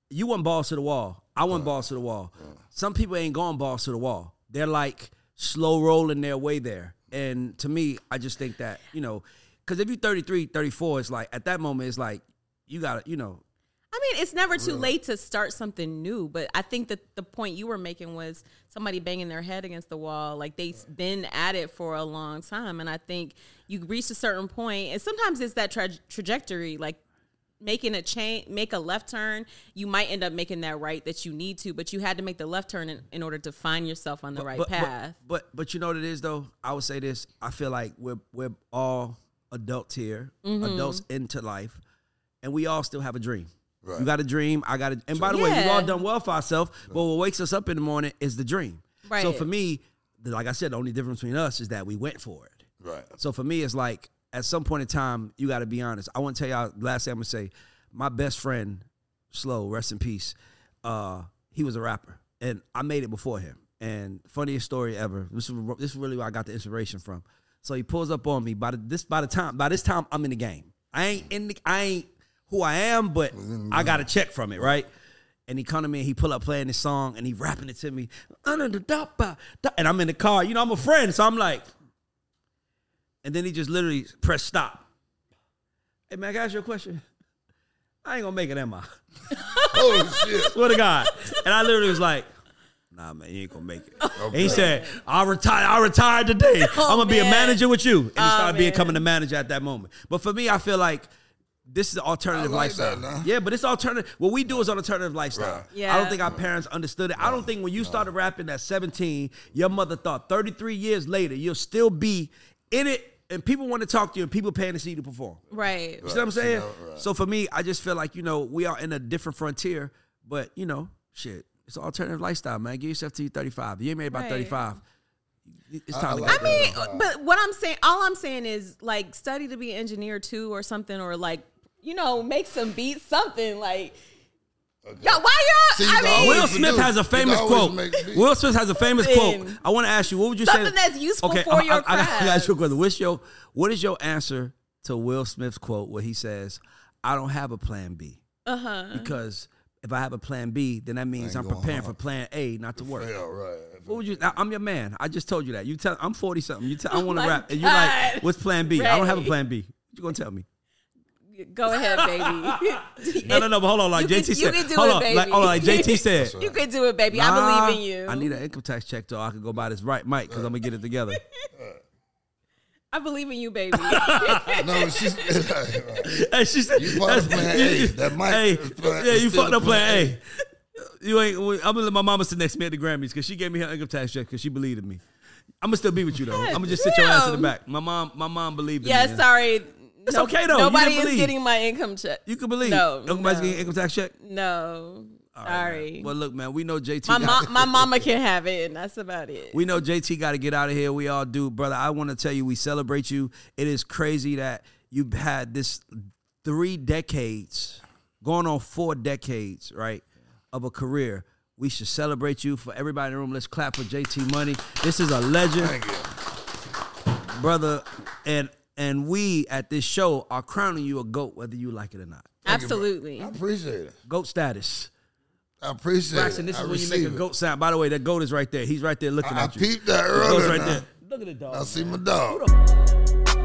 [SPEAKER 1] you went balls to the wall i went balls to the wall some people ain't going balls to the wall they're like slow rolling their way there and to me i just think that you know because if you're 33 34 it's like at that moment it's like you gotta you know
[SPEAKER 2] I mean, it's never too late to start something new, but I think that the point you were making was somebody banging their head against the wall, like they've been at it for a long time, and I think you reach a certain point, and sometimes it's that tra- trajectory, like making a change, make a left turn, you might end up making that right that you need to, but you had to make the left turn in, in order to find yourself on the right
[SPEAKER 1] but,
[SPEAKER 2] path.
[SPEAKER 1] But, but but you know what it is though. I would say this. I feel like we're we're all adults here,
[SPEAKER 2] Mm-hmm.
[SPEAKER 1] adults into life, and we all still have a dream.
[SPEAKER 3] Right.
[SPEAKER 1] You got a dream. I got a. And by the way, we've
[SPEAKER 2] Yeah.
[SPEAKER 1] all done well for ourselves. But what wakes us up in the morning is the dream. So
[SPEAKER 2] Right.
[SPEAKER 1] for me, like I said, the only difference between us is that we went for it.
[SPEAKER 3] right.
[SPEAKER 1] So for me, it's like at some point in time, you got to be honest. I want to tell y'all. Last thing I'm gonna say, my best friend, Slow, rest in peace. Uh, he was a rapper, and I made it before him. And funniest story ever. This is this is really where I got the inspiration from. So he pulls up on me. By the, this by the time by this time I'm in the game. I ain't in the I ain't who I am, but I got a check from it, right? And he come to me and he pull up playing this song and he rapping it to me. And I'm in the car. You know, I'm a friend. So I'm like, and then he just literally pressed stop. Hey man, I can I ask you a question. I ain't gonna make it, am I?
[SPEAKER 3] Oh shit!
[SPEAKER 1] Swear to God. And I literally was like, Nah, man, you ain't gonna make it. And he said, I retire. I retired today. I'm gonna be a
[SPEAKER 2] Oh, man.
[SPEAKER 1] manager with you. And he
[SPEAKER 2] Oh,
[SPEAKER 1] started
[SPEAKER 2] man.
[SPEAKER 1] becoming a manager at that moment. But for me, I feel like this is alternative
[SPEAKER 3] I like
[SPEAKER 1] lifestyle.
[SPEAKER 3] that, nah.
[SPEAKER 1] yeah, but it's alternative. What we do is alternative lifestyle.
[SPEAKER 3] Right.
[SPEAKER 1] I
[SPEAKER 2] Yeah.
[SPEAKER 1] don't think our parents understood it. I don't think when you started rapping at 17, your mother thought 33 years later you'll still be in it, and people want to talk to you, and people paying to see you perform.
[SPEAKER 2] Right.
[SPEAKER 1] You see what I'm saying?
[SPEAKER 3] know, right.
[SPEAKER 1] So for me, I just feel like you know we are in a different frontier, but you know, shit, it's an alternative lifestyle, man. Get yourself to you 35. You ain't made about
[SPEAKER 2] Right.
[SPEAKER 1] 35. It's time to
[SPEAKER 3] I
[SPEAKER 1] go.
[SPEAKER 3] like
[SPEAKER 2] I mean, but what I'm saying, all I'm saying is like study to be an engineer too, or something, or like you know, make some beats, something like. Y'all, why y'all?
[SPEAKER 3] See, you
[SPEAKER 2] I
[SPEAKER 3] can
[SPEAKER 2] mean,
[SPEAKER 3] always
[SPEAKER 1] Will Smith
[SPEAKER 3] do.
[SPEAKER 1] has a
[SPEAKER 3] You can
[SPEAKER 1] famous
[SPEAKER 3] always
[SPEAKER 1] quote.
[SPEAKER 3] make beats.
[SPEAKER 1] Will Smith has a famous quote.
[SPEAKER 2] Something.
[SPEAKER 1] I want to ask you, what would you say?
[SPEAKER 2] Something that's useful for your
[SPEAKER 1] I, I, I got
[SPEAKER 2] craft.
[SPEAKER 1] you a question. What's your, what is your answer to Will Smith's quote where he says, I don't have a plan B? Uh-huh. Because if I have a plan B, then that means I'm
[SPEAKER 3] going
[SPEAKER 1] preparing
[SPEAKER 3] home.
[SPEAKER 1] for plan A not to work.
[SPEAKER 3] Yeah, right.
[SPEAKER 1] What would you? Now, I'm your man. I just told you that. You tell. I'm 40 something. You tell. I want to
[SPEAKER 2] Oh my
[SPEAKER 1] rap, and you like,
[SPEAKER 2] God.
[SPEAKER 1] what's Plan B? I don't have a
[SPEAKER 2] Ray.
[SPEAKER 1] Plan B. What you gonna tell me?
[SPEAKER 2] go ahead, baby.
[SPEAKER 1] No, no, no. But hold on, like
[SPEAKER 2] You
[SPEAKER 1] JT
[SPEAKER 2] can- you
[SPEAKER 1] said.
[SPEAKER 2] can do
[SPEAKER 1] hold
[SPEAKER 2] it,
[SPEAKER 1] on,
[SPEAKER 2] baby.
[SPEAKER 1] like, hold on, like JT said.
[SPEAKER 2] you can do it, baby.
[SPEAKER 1] nah,
[SPEAKER 2] I believe in you.
[SPEAKER 1] Ah, I need an income tax check so I can go buy this right mic because I'm gonna get it together.
[SPEAKER 2] I believe in you, baby.
[SPEAKER 3] No, she's. right.
[SPEAKER 1] and she said,
[SPEAKER 3] You fucked up
[SPEAKER 1] that's-
[SPEAKER 3] Plan A. That mic
[SPEAKER 1] Hey,
[SPEAKER 3] is plan-
[SPEAKER 1] yeah,
[SPEAKER 3] is
[SPEAKER 1] you
[SPEAKER 3] still
[SPEAKER 1] fucked up
[SPEAKER 3] a
[SPEAKER 1] Plan
[SPEAKER 3] Plan
[SPEAKER 1] A. You ain't. I'm gonna let my mama sit next to me at the Grammys because she gave me her income tax check because she believed in me. I'm gonna still be with you though. I'm gonna just sit your ass in the
[SPEAKER 2] Damn.
[SPEAKER 1] back. My mom, my mom believed in me.
[SPEAKER 2] yeah,
[SPEAKER 1] man.
[SPEAKER 2] sorry.
[SPEAKER 1] It's okay, though. You
[SPEAKER 2] Nobody
[SPEAKER 1] didn't
[SPEAKER 2] is
[SPEAKER 1] believe.
[SPEAKER 2] getting my income check.
[SPEAKER 1] You can believe.
[SPEAKER 2] No,
[SPEAKER 1] Nobody's
[SPEAKER 2] no.
[SPEAKER 1] getting income tax check.
[SPEAKER 2] No, sorry.
[SPEAKER 1] Well, look, man, we know JT.
[SPEAKER 2] my
[SPEAKER 1] got-
[SPEAKER 2] mom, my mama can have it, and that's about it.
[SPEAKER 1] we know JT got to get out of here. We all do, brother. I want to tell you, we celebrate you. It is crazy that you've had this three decades, going on four decades, right, of a career. We should celebrate you for everybody in the room. Let's clap for JT Money. This is a legend
[SPEAKER 3] Thank you.
[SPEAKER 1] brother, and and we at this show are crowning you a goat, whether you like it or not.
[SPEAKER 2] Absolutely.
[SPEAKER 3] I appreciate it.
[SPEAKER 1] Goat status.
[SPEAKER 3] I appreciate
[SPEAKER 1] Braxton,
[SPEAKER 3] it.
[SPEAKER 1] this
[SPEAKER 3] I
[SPEAKER 1] is when you make a
[SPEAKER 3] receive it.
[SPEAKER 1] goat sound. By the way, that goat is right there. He's right there looking
[SPEAKER 3] I, I
[SPEAKER 1] at you.
[SPEAKER 3] peeped that
[SPEAKER 1] Goat's
[SPEAKER 3] earlier.
[SPEAKER 1] right
[SPEAKER 3] now.
[SPEAKER 1] there. Look at the dog.
[SPEAKER 3] I see my dog.